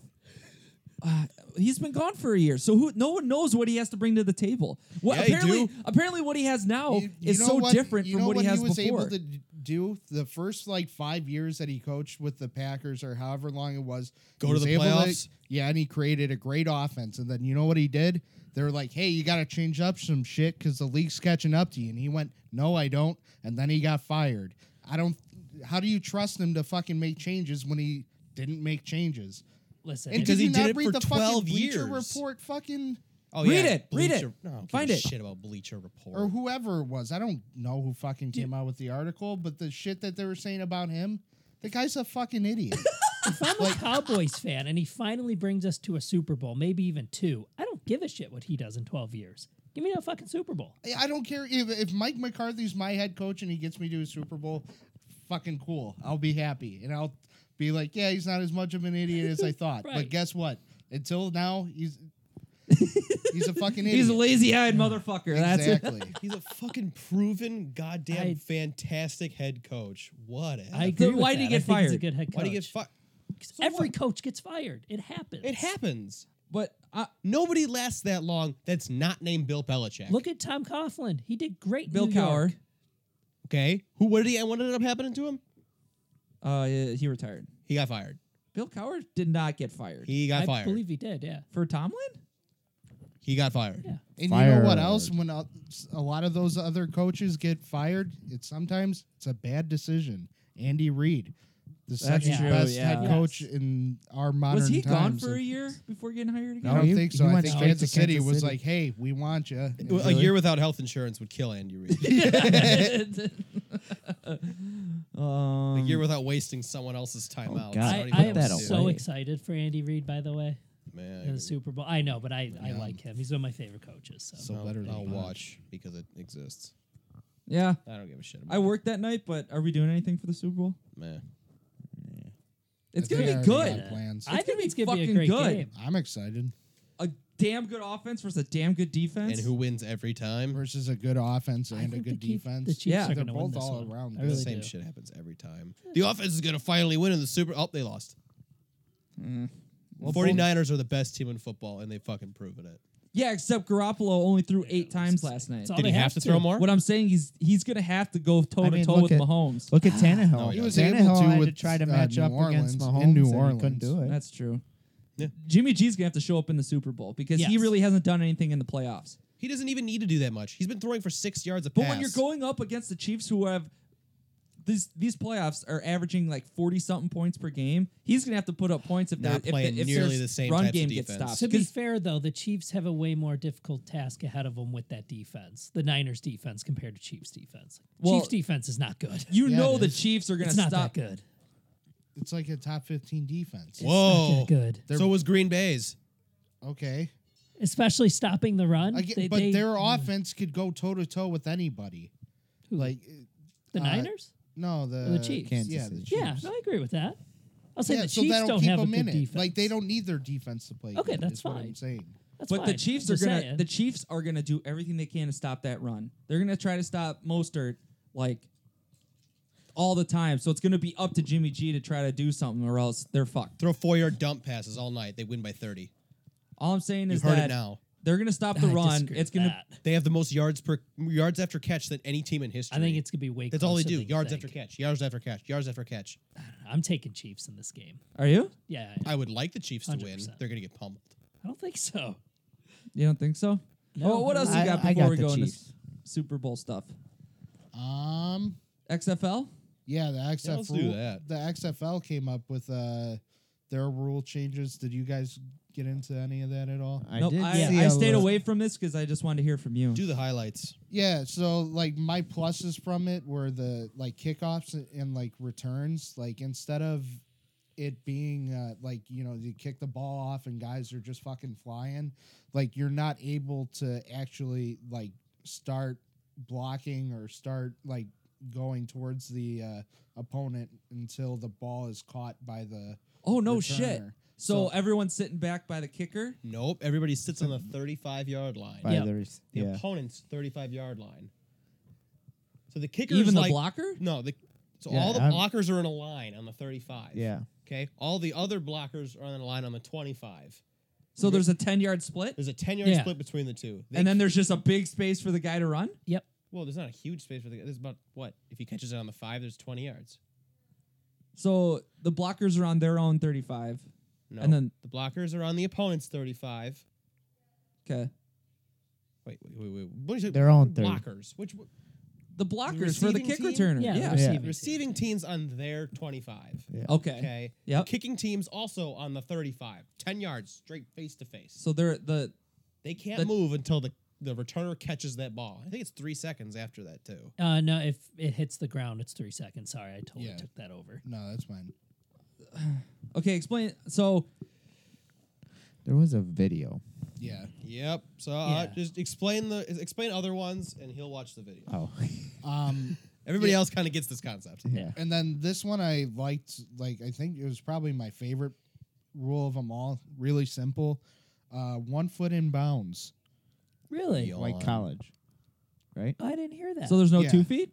[SPEAKER 1] Uh, he's been gone for a year, so who? No one knows what he has to bring to the table. What
[SPEAKER 4] Yeah, you
[SPEAKER 1] apparently,
[SPEAKER 4] do.
[SPEAKER 1] apparently, what he has
[SPEAKER 4] Oh,
[SPEAKER 1] now
[SPEAKER 3] you- you
[SPEAKER 1] is
[SPEAKER 3] know
[SPEAKER 1] so
[SPEAKER 3] what-
[SPEAKER 1] different
[SPEAKER 3] you
[SPEAKER 1] from
[SPEAKER 3] know
[SPEAKER 1] what he has
[SPEAKER 3] was
[SPEAKER 1] before.
[SPEAKER 3] able to d- do the first like five years that he coached with the Packers or however long it was.
[SPEAKER 4] Go
[SPEAKER 3] he
[SPEAKER 4] to
[SPEAKER 3] was
[SPEAKER 4] the
[SPEAKER 3] able
[SPEAKER 4] playoffs.
[SPEAKER 3] yeah, and he created a great offense. And then you know what he did? They were like, "Hey, you got to change up some shit because the league's catching up to you." And he went, "No, I don't." And then he got fired. I don't. How do you trust him to fucking make changes when he didn't make changes?
[SPEAKER 2] Listen,
[SPEAKER 3] And
[SPEAKER 2] if-
[SPEAKER 4] Because
[SPEAKER 3] did
[SPEAKER 4] he
[SPEAKER 3] you not
[SPEAKER 4] did it
[SPEAKER 3] read
[SPEAKER 4] for
[SPEAKER 3] the
[SPEAKER 4] 12
[SPEAKER 3] fucking Bleacher
[SPEAKER 4] years.
[SPEAKER 3] Report, fucking
[SPEAKER 4] Oh,
[SPEAKER 1] Read it, read
[SPEAKER 4] Bleacher-
[SPEAKER 1] it.
[SPEAKER 4] No, I don't give
[SPEAKER 1] Find
[SPEAKER 4] a
[SPEAKER 1] it.
[SPEAKER 4] Shit about Bleacher Report.
[SPEAKER 3] or whoever it was. I don't know who fucking came out with the article, but the shit that they were saying about him, the guy's a fucking idiot.
[SPEAKER 2] if I'm a Cowboys fan and he finally brings us to a Super Bowl, maybe even two, I don't give a shit what he does in 12 years. Give me that fucking Super Bowl.
[SPEAKER 3] I- I don't care if, if Mike McCarthy's my head coach and he gets me to a Super Bowl, fucking cool. I'll be happy and I'll be like, yeah, he's not as much of an idiot as I thought. But
[SPEAKER 2] Right.
[SPEAKER 3] guess what? Until now, he's he's a fucking idiot.
[SPEAKER 1] he's a lazy-eyed motherfucker. That's it.
[SPEAKER 3] exactly.
[SPEAKER 4] He's a fucking proven, goddamn,
[SPEAKER 2] I-
[SPEAKER 4] fantastic head coach. What? a-
[SPEAKER 2] I agree.
[SPEAKER 1] Then
[SPEAKER 2] with
[SPEAKER 1] why'd he
[SPEAKER 2] that.
[SPEAKER 1] get
[SPEAKER 2] I think he's a
[SPEAKER 1] fired?
[SPEAKER 2] good head
[SPEAKER 4] Why do you get
[SPEAKER 2] coach.
[SPEAKER 4] fired?
[SPEAKER 2] 'Cause Every coach gets fired. It happens.
[SPEAKER 4] It happens.
[SPEAKER 1] But uh,
[SPEAKER 4] Nobody lasts that long. That's not named Bill Belichick.
[SPEAKER 2] Look at Tom Coughlin. He did great. in
[SPEAKER 1] Bill
[SPEAKER 2] New
[SPEAKER 1] Cowher,
[SPEAKER 2] York.
[SPEAKER 4] okay, who? What did he? What ended up happening to him?
[SPEAKER 1] uh, he retired.
[SPEAKER 4] He got fired.
[SPEAKER 1] Bill Cowher did not get fired
[SPEAKER 4] He got
[SPEAKER 2] I
[SPEAKER 4] fired.
[SPEAKER 2] believe he did. Yeah.
[SPEAKER 1] for Tomlin.
[SPEAKER 4] he got fired.
[SPEAKER 2] Yeah.
[SPEAKER 3] And you know what else? When a a lot of those other coaches get fired, it's sometimes it's a bad decision. Andy Reid, the second
[SPEAKER 2] true,
[SPEAKER 3] best
[SPEAKER 1] yeah.
[SPEAKER 3] head
[SPEAKER 2] Yes.
[SPEAKER 3] coach in our modern
[SPEAKER 1] Was he gone
[SPEAKER 3] times.
[SPEAKER 1] for a year before getting hired
[SPEAKER 3] I
[SPEAKER 1] again?
[SPEAKER 5] No,
[SPEAKER 3] don't
[SPEAKER 5] he-
[SPEAKER 3] think
[SPEAKER 5] he
[SPEAKER 3] so. I
[SPEAKER 5] went
[SPEAKER 3] think
[SPEAKER 5] straight
[SPEAKER 3] Kansas
[SPEAKER 5] to
[SPEAKER 3] City
[SPEAKER 5] Kansas
[SPEAKER 3] was
[SPEAKER 5] City.
[SPEAKER 3] like, "Hey, we want you."
[SPEAKER 4] A year without health insurance would kill Andy Reid. a year without wasting someone else's time out.
[SPEAKER 5] God.
[SPEAKER 4] I
[SPEAKER 2] I,
[SPEAKER 4] don't
[SPEAKER 2] I
[SPEAKER 4] even know
[SPEAKER 2] am
[SPEAKER 4] what
[SPEAKER 5] that'll
[SPEAKER 4] to
[SPEAKER 2] so
[SPEAKER 4] do.
[SPEAKER 5] work.
[SPEAKER 2] excited for Andy Reid, by the way, in
[SPEAKER 4] Man,
[SPEAKER 2] the Super Bowl. I know, but I, I like him. He's one of my favorite coaches. So,
[SPEAKER 3] So better
[SPEAKER 4] I'll,
[SPEAKER 3] than
[SPEAKER 4] I'll
[SPEAKER 3] mine.
[SPEAKER 4] watch because it exists.
[SPEAKER 1] yeah,
[SPEAKER 4] I don't give a shit. About
[SPEAKER 1] I worked that night. But are we doing anything for the Super Bowl?
[SPEAKER 4] it. Man.
[SPEAKER 1] It's
[SPEAKER 3] I
[SPEAKER 1] gonna
[SPEAKER 3] think
[SPEAKER 1] be
[SPEAKER 3] I already
[SPEAKER 1] good.
[SPEAKER 3] got Plans.
[SPEAKER 2] I
[SPEAKER 1] It's gonna
[SPEAKER 2] think
[SPEAKER 1] be
[SPEAKER 2] it's gonna be a
[SPEAKER 1] fucking
[SPEAKER 2] great
[SPEAKER 1] good.
[SPEAKER 2] game.
[SPEAKER 3] I'm excited.
[SPEAKER 1] A damn good offense versus a damn good defense.
[SPEAKER 4] And who wins every time?
[SPEAKER 3] Versus a good offense
[SPEAKER 2] I
[SPEAKER 3] and a
[SPEAKER 2] think
[SPEAKER 3] good
[SPEAKER 2] the Chiefs-
[SPEAKER 3] defense.
[SPEAKER 2] The Chiefs
[SPEAKER 1] Yeah.
[SPEAKER 2] are
[SPEAKER 3] They're
[SPEAKER 2] going to win
[SPEAKER 3] both
[SPEAKER 2] this
[SPEAKER 3] all
[SPEAKER 2] one.
[SPEAKER 3] around
[SPEAKER 2] I
[SPEAKER 3] good.
[SPEAKER 2] really
[SPEAKER 4] Same
[SPEAKER 2] do.
[SPEAKER 4] shit happens every time. The offense is going to finally win in the Super. Oh, they lost. Forty 49ers are the best team in football, and they've fucking proven it.
[SPEAKER 1] Yeah, except Garoppolo only threw eight times last night.
[SPEAKER 2] It's all
[SPEAKER 4] Did
[SPEAKER 2] they
[SPEAKER 4] he have to throw more?
[SPEAKER 1] What I'm saying is he's gonna have to go toe
[SPEAKER 5] I
[SPEAKER 1] to
[SPEAKER 5] mean,
[SPEAKER 1] toe
[SPEAKER 5] look
[SPEAKER 1] with
[SPEAKER 5] at-
[SPEAKER 1] Mahomes.
[SPEAKER 5] Look at Tannehill.
[SPEAKER 4] he
[SPEAKER 5] Tannehill
[SPEAKER 3] was able to
[SPEAKER 5] had
[SPEAKER 3] with,
[SPEAKER 5] try to
[SPEAKER 3] uh,
[SPEAKER 5] match
[SPEAKER 3] New
[SPEAKER 5] up
[SPEAKER 3] Orleans
[SPEAKER 5] against Mahomes
[SPEAKER 3] in New
[SPEAKER 5] and he
[SPEAKER 3] Orleans.
[SPEAKER 5] couldn't do it.
[SPEAKER 1] That's true.
[SPEAKER 4] Yeah.
[SPEAKER 1] Jimmy G's gonna have to show up in the Super Bowl because he
[SPEAKER 2] Yes.
[SPEAKER 1] really hasn't done anything in the playoffs.
[SPEAKER 4] He doesn't even need to do that much. He's been throwing for six yards a
[SPEAKER 1] But
[SPEAKER 4] pass.
[SPEAKER 1] when you're going up against the Chiefs, who have these these playoffs are averaging like forty something points per game, he's gonna have to put up points if
[SPEAKER 4] Not
[SPEAKER 1] they're- if
[SPEAKER 4] playing
[SPEAKER 1] they, if
[SPEAKER 4] nearly
[SPEAKER 1] their
[SPEAKER 4] the same
[SPEAKER 1] run
[SPEAKER 4] types of
[SPEAKER 1] game gets
[SPEAKER 4] defense.
[SPEAKER 1] stopped.
[SPEAKER 2] To be
[SPEAKER 1] 'Cause-
[SPEAKER 2] fair, though, the Chiefs have a way more difficult task ahead of them with that defense. The Niners' defense compared to Chiefs' defense.
[SPEAKER 1] Well-
[SPEAKER 2] Chiefs' defense is not good.
[SPEAKER 1] you
[SPEAKER 3] Yeah,
[SPEAKER 1] know
[SPEAKER 3] it
[SPEAKER 1] the
[SPEAKER 3] is.
[SPEAKER 1] Chiefs are gonna
[SPEAKER 2] it's not
[SPEAKER 1] stop.
[SPEAKER 2] that good.
[SPEAKER 3] It's like a top 15 defense.
[SPEAKER 4] Whoa.
[SPEAKER 2] Not that good.
[SPEAKER 4] so was Green Bay's.
[SPEAKER 3] Okay.
[SPEAKER 2] Especially stopping the run.
[SPEAKER 3] I get-
[SPEAKER 2] They-
[SPEAKER 3] but
[SPEAKER 2] they-
[SPEAKER 3] their offense could go toe to toe with anybody. Like
[SPEAKER 2] The
[SPEAKER 3] Uh,
[SPEAKER 2] Niners?
[SPEAKER 3] No, the,
[SPEAKER 2] Or Oh, the Chiefs.
[SPEAKER 5] Kansas
[SPEAKER 3] Yeah, the
[SPEAKER 5] City.
[SPEAKER 3] Chiefs.
[SPEAKER 2] Yeah, no, I agree with that. I'll say
[SPEAKER 3] yeah,
[SPEAKER 2] the
[SPEAKER 3] so
[SPEAKER 2] Chiefs
[SPEAKER 3] that'll
[SPEAKER 2] don't
[SPEAKER 3] keep
[SPEAKER 2] have a
[SPEAKER 3] them
[SPEAKER 2] good
[SPEAKER 3] in it.
[SPEAKER 2] defense.
[SPEAKER 3] Like they don't need their defense to play.
[SPEAKER 2] Okay,
[SPEAKER 3] good,
[SPEAKER 2] that's
[SPEAKER 3] is what I'm
[SPEAKER 2] fine.
[SPEAKER 3] saying.
[SPEAKER 2] That's
[SPEAKER 1] but the
[SPEAKER 2] fine.
[SPEAKER 1] Chiefs are
[SPEAKER 2] Just
[SPEAKER 1] gonna
[SPEAKER 2] saying.
[SPEAKER 1] the Chiefs are gonna do everything they can to stop that run. They're gonna try to stop Mostert like all the time. So it's gonna be up to Jimmy G to try to do something, or else they're fucked.
[SPEAKER 4] Throw four yard dump passes all night. They win by 30.
[SPEAKER 1] All I'm saying
[SPEAKER 4] You
[SPEAKER 1] is
[SPEAKER 4] heard
[SPEAKER 1] that
[SPEAKER 4] it now.
[SPEAKER 1] they're gonna stop the
[SPEAKER 2] I
[SPEAKER 1] run.
[SPEAKER 2] disagree
[SPEAKER 1] It's
[SPEAKER 2] with
[SPEAKER 1] gonna
[SPEAKER 2] that.
[SPEAKER 4] They have the most yards per yards after catch than any team in history.
[SPEAKER 2] I think it's gonna be way.
[SPEAKER 4] that's all they
[SPEAKER 2] closer
[SPEAKER 4] do.
[SPEAKER 2] than you
[SPEAKER 4] Yards
[SPEAKER 2] think.
[SPEAKER 4] after catch. Yards after catch. Yards after catch.
[SPEAKER 2] I'm taking Chiefs in this game.
[SPEAKER 1] Are you?
[SPEAKER 2] Yeah, I-
[SPEAKER 4] I would like the Chiefs to win.
[SPEAKER 2] 100%.
[SPEAKER 4] They're going to get pummeled.
[SPEAKER 2] I don't think so.
[SPEAKER 1] You don't think so?
[SPEAKER 2] No.
[SPEAKER 1] oh, what else
[SPEAKER 5] I-
[SPEAKER 1] you got
[SPEAKER 5] I
[SPEAKER 1] before
[SPEAKER 5] got
[SPEAKER 1] we
[SPEAKER 5] the
[SPEAKER 1] go into
[SPEAKER 5] Chiefs.
[SPEAKER 1] s- Super Bowl stuff?
[SPEAKER 3] Um,
[SPEAKER 1] XFL.
[SPEAKER 3] yeah, the XF
[SPEAKER 4] let's do
[SPEAKER 3] rule,
[SPEAKER 4] that.
[SPEAKER 3] the XFL came up with uh their rule changes. Did you guys get into any of that at all?
[SPEAKER 5] I
[SPEAKER 1] nope,
[SPEAKER 5] did
[SPEAKER 1] I,
[SPEAKER 5] see
[SPEAKER 1] I
[SPEAKER 5] a
[SPEAKER 1] stayed
[SPEAKER 5] little-
[SPEAKER 1] away from this because I just wanted to hear from you.
[SPEAKER 4] Do the highlights.
[SPEAKER 3] Yeah, so like my pluses from it were the like kickoffs and, and like returns. Like instead of it being uh, like you know you kick the ball off and guys are just fucking flying, like you're not able to actually like start blocking or start like going towards the uh, opponent until the ball is caught by the
[SPEAKER 1] oh no shit!
[SPEAKER 3] returner.
[SPEAKER 1] So,
[SPEAKER 3] So-
[SPEAKER 1] everyone's sitting back by the kicker.
[SPEAKER 4] Nope. Everybody sits on the 35 yard line.
[SPEAKER 5] By
[SPEAKER 2] Yeah.
[SPEAKER 5] the res-
[SPEAKER 4] The
[SPEAKER 5] yeah.
[SPEAKER 4] opponent's 35 yard line. So the kicker is
[SPEAKER 1] Even the
[SPEAKER 4] like,
[SPEAKER 1] blocker.
[SPEAKER 4] No, the so
[SPEAKER 5] Yeah,
[SPEAKER 4] all the
[SPEAKER 5] I'm-
[SPEAKER 4] blockers are in a line on the 35.
[SPEAKER 5] Yeah.
[SPEAKER 4] Okay. All the other blockers are in a line on the 25.
[SPEAKER 1] So there's a ten yard split,
[SPEAKER 4] There's a 10 yard
[SPEAKER 2] Yeah.
[SPEAKER 4] split between the two. They
[SPEAKER 1] and then there's just a big space for the guy to run.
[SPEAKER 2] Yep.
[SPEAKER 4] Well, there's not a huge space for the. There's about what if he catches it on the five? There's twenty yards.
[SPEAKER 1] So the blockers are on their own thirty five.
[SPEAKER 4] No,
[SPEAKER 1] And then-
[SPEAKER 4] the blockers are on the opponent's thirty-five.
[SPEAKER 1] Okay.
[SPEAKER 4] Wait, wait, wait, wait. What is it?
[SPEAKER 5] Their own 30.
[SPEAKER 4] blockers. Which w-
[SPEAKER 1] The blockers for the
[SPEAKER 4] receiving
[SPEAKER 1] kick
[SPEAKER 4] team?
[SPEAKER 1] returner. Yeah.
[SPEAKER 2] Yeah, the
[SPEAKER 5] Yeah.
[SPEAKER 2] receiving. team.
[SPEAKER 4] receiving teams on their twenty-five.
[SPEAKER 1] Okay.
[SPEAKER 4] Okay. Yeah.
[SPEAKER 1] Yep.
[SPEAKER 4] Kicking teams also on the thirty-five. Ten yards straight face to face.
[SPEAKER 1] So they're the
[SPEAKER 4] They can't
[SPEAKER 1] The-
[SPEAKER 4] move until the the returner catches that ball. I think it's three seconds after that too.
[SPEAKER 2] Uh, no, if it hits the ground, it's three seconds. Sorry, I totally
[SPEAKER 3] Yeah.
[SPEAKER 2] took that over.
[SPEAKER 3] No, that's fine.
[SPEAKER 1] okay. Explain. So
[SPEAKER 5] There was a video.
[SPEAKER 3] Yeah.
[SPEAKER 4] Yep. So uh,
[SPEAKER 2] Yeah.
[SPEAKER 4] just explain the explain other ones, and he'll watch the video.
[SPEAKER 5] Oh,
[SPEAKER 3] Um.
[SPEAKER 4] Everybody else kind of gets this concept.
[SPEAKER 5] yeah.
[SPEAKER 3] And then this one I liked, like I think it was probably my favorite rule of them all. Really simple, uh, one foot in bounds.
[SPEAKER 2] Really?
[SPEAKER 5] Like college, right?
[SPEAKER 2] I didn't hear that.
[SPEAKER 1] so there's no
[SPEAKER 3] Yeah.
[SPEAKER 1] two feet.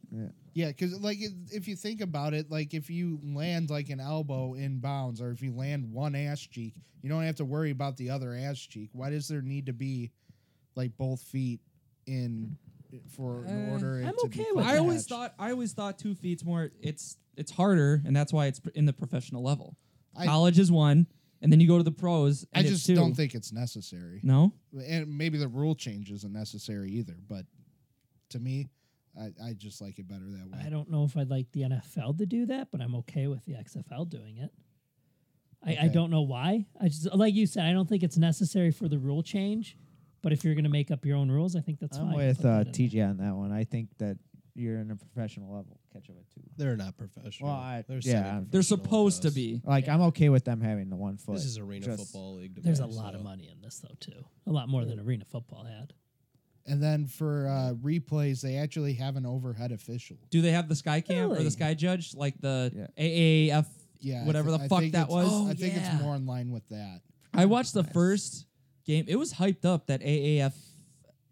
[SPEAKER 3] Yeah, because like if- if you think about it, like if you land like an elbow in bounds, or if you land one ass cheek, you don't have to worry about the other ass cheek. Why does there need to be like both feet in for in
[SPEAKER 1] Uh,
[SPEAKER 3] order? it
[SPEAKER 2] I'm
[SPEAKER 3] to
[SPEAKER 2] okay
[SPEAKER 3] be
[SPEAKER 2] with
[SPEAKER 1] I
[SPEAKER 2] that.
[SPEAKER 1] always
[SPEAKER 3] catch?
[SPEAKER 1] thought I always thought two feet's more. It's it's harder, and that's why it's pr- in the professional level.
[SPEAKER 3] I-
[SPEAKER 1] College is one, and then you go to the pros.
[SPEAKER 3] I
[SPEAKER 1] and it's
[SPEAKER 3] just do
[SPEAKER 1] two.
[SPEAKER 3] don't think it's necessary.
[SPEAKER 1] No.
[SPEAKER 3] and maybe the rule change isn't necessary either. But to me, I, I just like it better that way.
[SPEAKER 2] I don't know if I'd like the NFL to do that, but I'm okay with the XFL doing it. I, I
[SPEAKER 3] Okay.
[SPEAKER 2] don't know why. I just like you said, I don't think it's necessary for the rule change. But if you're going to make up your own rules, Oh, I think that's
[SPEAKER 5] I'm
[SPEAKER 2] fine.
[SPEAKER 5] with
[SPEAKER 2] Put that
[SPEAKER 5] uh,
[SPEAKER 2] in there.
[SPEAKER 5] TJ on that one. I think that you're in a professional level. Catch up with two.
[SPEAKER 4] They're not professional.
[SPEAKER 5] Well, I-
[SPEAKER 4] they're
[SPEAKER 5] yeah,
[SPEAKER 4] semi-professional
[SPEAKER 1] They're supposed to
[SPEAKER 4] with us.
[SPEAKER 1] be.
[SPEAKER 5] Like I'm okay with them having the one foot.
[SPEAKER 4] This is arena
[SPEAKER 5] Just-
[SPEAKER 4] football league. to
[SPEAKER 2] There's a
[SPEAKER 4] me,
[SPEAKER 2] lot of
[SPEAKER 4] so-
[SPEAKER 2] money in this though too. A lot more than arena football had.
[SPEAKER 3] And then for uh, replays, they actually have an overhead official.
[SPEAKER 1] Do they have the sky cam or
[SPEAKER 2] Really?
[SPEAKER 1] the sky judge like the
[SPEAKER 5] Yeah.
[SPEAKER 1] AAF?
[SPEAKER 3] Yeah, I
[SPEAKER 1] Whatever
[SPEAKER 3] thi-
[SPEAKER 1] the
[SPEAKER 3] I
[SPEAKER 1] fuck
[SPEAKER 3] think
[SPEAKER 1] that
[SPEAKER 3] it's-
[SPEAKER 1] was.
[SPEAKER 2] Oh,
[SPEAKER 3] I think
[SPEAKER 2] yeah.
[SPEAKER 3] it's more in line with that.
[SPEAKER 1] I watched the first game. It was hyped up that AAF,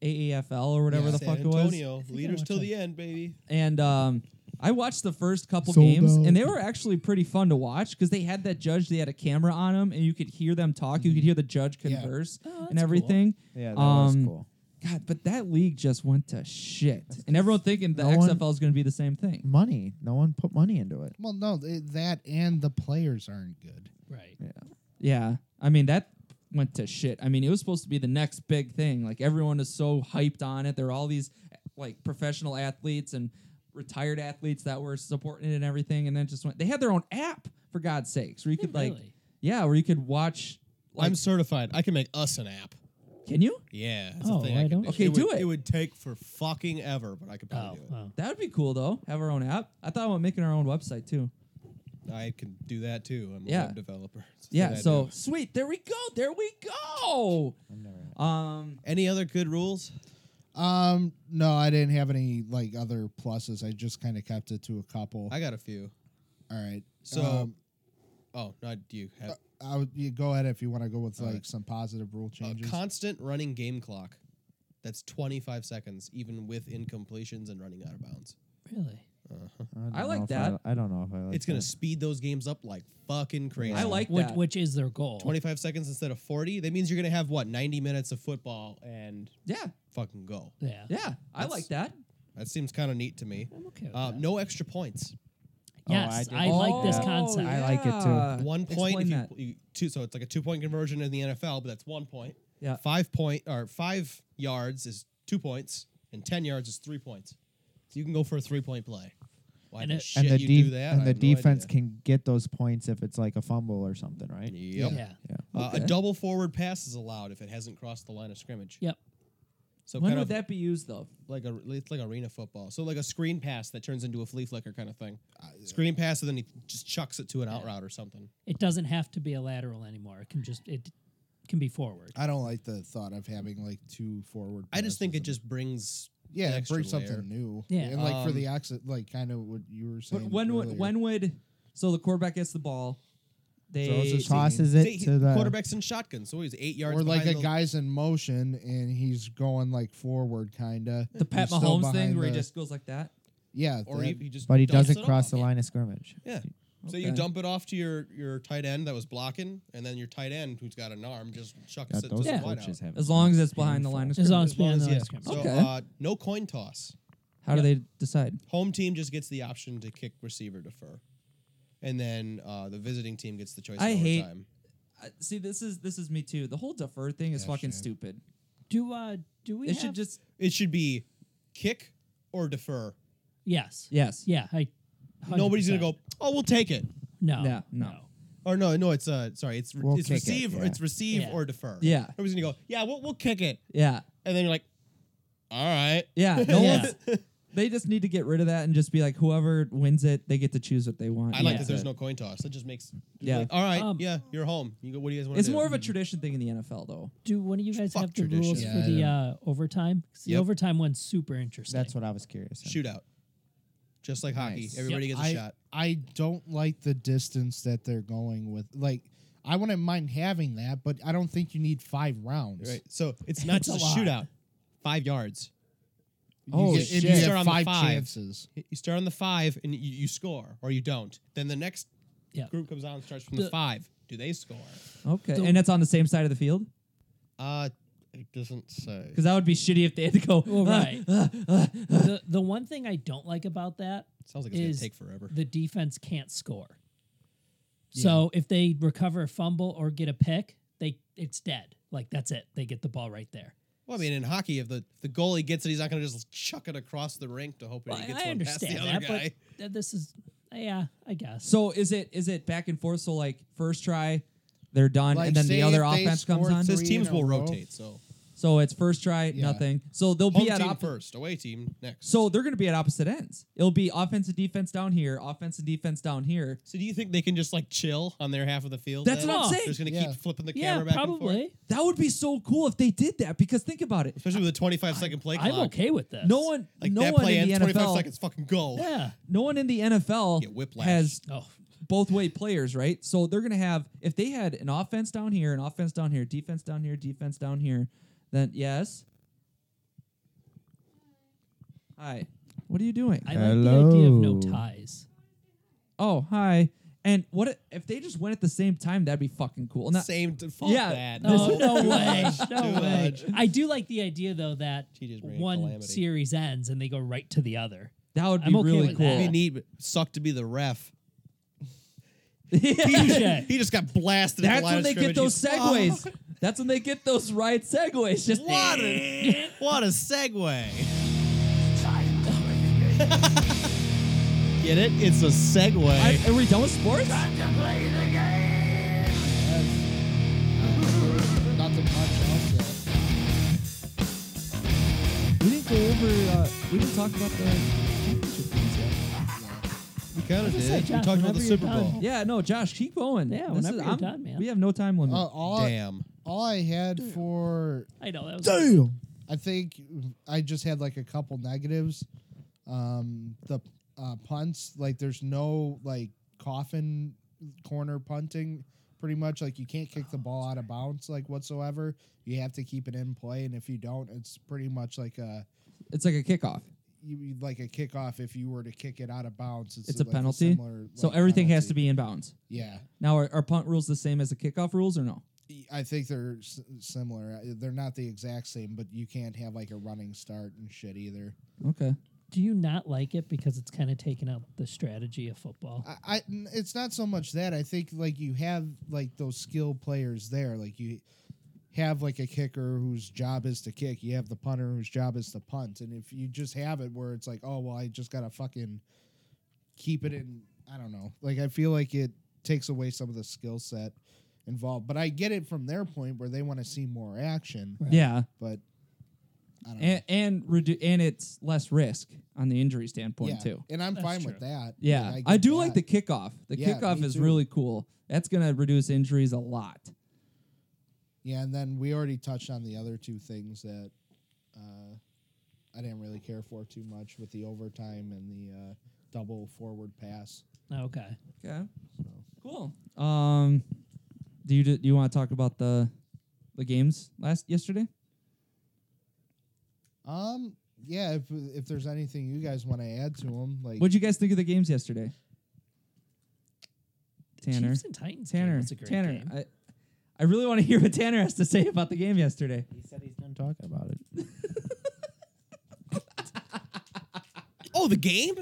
[SPEAKER 1] AAFL or whatever
[SPEAKER 3] Yeah,
[SPEAKER 1] the
[SPEAKER 4] San
[SPEAKER 1] fuck it was.
[SPEAKER 4] Antonio,
[SPEAKER 2] think I
[SPEAKER 4] leaders
[SPEAKER 2] watched
[SPEAKER 4] till
[SPEAKER 2] that.
[SPEAKER 4] the end, baby.
[SPEAKER 1] And um, I watched the first couple
[SPEAKER 3] Sold
[SPEAKER 1] games,
[SPEAKER 3] out.
[SPEAKER 1] and they were actually pretty fun to watch because they had that judge. They had a camera on them, and you could hear them talk. You could hear the judge
[SPEAKER 3] Yeah.
[SPEAKER 1] converse
[SPEAKER 2] Oh, that's
[SPEAKER 1] and everything.
[SPEAKER 5] yeah, that was
[SPEAKER 1] um,
[SPEAKER 5] cool.
[SPEAKER 1] God, but that league just went to shit, and everyone thinking the
[SPEAKER 5] no one-
[SPEAKER 1] XFL is going to be the same thing.
[SPEAKER 5] Money. No one put money into it.
[SPEAKER 3] Well, no, th- that and the players aren't good.
[SPEAKER 2] Right.
[SPEAKER 1] Yeah, I mean that went to shit. I mean it was supposed to be the next big thing. Like everyone is so hyped on it. There are all these like professional athletes and retired athletes that were supporting it and everything, and then it just went. They had their own app for God's sakes, where you could like,
[SPEAKER 2] Really?
[SPEAKER 1] yeah, where you could watch. Like,
[SPEAKER 4] I'm certified. I can make us an app.
[SPEAKER 1] can you?
[SPEAKER 4] Yeah. that's
[SPEAKER 2] Oh,
[SPEAKER 4] a thing
[SPEAKER 2] I
[SPEAKER 4] can
[SPEAKER 2] don't-
[SPEAKER 1] Okay,
[SPEAKER 4] it
[SPEAKER 1] do
[SPEAKER 4] would,
[SPEAKER 1] it.
[SPEAKER 4] It would take for fucking ever, but I could
[SPEAKER 2] Oh,
[SPEAKER 4] probably do
[SPEAKER 2] wow.
[SPEAKER 1] That would be cool though. Have our own app. I thought about making our own website too.
[SPEAKER 4] it. I can do that too. I'm a
[SPEAKER 1] Yeah.
[SPEAKER 4] web developer. It's a
[SPEAKER 1] Yeah.
[SPEAKER 4] thing I
[SPEAKER 1] So
[SPEAKER 4] do.
[SPEAKER 1] sweet. There we go. There we go. Um.
[SPEAKER 4] any other good rules?
[SPEAKER 3] Um, no, I didn't have any like other pluses. I just kind of kept it to a couple.
[SPEAKER 4] I got a few.
[SPEAKER 3] All right.
[SPEAKER 4] So,
[SPEAKER 3] Um,
[SPEAKER 4] oh, not you. Have,
[SPEAKER 3] I would you go ahead if you want to go with
[SPEAKER 4] All
[SPEAKER 3] like
[SPEAKER 4] right. Uh,
[SPEAKER 3] some positive rule
[SPEAKER 4] a
[SPEAKER 3] changes.
[SPEAKER 4] constant running game clock. That's 25 seconds, even with incompletions and running out of bounds.
[SPEAKER 2] Really?
[SPEAKER 5] don't
[SPEAKER 1] I like
[SPEAKER 5] know if
[SPEAKER 1] that.
[SPEAKER 5] I, I don't know if I like
[SPEAKER 4] it's going to
[SPEAKER 5] that.
[SPEAKER 4] speed those games up like fucking crazy.
[SPEAKER 1] I like
[SPEAKER 2] Which,
[SPEAKER 1] that.
[SPEAKER 2] which is their goal?
[SPEAKER 4] 25 seconds instead of 40. That means you're going to have what, 90 minutes of football and
[SPEAKER 1] yeah,
[SPEAKER 4] fucking go.
[SPEAKER 2] Yeah.
[SPEAKER 1] yeah. I
[SPEAKER 4] That's-
[SPEAKER 1] like that.
[SPEAKER 4] That seems kind of neat to me.
[SPEAKER 2] I'm okay with
[SPEAKER 4] Uh,
[SPEAKER 2] that.
[SPEAKER 4] no extra points.
[SPEAKER 5] Oh,
[SPEAKER 2] Yes,
[SPEAKER 5] I
[SPEAKER 2] I,
[SPEAKER 5] did.
[SPEAKER 2] like this
[SPEAKER 5] Oh,
[SPEAKER 2] concept.
[SPEAKER 5] I like it too.
[SPEAKER 1] yeah.
[SPEAKER 4] One point.
[SPEAKER 1] Uh, Explain
[SPEAKER 4] If you,
[SPEAKER 1] that.
[SPEAKER 4] you- two, so it's like a two point conversion in the NFL, but that's one point.
[SPEAKER 1] Yeah.
[SPEAKER 4] Five point or five yards is two points, and 10 yards is three points. So you can go for a three point play. Why
[SPEAKER 2] And
[SPEAKER 4] the
[SPEAKER 2] it-
[SPEAKER 4] shit
[SPEAKER 5] and the,
[SPEAKER 4] you
[SPEAKER 5] def-
[SPEAKER 4] do that? I
[SPEAKER 5] and the
[SPEAKER 4] have no
[SPEAKER 5] defense
[SPEAKER 4] idea.
[SPEAKER 5] can get those points if it's like a fumble or something, right?
[SPEAKER 4] Yep.
[SPEAKER 2] Yeah.
[SPEAKER 4] Uh, a
[SPEAKER 1] Okay.
[SPEAKER 4] double forward pass is allowed if it hasn't crossed the line of scrimmage.
[SPEAKER 2] Yep.
[SPEAKER 4] So
[SPEAKER 1] When
[SPEAKER 4] kind
[SPEAKER 1] would
[SPEAKER 4] of
[SPEAKER 1] that be used though?
[SPEAKER 4] like a it's like arena football. So like a screen pass that turns into a flea flicker kind of thing. Screen pass and then he just chucks it to an out route or something.
[SPEAKER 2] It doesn't have to be a lateral anymore. It can just it can be forward.
[SPEAKER 3] I don't like the thought of having like two forward.
[SPEAKER 4] I just think it
[SPEAKER 3] passes.
[SPEAKER 4] just brings
[SPEAKER 3] yeah, it
[SPEAKER 4] extra
[SPEAKER 3] brings
[SPEAKER 4] layer.
[SPEAKER 3] something new.
[SPEAKER 2] Yeah.
[SPEAKER 3] and like for
[SPEAKER 4] Um,
[SPEAKER 3] the exit, like kind of what you were saying.
[SPEAKER 1] But when would
[SPEAKER 3] earlier.
[SPEAKER 1] when would so the quarterback gets the ball? They
[SPEAKER 3] his
[SPEAKER 5] Tosses
[SPEAKER 4] See,
[SPEAKER 5] it
[SPEAKER 4] he-
[SPEAKER 5] to the
[SPEAKER 4] quarterbacks in shotgun. So he's eight yards.
[SPEAKER 3] or like a
[SPEAKER 4] behind the-
[SPEAKER 3] guy's in motion and he's going like forward, kinda
[SPEAKER 1] the Pat
[SPEAKER 3] He's still
[SPEAKER 1] Mahomes thing
[SPEAKER 3] behind
[SPEAKER 1] where he
[SPEAKER 3] the-
[SPEAKER 1] just goes like that.
[SPEAKER 3] yeah,
[SPEAKER 4] Or
[SPEAKER 3] that-
[SPEAKER 4] he, he just.
[SPEAKER 5] But he
[SPEAKER 4] dumps
[SPEAKER 5] doesn't
[SPEAKER 4] it
[SPEAKER 5] cross
[SPEAKER 4] off.
[SPEAKER 5] the line of scrimmage.
[SPEAKER 4] Yeah. So you
[SPEAKER 1] Okay.
[SPEAKER 4] dump it off to your your tight end that was blocking, and then your tight end who's got an arm just chucks
[SPEAKER 5] God,
[SPEAKER 4] it to
[SPEAKER 5] those
[SPEAKER 4] the
[SPEAKER 2] Yeah.
[SPEAKER 4] wide out.
[SPEAKER 5] coaches have
[SPEAKER 1] As long as it's behind the line of
[SPEAKER 2] As long
[SPEAKER 1] scrimmage.
[SPEAKER 2] as
[SPEAKER 4] As-
[SPEAKER 2] we on the
[SPEAKER 4] yeah.
[SPEAKER 2] ice cream.
[SPEAKER 4] So
[SPEAKER 1] Okay.
[SPEAKER 4] uh, no coin toss.
[SPEAKER 1] How do they decide?
[SPEAKER 4] Home team just gets the option to kick, receiver, defer, and then uh, the visiting team gets the choice.
[SPEAKER 1] I
[SPEAKER 4] of
[SPEAKER 1] hate-
[SPEAKER 4] Overtime.
[SPEAKER 1] Uh, see, this is this is me too. The whole defer thing is fucking stupid.
[SPEAKER 2] Do uh do we
[SPEAKER 1] it
[SPEAKER 2] have,
[SPEAKER 1] should just
[SPEAKER 4] It should be kick or defer.
[SPEAKER 2] Yes.
[SPEAKER 1] yes.
[SPEAKER 2] Yeah, I
[SPEAKER 4] Nobody's gonna go. Oh, we'll take it.
[SPEAKER 2] No.
[SPEAKER 1] Yeah, no.
[SPEAKER 4] Or no, no, it's uh, sorry, it's re-
[SPEAKER 5] We'll
[SPEAKER 4] it's
[SPEAKER 5] kick it,
[SPEAKER 4] receive,
[SPEAKER 5] yeah.
[SPEAKER 4] it's receive
[SPEAKER 2] Yeah.
[SPEAKER 4] or defer.
[SPEAKER 1] Yeah.
[SPEAKER 4] everybody's gonna go. Yeah, we'll we'll kick it,
[SPEAKER 1] Yeah,
[SPEAKER 4] and then you're like, all right.
[SPEAKER 1] yeah. No
[SPEAKER 2] Yeah.
[SPEAKER 1] one's- They just need to get rid of that and just be like, whoever wins it, they get to choose what they want.
[SPEAKER 4] I like
[SPEAKER 1] Yeah.
[SPEAKER 4] that. There's no coin toss. That just makes.
[SPEAKER 1] Yeah.
[SPEAKER 4] like, all right.
[SPEAKER 2] Um,
[SPEAKER 4] yeah, you're home. You go. What do you guys want?
[SPEAKER 1] It's more of a tradition thing in the NFL though.
[SPEAKER 2] Do one of you guys
[SPEAKER 4] Fuck
[SPEAKER 2] have the
[SPEAKER 4] tradition.
[SPEAKER 2] rules
[SPEAKER 3] Yeah,
[SPEAKER 2] for
[SPEAKER 3] I
[SPEAKER 2] the
[SPEAKER 3] don't-
[SPEAKER 2] uh, overtime? 'Cause The
[SPEAKER 4] Yep.
[SPEAKER 2] overtime one's super interesting.
[SPEAKER 5] That's what I was curious. of.
[SPEAKER 4] shootout, just like hockey.
[SPEAKER 5] Nice.
[SPEAKER 4] Everybody
[SPEAKER 2] Yep.
[SPEAKER 4] gets a
[SPEAKER 3] I-
[SPEAKER 4] shot.
[SPEAKER 3] I don't like the distance that they're going with. Like, I wouldn't mind having that, but I don't think you need five rounds.
[SPEAKER 4] Right. So it's not
[SPEAKER 2] It's a
[SPEAKER 4] just a,
[SPEAKER 2] lot.
[SPEAKER 4] shootout. Five yards.
[SPEAKER 3] You
[SPEAKER 1] Oh,
[SPEAKER 3] get,
[SPEAKER 1] shit.
[SPEAKER 3] You
[SPEAKER 4] Start
[SPEAKER 3] get
[SPEAKER 4] on the
[SPEAKER 3] five,
[SPEAKER 4] five.
[SPEAKER 3] chances.
[SPEAKER 4] You start on the five and you, you score, or you don't. Then the next
[SPEAKER 2] Yeah.
[SPEAKER 4] group comes out and starts from
[SPEAKER 2] The-
[SPEAKER 4] the five. Do they score?
[SPEAKER 1] Okay,
[SPEAKER 2] The-
[SPEAKER 1] and it's on the same side of the field
[SPEAKER 4] Uh, it doesn't say.
[SPEAKER 1] because that would be shitty if they had to go.
[SPEAKER 2] Well,
[SPEAKER 1] "Ah,
[SPEAKER 2] right.
[SPEAKER 1] ah, ah, ah."
[SPEAKER 2] the the one thing I don't like about that
[SPEAKER 4] Sounds like it's gonna
[SPEAKER 2] is
[SPEAKER 4] take forever.
[SPEAKER 2] the defense can't score. So if they recover a fumble or get a pick, they it's dead. Like that's it. They get the ball right there.
[SPEAKER 4] Well, I mean, in hockey, if the, if the goalie gets it, he's not going to just chuck it across the rink to hope
[SPEAKER 2] Well,
[SPEAKER 4] he gets
[SPEAKER 2] I
[SPEAKER 4] one
[SPEAKER 2] understand
[SPEAKER 4] past the
[SPEAKER 2] that,
[SPEAKER 4] other
[SPEAKER 2] but
[SPEAKER 4] guy.
[SPEAKER 2] th- this is yeah, I guess.
[SPEAKER 1] So is it is it back and forth? So like first try, they're done,
[SPEAKER 3] Like,
[SPEAKER 1] and then
[SPEAKER 3] say
[SPEAKER 1] the other
[SPEAKER 3] if they
[SPEAKER 1] offense comes
[SPEAKER 3] scored
[SPEAKER 1] on.
[SPEAKER 4] It says
[SPEAKER 3] three
[SPEAKER 4] teams
[SPEAKER 3] in a
[SPEAKER 4] will
[SPEAKER 3] row.
[SPEAKER 4] rotate. So
[SPEAKER 1] So it's first try, nothing. So they'll
[SPEAKER 4] home
[SPEAKER 1] be at
[SPEAKER 4] team
[SPEAKER 1] opposite.
[SPEAKER 4] first, away team next.
[SPEAKER 1] So they're going to be at opposite ends. It'll be offense and defense down here, offense and defense down here.
[SPEAKER 4] So do you think they can just like chill on their half of the field?
[SPEAKER 1] That's
[SPEAKER 4] then?
[SPEAKER 1] what I'm
[SPEAKER 4] They're
[SPEAKER 1] saying.
[SPEAKER 4] just gonna
[SPEAKER 3] Yeah.
[SPEAKER 4] keep flipping the
[SPEAKER 2] yeah,
[SPEAKER 4] camera back and forth,
[SPEAKER 2] probably.
[SPEAKER 1] That would be so cool if they did that. Because think about it,
[SPEAKER 4] especially with a 25 second play clock.
[SPEAKER 2] I'm okay with this.
[SPEAKER 1] no one,
[SPEAKER 4] Like
[SPEAKER 1] no
[SPEAKER 4] that
[SPEAKER 1] one
[SPEAKER 4] play
[SPEAKER 1] in
[SPEAKER 4] ends
[SPEAKER 1] the
[SPEAKER 4] 25
[SPEAKER 1] NFL,
[SPEAKER 4] seconds. Fucking go.
[SPEAKER 2] Yeah.
[SPEAKER 1] no one in the NFL
[SPEAKER 4] Get whiplash.
[SPEAKER 1] has
[SPEAKER 2] Oh,
[SPEAKER 1] both way players, right? So they're going to have if they had an offense down here, an offense down here, defense down here, defense down here. Then yes. Hi. What are you doing?
[SPEAKER 2] I like the idea of no
[SPEAKER 5] Hello.
[SPEAKER 2] ties.
[SPEAKER 1] oh, hi. And what i- if they just went at the same time? That'd be fucking cool. Not,
[SPEAKER 4] Same. To, fuck
[SPEAKER 1] Yeah.
[SPEAKER 4] that.
[SPEAKER 2] No, no way.
[SPEAKER 4] Too
[SPEAKER 2] No way.
[SPEAKER 4] much.
[SPEAKER 2] I do like the idea though that
[SPEAKER 4] She just bring
[SPEAKER 2] one
[SPEAKER 4] calamity.
[SPEAKER 2] series ends and they go right to the other.
[SPEAKER 1] that would be
[SPEAKER 2] I'm okay
[SPEAKER 1] really
[SPEAKER 2] with that.
[SPEAKER 1] cool.
[SPEAKER 4] It'd be neat, but suck to be the ref.
[SPEAKER 1] Yeah.
[SPEAKER 2] Touche.
[SPEAKER 4] He just got blasted. at the
[SPEAKER 1] That's
[SPEAKER 4] line
[SPEAKER 1] when
[SPEAKER 4] of
[SPEAKER 1] they get
[SPEAKER 4] scrimmage.
[SPEAKER 1] those
[SPEAKER 4] He's-
[SPEAKER 1] segues. That's when they get those right segues. Just
[SPEAKER 4] What a, what a segue. Get it? It's a segue.
[SPEAKER 1] I- are we done with sports?
[SPEAKER 3] Nothing much else. there.
[SPEAKER 1] We didn't go over. Uh, we didn't talk about the championship games yet.
[SPEAKER 4] we kind of
[SPEAKER 2] I said,
[SPEAKER 4] did. We talked
[SPEAKER 2] Josh,
[SPEAKER 4] about
[SPEAKER 2] whenever
[SPEAKER 4] the
[SPEAKER 2] you're
[SPEAKER 4] Super
[SPEAKER 2] done.
[SPEAKER 4] Bowl.
[SPEAKER 1] Yeah, no, Josh, keep going.
[SPEAKER 2] Yeah,
[SPEAKER 1] This
[SPEAKER 2] whenever
[SPEAKER 1] is-
[SPEAKER 2] you're
[SPEAKER 1] I'm-
[SPEAKER 2] done, man.
[SPEAKER 4] Mm,
[SPEAKER 3] Oh.
[SPEAKER 1] We have no time limit.
[SPEAKER 3] Uh, all,
[SPEAKER 4] Damn.
[SPEAKER 3] all I had for
[SPEAKER 2] I know that was
[SPEAKER 5] Damn.
[SPEAKER 3] I think I just had like a couple negatives. Um, the uh, punts, like there's no like coffin corner punting. Pretty much like you can't kick the ball out of bounds like whatsoever. You have to keep it in play, and if you don't, it's pretty much like a
[SPEAKER 1] It's like a kickoff.
[SPEAKER 3] you you- like a kickoff. If you were to kick it out of bounds, it's,
[SPEAKER 1] It's a
[SPEAKER 3] like
[SPEAKER 1] penalty.
[SPEAKER 3] similar,
[SPEAKER 1] so
[SPEAKER 3] like,
[SPEAKER 1] everything has
[SPEAKER 3] penalty.
[SPEAKER 1] to be in bounds.
[SPEAKER 3] Yeah,
[SPEAKER 1] Now, are, are punt rules the same as the kickoff rules or no?
[SPEAKER 3] I think they're s- similar. Uh, They're not the exact same, but you can't have like a running start and shit either.
[SPEAKER 1] Okay.
[SPEAKER 2] Do you not like it because it's kind of taken out the strategy of football?
[SPEAKER 3] I, I n- it's not so much that I think like you have like those skill players there, like you have like a kicker whose job is to kick, you have the punter whose job is to punt, and if you just have it where it's like, oh well, I just gotta fucking keep it in. I don't know. Like I feel like it takes away some of the skill set involved, but I get it from their point where they want to see more action,
[SPEAKER 1] Yeah.
[SPEAKER 3] but I don't know.
[SPEAKER 1] And and, redu- and it's less risk on the injury standpoint
[SPEAKER 3] yeah.
[SPEAKER 1] too.
[SPEAKER 3] And I'm
[SPEAKER 2] That's
[SPEAKER 3] fine
[SPEAKER 2] true.
[SPEAKER 3] with that.
[SPEAKER 1] Yeah,
[SPEAKER 3] Like,
[SPEAKER 1] I,
[SPEAKER 3] get
[SPEAKER 1] do like the
[SPEAKER 3] that.
[SPEAKER 1] kickoff. The
[SPEAKER 3] Yeah,
[SPEAKER 1] kickoff
[SPEAKER 3] me
[SPEAKER 1] is
[SPEAKER 3] too.
[SPEAKER 1] really cool. That's gonna reduce injuries a lot.
[SPEAKER 3] Yeah, and then we already touched on the other two things that uh, I didn't really care for too much with the overtime and the uh, double forward pass.
[SPEAKER 2] Okay.
[SPEAKER 1] Okay, cool. Um, do you do you want to talk about the the games last yesterday?
[SPEAKER 3] Um, yeah, if if there's anything you guys want to add to them, like
[SPEAKER 1] What'd you guys think of the games yesterday? Tanner,
[SPEAKER 2] Chiefs and Titans. game
[SPEAKER 1] Tanner,
[SPEAKER 2] was a great
[SPEAKER 1] Tanner.
[SPEAKER 2] game.
[SPEAKER 1] I I really want to hear what Tanner has to say about the game yesterday.
[SPEAKER 5] He said he's done talking about it.
[SPEAKER 9] Oh, the game?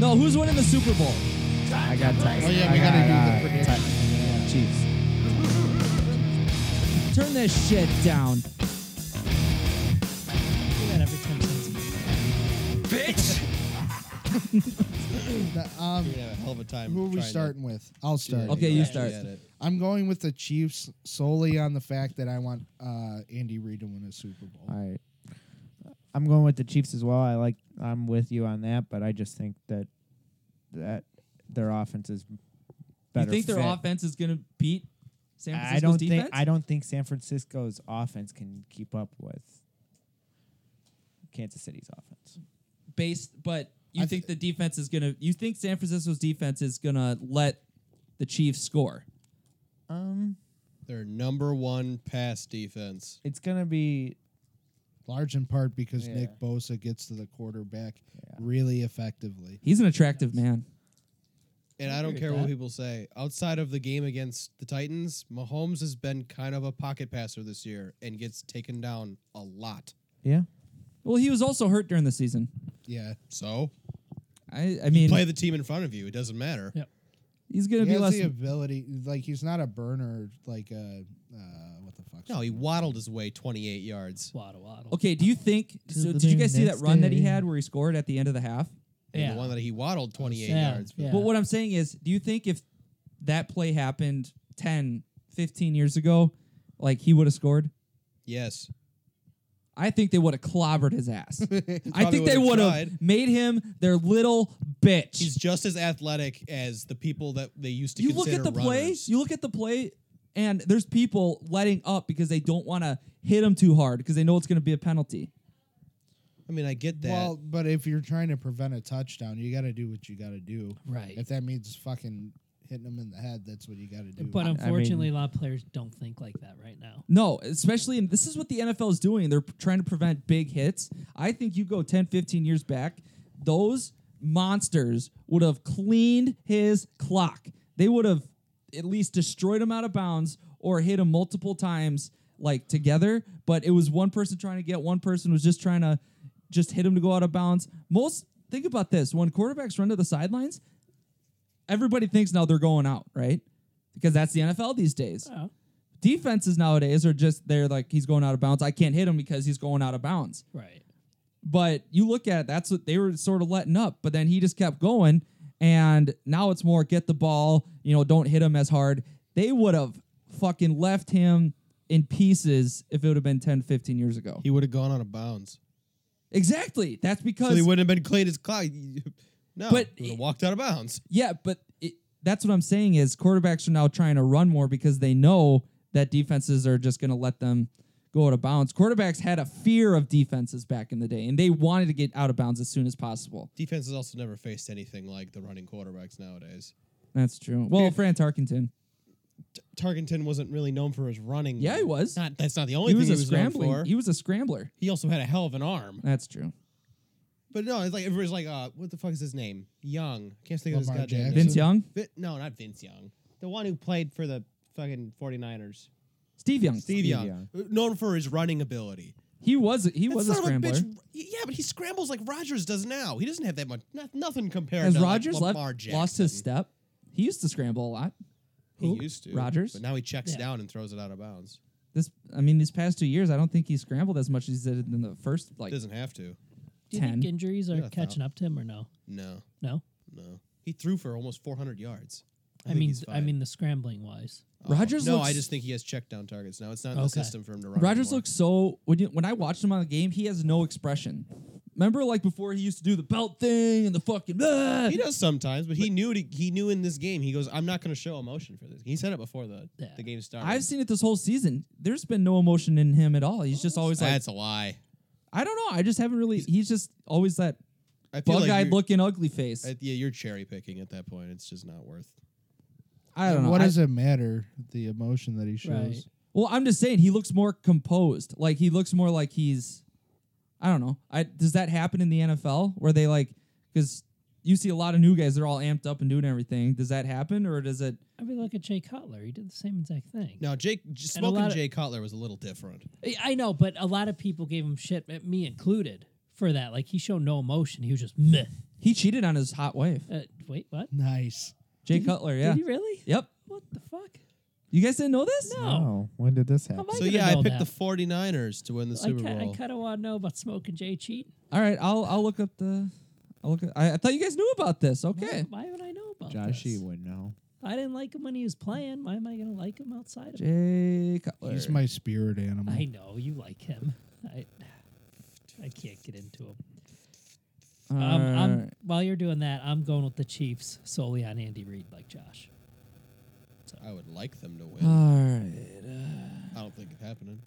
[SPEAKER 1] No, who's winning the Super Bowl?
[SPEAKER 5] I got Titans.
[SPEAKER 3] Oh, yeah, we gotta do the prediction.
[SPEAKER 5] Titans. Chiefs.
[SPEAKER 1] Turn this shit down.
[SPEAKER 2] Do that every time since-
[SPEAKER 3] um,
[SPEAKER 4] You're gonna have a hell of a time.
[SPEAKER 3] who are we
[SPEAKER 4] trying to
[SPEAKER 3] starting with? I'll start.
[SPEAKER 1] Okay, you
[SPEAKER 4] actually
[SPEAKER 1] start.
[SPEAKER 4] get it.
[SPEAKER 3] I'm going with the Chiefs solely on the fact that I want uh, Andy Reid to win a Super Bowl.
[SPEAKER 5] All right. I'm going with the Chiefs as well. I like I'm with you on that, but I just think that that their offense is better.
[SPEAKER 1] you think their
[SPEAKER 5] fit.
[SPEAKER 1] offense is gonna beat San
[SPEAKER 5] I
[SPEAKER 1] Francisco's
[SPEAKER 5] don't
[SPEAKER 1] defense?
[SPEAKER 5] think I don't think San Francisco's offense can keep up with Kansas City's offense.
[SPEAKER 1] based, but you
[SPEAKER 3] I
[SPEAKER 1] think the defense is gonna. You think San Francisco's defense is gonna let the Chiefs score?
[SPEAKER 5] Um,
[SPEAKER 4] Their number one pass defense.
[SPEAKER 5] it's gonna be
[SPEAKER 3] Large in part because
[SPEAKER 5] Yeah.
[SPEAKER 3] Nick Bosa gets to the quarterback
[SPEAKER 5] Yeah.
[SPEAKER 3] really effectively.
[SPEAKER 1] He's an attractive man.
[SPEAKER 4] And I don't care what people say. Outside of the game against the Titans, Mahomes has been kind of a pocket passer this year and gets taken down a lot.
[SPEAKER 5] yeah.
[SPEAKER 1] Well, he was also hurt during the season.
[SPEAKER 3] Yeah.
[SPEAKER 4] So
[SPEAKER 1] I, I mean,
[SPEAKER 4] play the team in front of you. It doesn't matter.
[SPEAKER 2] Yeah.
[SPEAKER 1] he's gonna
[SPEAKER 3] he
[SPEAKER 1] be
[SPEAKER 3] has
[SPEAKER 1] less.
[SPEAKER 3] the ability. Like he's not a burner. Like a uh, what the fuck?
[SPEAKER 4] No, he waddled his way 28 yards.
[SPEAKER 2] Waddle, waddle.
[SPEAKER 1] okay, do you think? So,
[SPEAKER 5] the
[SPEAKER 1] did you guys see that
[SPEAKER 5] next
[SPEAKER 1] run that he
[SPEAKER 5] day.
[SPEAKER 1] had where he scored at the end of the half?
[SPEAKER 4] And
[SPEAKER 2] Yeah.
[SPEAKER 4] The one that he waddled 28
[SPEAKER 2] Yeah,
[SPEAKER 4] yards.
[SPEAKER 2] yeah.
[SPEAKER 1] But what I'm saying is, do you think if that play happened 10, 15 years ago, like he would have scored?
[SPEAKER 4] Yes.
[SPEAKER 1] I think they would have clobbered his ass. I
[SPEAKER 4] Probably
[SPEAKER 1] think they would
[SPEAKER 4] would've
[SPEAKER 1] have
[SPEAKER 4] tried.
[SPEAKER 1] made him their little bitch.
[SPEAKER 4] He's just as athletic as the people that they used to
[SPEAKER 1] you look at the
[SPEAKER 4] consider
[SPEAKER 1] play,
[SPEAKER 4] runners.
[SPEAKER 1] you look at the play, and there's people letting up because they don't want to hit him too hard because they know it's going to be a penalty.
[SPEAKER 4] I mean, I get that.
[SPEAKER 3] Well, but if you're trying to prevent a touchdown, you got to do what you got to do.
[SPEAKER 2] Right.
[SPEAKER 3] If that means fucking hitting him in the head, that's what you got to do.
[SPEAKER 2] But unfortunately, a lot of players don't think like that right now.
[SPEAKER 1] No, especially in this is what the NFL is doing. They're trying to prevent big hits. I think you go 10, 15 years back, those monsters would have cleaned his clock. They would have at least destroyed him out of bounds or hit him multiple times like together, but it was one person trying to get one person was just trying to just hit him to go out of bounds. Most think about this, when quarterbacks run to the sidelines, everybody thinks now they're going out, right? Because that's the NFL these days
[SPEAKER 2] Oh,
[SPEAKER 1] defenses nowadays are just they're like he's going out of bounds. I can't hit him because he's going out of bounds.
[SPEAKER 2] right.
[SPEAKER 1] But you look at it, that's what they were sort of letting up, but then he just kept going and now it's more get the ball, you know, don't hit him as hard. They would have fucking left him in pieces if it would have been 10 15 years ago.
[SPEAKER 4] he would have gone out of bounds.
[SPEAKER 1] Exactly. That's
[SPEAKER 4] So
[SPEAKER 1] because
[SPEAKER 4] he wouldn't have been clean as clock. No,
[SPEAKER 1] But-
[SPEAKER 4] he would have walked out of bounds.
[SPEAKER 1] yeah, but it, that's what I'm saying is quarterbacks are now trying to run more because they know that defenses are just going to let them go out of bounds. Quarterbacks had a fear of defenses back in the day, and they wanted to get out of bounds as soon as possible.
[SPEAKER 4] Defense has also never faced anything like the running quarterbacks nowadays.
[SPEAKER 1] That's true. Well, Fran Tarkenton.
[SPEAKER 4] Tarkenton wasn't really known for his running.
[SPEAKER 1] Yeah, he was.
[SPEAKER 4] Not, that's not the only
[SPEAKER 1] He
[SPEAKER 4] thing
[SPEAKER 1] was
[SPEAKER 4] he
[SPEAKER 1] a
[SPEAKER 4] was known
[SPEAKER 1] scrambling.
[SPEAKER 4] for.
[SPEAKER 1] He was a scrambler.
[SPEAKER 4] He also had a hell of an arm.
[SPEAKER 1] That's true.
[SPEAKER 4] But no, it's like everybody's like, uh, what the fuck is his name? Young. I can't think of his
[SPEAKER 3] Lamar
[SPEAKER 4] goddamn
[SPEAKER 3] Jackson.
[SPEAKER 4] name.
[SPEAKER 1] Vince Young,
[SPEAKER 4] Vi- no, not Vince Young. The one who played for the fucking 49ers.
[SPEAKER 1] Steve Young.
[SPEAKER 4] Steve Young. Uh,
[SPEAKER 5] Young.
[SPEAKER 4] Known for his running ability.
[SPEAKER 1] He was he was a
[SPEAKER 4] That son of
[SPEAKER 1] scrambler.
[SPEAKER 4] bitch- Yeah, but he scrambles like Rogers does now. He doesn't have that much. Not, nothing compared
[SPEAKER 1] Has
[SPEAKER 4] to like,
[SPEAKER 1] Rogers
[SPEAKER 4] Lamar
[SPEAKER 1] left,
[SPEAKER 4] Jackson.
[SPEAKER 1] lost his step? He used to scramble a lot.
[SPEAKER 4] He
[SPEAKER 1] Who?
[SPEAKER 4] used to.
[SPEAKER 1] Rodgers?
[SPEAKER 4] But now he checks
[SPEAKER 2] Yeah.
[SPEAKER 4] down and throws it out of bounds.
[SPEAKER 1] This, I mean, these past two years, I don't think he scrambled as much as he did in the first like
[SPEAKER 4] Doesn't have to.
[SPEAKER 2] Do you
[SPEAKER 1] 10.
[SPEAKER 2] think injuries are
[SPEAKER 4] Yeah, I
[SPEAKER 2] catching up to him or no?
[SPEAKER 4] No,
[SPEAKER 2] No.
[SPEAKER 4] no. He threw for almost 400 yards.
[SPEAKER 2] I,
[SPEAKER 4] think
[SPEAKER 2] mean,
[SPEAKER 4] he's
[SPEAKER 2] I
[SPEAKER 4] fine.
[SPEAKER 2] mean the scrambling wise.
[SPEAKER 4] Oh,
[SPEAKER 1] Rodgers
[SPEAKER 4] No,
[SPEAKER 1] looks-
[SPEAKER 4] I just think he has check down targets now. It's not in the
[SPEAKER 2] Okay.
[SPEAKER 4] system for him to run.
[SPEAKER 1] Rogers
[SPEAKER 4] anymore.
[SPEAKER 1] looks so when you, when I watched him on the game, he has no expression. Remember, like before, he used to do the belt thing and the fucking. "Ah!"
[SPEAKER 4] He does sometimes, but he knew to, he knew in this game. He goes, "I'm not going to show emotion for this." He said it before the
[SPEAKER 2] Yeah.
[SPEAKER 4] the game started.
[SPEAKER 1] I've seen it this whole season. There's been no emotion in him at all. He's just always like,
[SPEAKER 4] that's a lie.
[SPEAKER 1] I don't know. I just haven't really. He's just always that
[SPEAKER 4] I feel like
[SPEAKER 1] bug-eyed
[SPEAKER 4] you're-
[SPEAKER 1] looking ugly face.
[SPEAKER 4] I-
[SPEAKER 1] I,
[SPEAKER 4] yeah, you're cherry picking at that point. It's just not worth.
[SPEAKER 1] don't know.
[SPEAKER 3] What
[SPEAKER 1] I-
[SPEAKER 3] does it matter? The emotion that he shows.
[SPEAKER 2] Right.
[SPEAKER 1] Well, I'm just saying he looks more composed. Like he looks more like he's I don't know. I does that happen in the NFL where they like cuz you see a lot of new guys they're all amped up and doing everything. Does that happen or does it
[SPEAKER 2] I mean, look at Jay Cutler. He did the same exact thing.
[SPEAKER 4] Now, Jake J-
[SPEAKER 2] And a lot
[SPEAKER 4] smoking
[SPEAKER 2] of-
[SPEAKER 4] Jay Cutler was a little different.
[SPEAKER 2] I- I know, but a lot of people gave him shit, m- me included, for that. Like he showed no emotion. He was just meh.
[SPEAKER 1] he cheated on his hot wife.
[SPEAKER 2] Uh, wait, what?
[SPEAKER 3] Nice.
[SPEAKER 1] Jay Cutler, yeah.
[SPEAKER 2] Did he really?
[SPEAKER 1] Yep.
[SPEAKER 2] What the fuck?
[SPEAKER 1] You guys didn't know this?
[SPEAKER 2] No.
[SPEAKER 5] Oh, when did this
[SPEAKER 2] How
[SPEAKER 5] happen?
[SPEAKER 2] am I
[SPEAKER 4] So
[SPEAKER 2] gonna
[SPEAKER 4] yeah, I
[SPEAKER 2] know
[SPEAKER 4] picked the
[SPEAKER 2] that?
[SPEAKER 4] 49ers to win the
[SPEAKER 2] I
[SPEAKER 4] Super
[SPEAKER 2] ki- I
[SPEAKER 4] Bowl.
[SPEAKER 2] kind of want to know about smoking Jay cheat.
[SPEAKER 1] All right, I'll I'll look up the I'll look up, I, I thought you guys knew about this. Okay.
[SPEAKER 2] Why, why would I know about
[SPEAKER 5] Joshy
[SPEAKER 2] this?
[SPEAKER 5] would know.
[SPEAKER 2] I didn't like him when he was playing. Why am I gonna like him outside of?
[SPEAKER 1] Jay Cutler.
[SPEAKER 3] He's my spirit animal.
[SPEAKER 2] I know you like him. I I can't get into him.
[SPEAKER 1] All
[SPEAKER 2] Um, I'm,
[SPEAKER 1] right.
[SPEAKER 2] while you're doing that, I'm going with the Chiefs solely on Andy Reid, like Josh.
[SPEAKER 4] I would like them to win.
[SPEAKER 1] All right.
[SPEAKER 4] I don't think it's happening.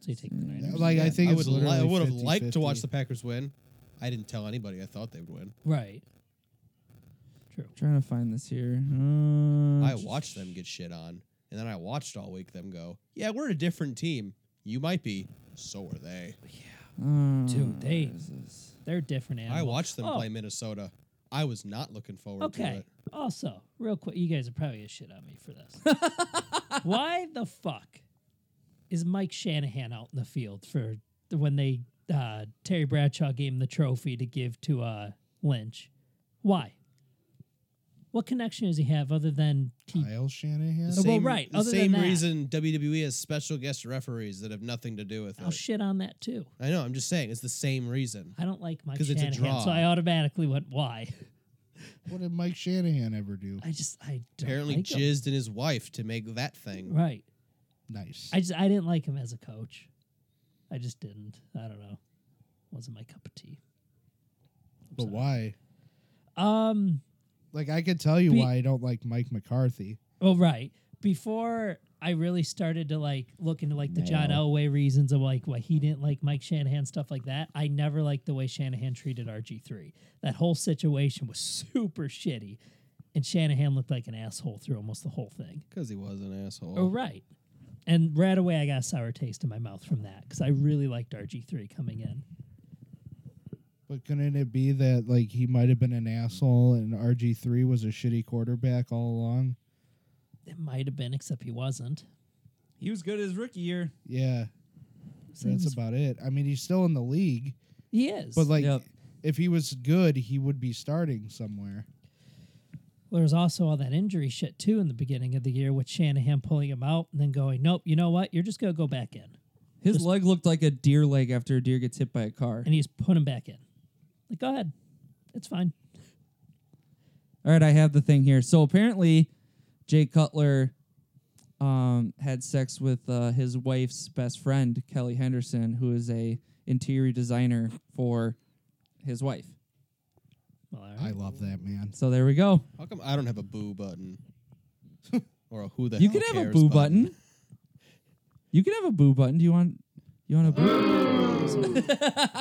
[SPEAKER 2] So you take the Niners,
[SPEAKER 3] Like I think
[SPEAKER 4] I
[SPEAKER 3] it's
[SPEAKER 4] would. Li-
[SPEAKER 3] literally
[SPEAKER 4] I would have liked to
[SPEAKER 3] 50-50.
[SPEAKER 4] watch the Packers win. I didn't tell anybody. I thought they would win.
[SPEAKER 2] right? True.
[SPEAKER 1] Trying to find this here. Uh,
[SPEAKER 2] Mm.
[SPEAKER 4] I watched them get shit on, and then I watched all week them go, "Yeah, we're a different team. You might be, so are they."
[SPEAKER 1] uh,
[SPEAKER 2] Dude, they-
[SPEAKER 1] where is this?
[SPEAKER 2] They're different animals.
[SPEAKER 4] I watched them
[SPEAKER 2] Oh,
[SPEAKER 4] play Minnesota. I was not looking forward to
[SPEAKER 2] Okay.
[SPEAKER 4] it.
[SPEAKER 2] Also, real quick, you guys are probably gonna shit on me for this. Why the fuck is Mike Shanahan out in the field for the, when they uh, Terry Bradshaw gave him the trophy to give to uh, Lynch? Why? What connection does he have other than he
[SPEAKER 3] Kyle Shanahan.
[SPEAKER 4] The
[SPEAKER 2] well, right,
[SPEAKER 4] The
[SPEAKER 2] other than
[SPEAKER 4] same
[SPEAKER 2] that.
[SPEAKER 4] reason WWE has special guest referees that have nothing to do with
[SPEAKER 2] I'll
[SPEAKER 4] it.
[SPEAKER 2] shit on that too.
[SPEAKER 4] I know. I'm just saying it's the same reason.
[SPEAKER 2] Oh, I don't like Mike
[SPEAKER 4] 'Cause it's a
[SPEAKER 2] Shanahan,
[SPEAKER 4] draw.
[SPEAKER 2] so I automatically went why.
[SPEAKER 3] What did Mike Shanahan ever do?
[SPEAKER 2] I just I don't
[SPEAKER 4] Apparently,
[SPEAKER 2] like Mm. him.
[SPEAKER 4] jizzed in his wife to make that thing.
[SPEAKER 2] right.
[SPEAKER 3] Nice.
[SPEAKER 2] I just I didn't like him as a coach. I just didn't. I don't know. Wasn't my cup of tea.
[SPEAKER 3] but why?
[SPEAKER 2] Um.
[SPEAKER 3] Like I could tell you
[SPEAKER 2] Be-
[SPEAKER 3] why I don't like Mike McCarthy.
[SPEAKER 2] Oh right. Before I really started to like look into like the John
[SPEAKER 5] No.
[SPEAKER 2] Elway reasons of like why he didn't like Mike Shanahan stuff like that. I never liked the way Shanahan treated RG three. That whole situation was super shitty, and Shanahan looked like an asshole through almost the whole thing.
[SPEAKER 4] Because he was an asshole.
[SPEAKER 2] Oh, right. And right away, I got a sour taste in my mouth from that because I really liked RG3 coming in.
[SPEAKER 3] But couldn't it be that like he might have been an asshole and RG three was a shitty quarterback all along?
[SPEAKER 2] It might have been, except he wasn't.
[SPEAKER 1] He was good his rookie year.
[SPEAKER 3] Yeah,
[SPEAKER 2] Seems-
[SPEAKER 3] that's about it. I mean, he's still in the league,
[SPEAKER 2] he is.
[SPEAKER 3] but like
[SPEAKER 1] Yep.
[SPEAKER 3] if he was good, he would be starting somewhere.
[SPEAKER 2] Well, there was also all that injury shit, too, in the beginning of the year with Shanahan pulling him out and then going, nope, you know what? You're just going to go back in.
[SPEAKER 1] His leg looked like a deer leg after a deer gets hit by a car.
[SPEAKER 2] And he's put him back in. Like, go ahead. It's fine.
[SPEAKER 1] All right, I have the thing here. So apparently, Jay Cutler um, had sex with uh, his wife's best friend, Kelly Henderson, who is a interior designer for his wife.
[SPEAKER 2] Well, all right.
[SPEAKER 3] I love that man.
[SPEAKER 1] So there we go.
[SPEAKER 4] How come I don't have a boo button? or a who the
[SPEAKER 1] You
[SPEAKER 4] hell
[SPEAKER 1] can have a
[SPEAKER 4] cares
[SPEAKER 1] boo button. You can have a boo button. Do you want? You want a boo?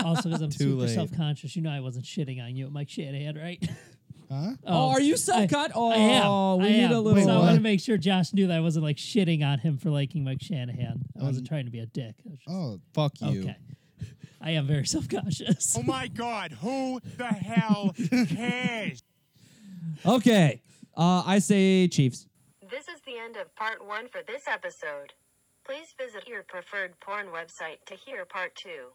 [SPEAKER 2] also because I'm
[SPEAKER 4] Too
[SPEAKER 2] super
[SPEAKER 4] late.
[SPEAKER 2] self conscious. You know I wasn't shitting on you, Mike Shanahan, right? Um,
[SPEAKER 3] Huh?
[SPEAKER 1] Oh, are you self
[SPEAKER 2] I-
[SPEAKER 1] conscious? Oh,
[SPEAKER 2] I am.
[SPEAKER 1] we
[SPEAKER 2] I
[SPEAKER 1] need
[SPEAKER 2] am.
[SPEAKER 1] a little.
[SPEAKER 2] So I
[SPEAKER 3] what?
[SPEAKER 2] want to make sure Josh knew that I wasn't like shitting on him for liking Mike Shanahan. I
[SPEAKER 1] Um,
[SPEAKER 2] wasn't trying to be a dick. I was just-
[SPEAKER 3] Oh,
[SPEAKER 4] Fuck you.
[SPEAKER 2] okay. I am very self conscious.
[SPEAKER 8] Oh my God, who the hell cares?
[SPEAKER 1] Okay, uh, I say Chiefs.
[SPEAKER 10] This is the end of part one for this episode. Please visit your preferred porn website to hear part two.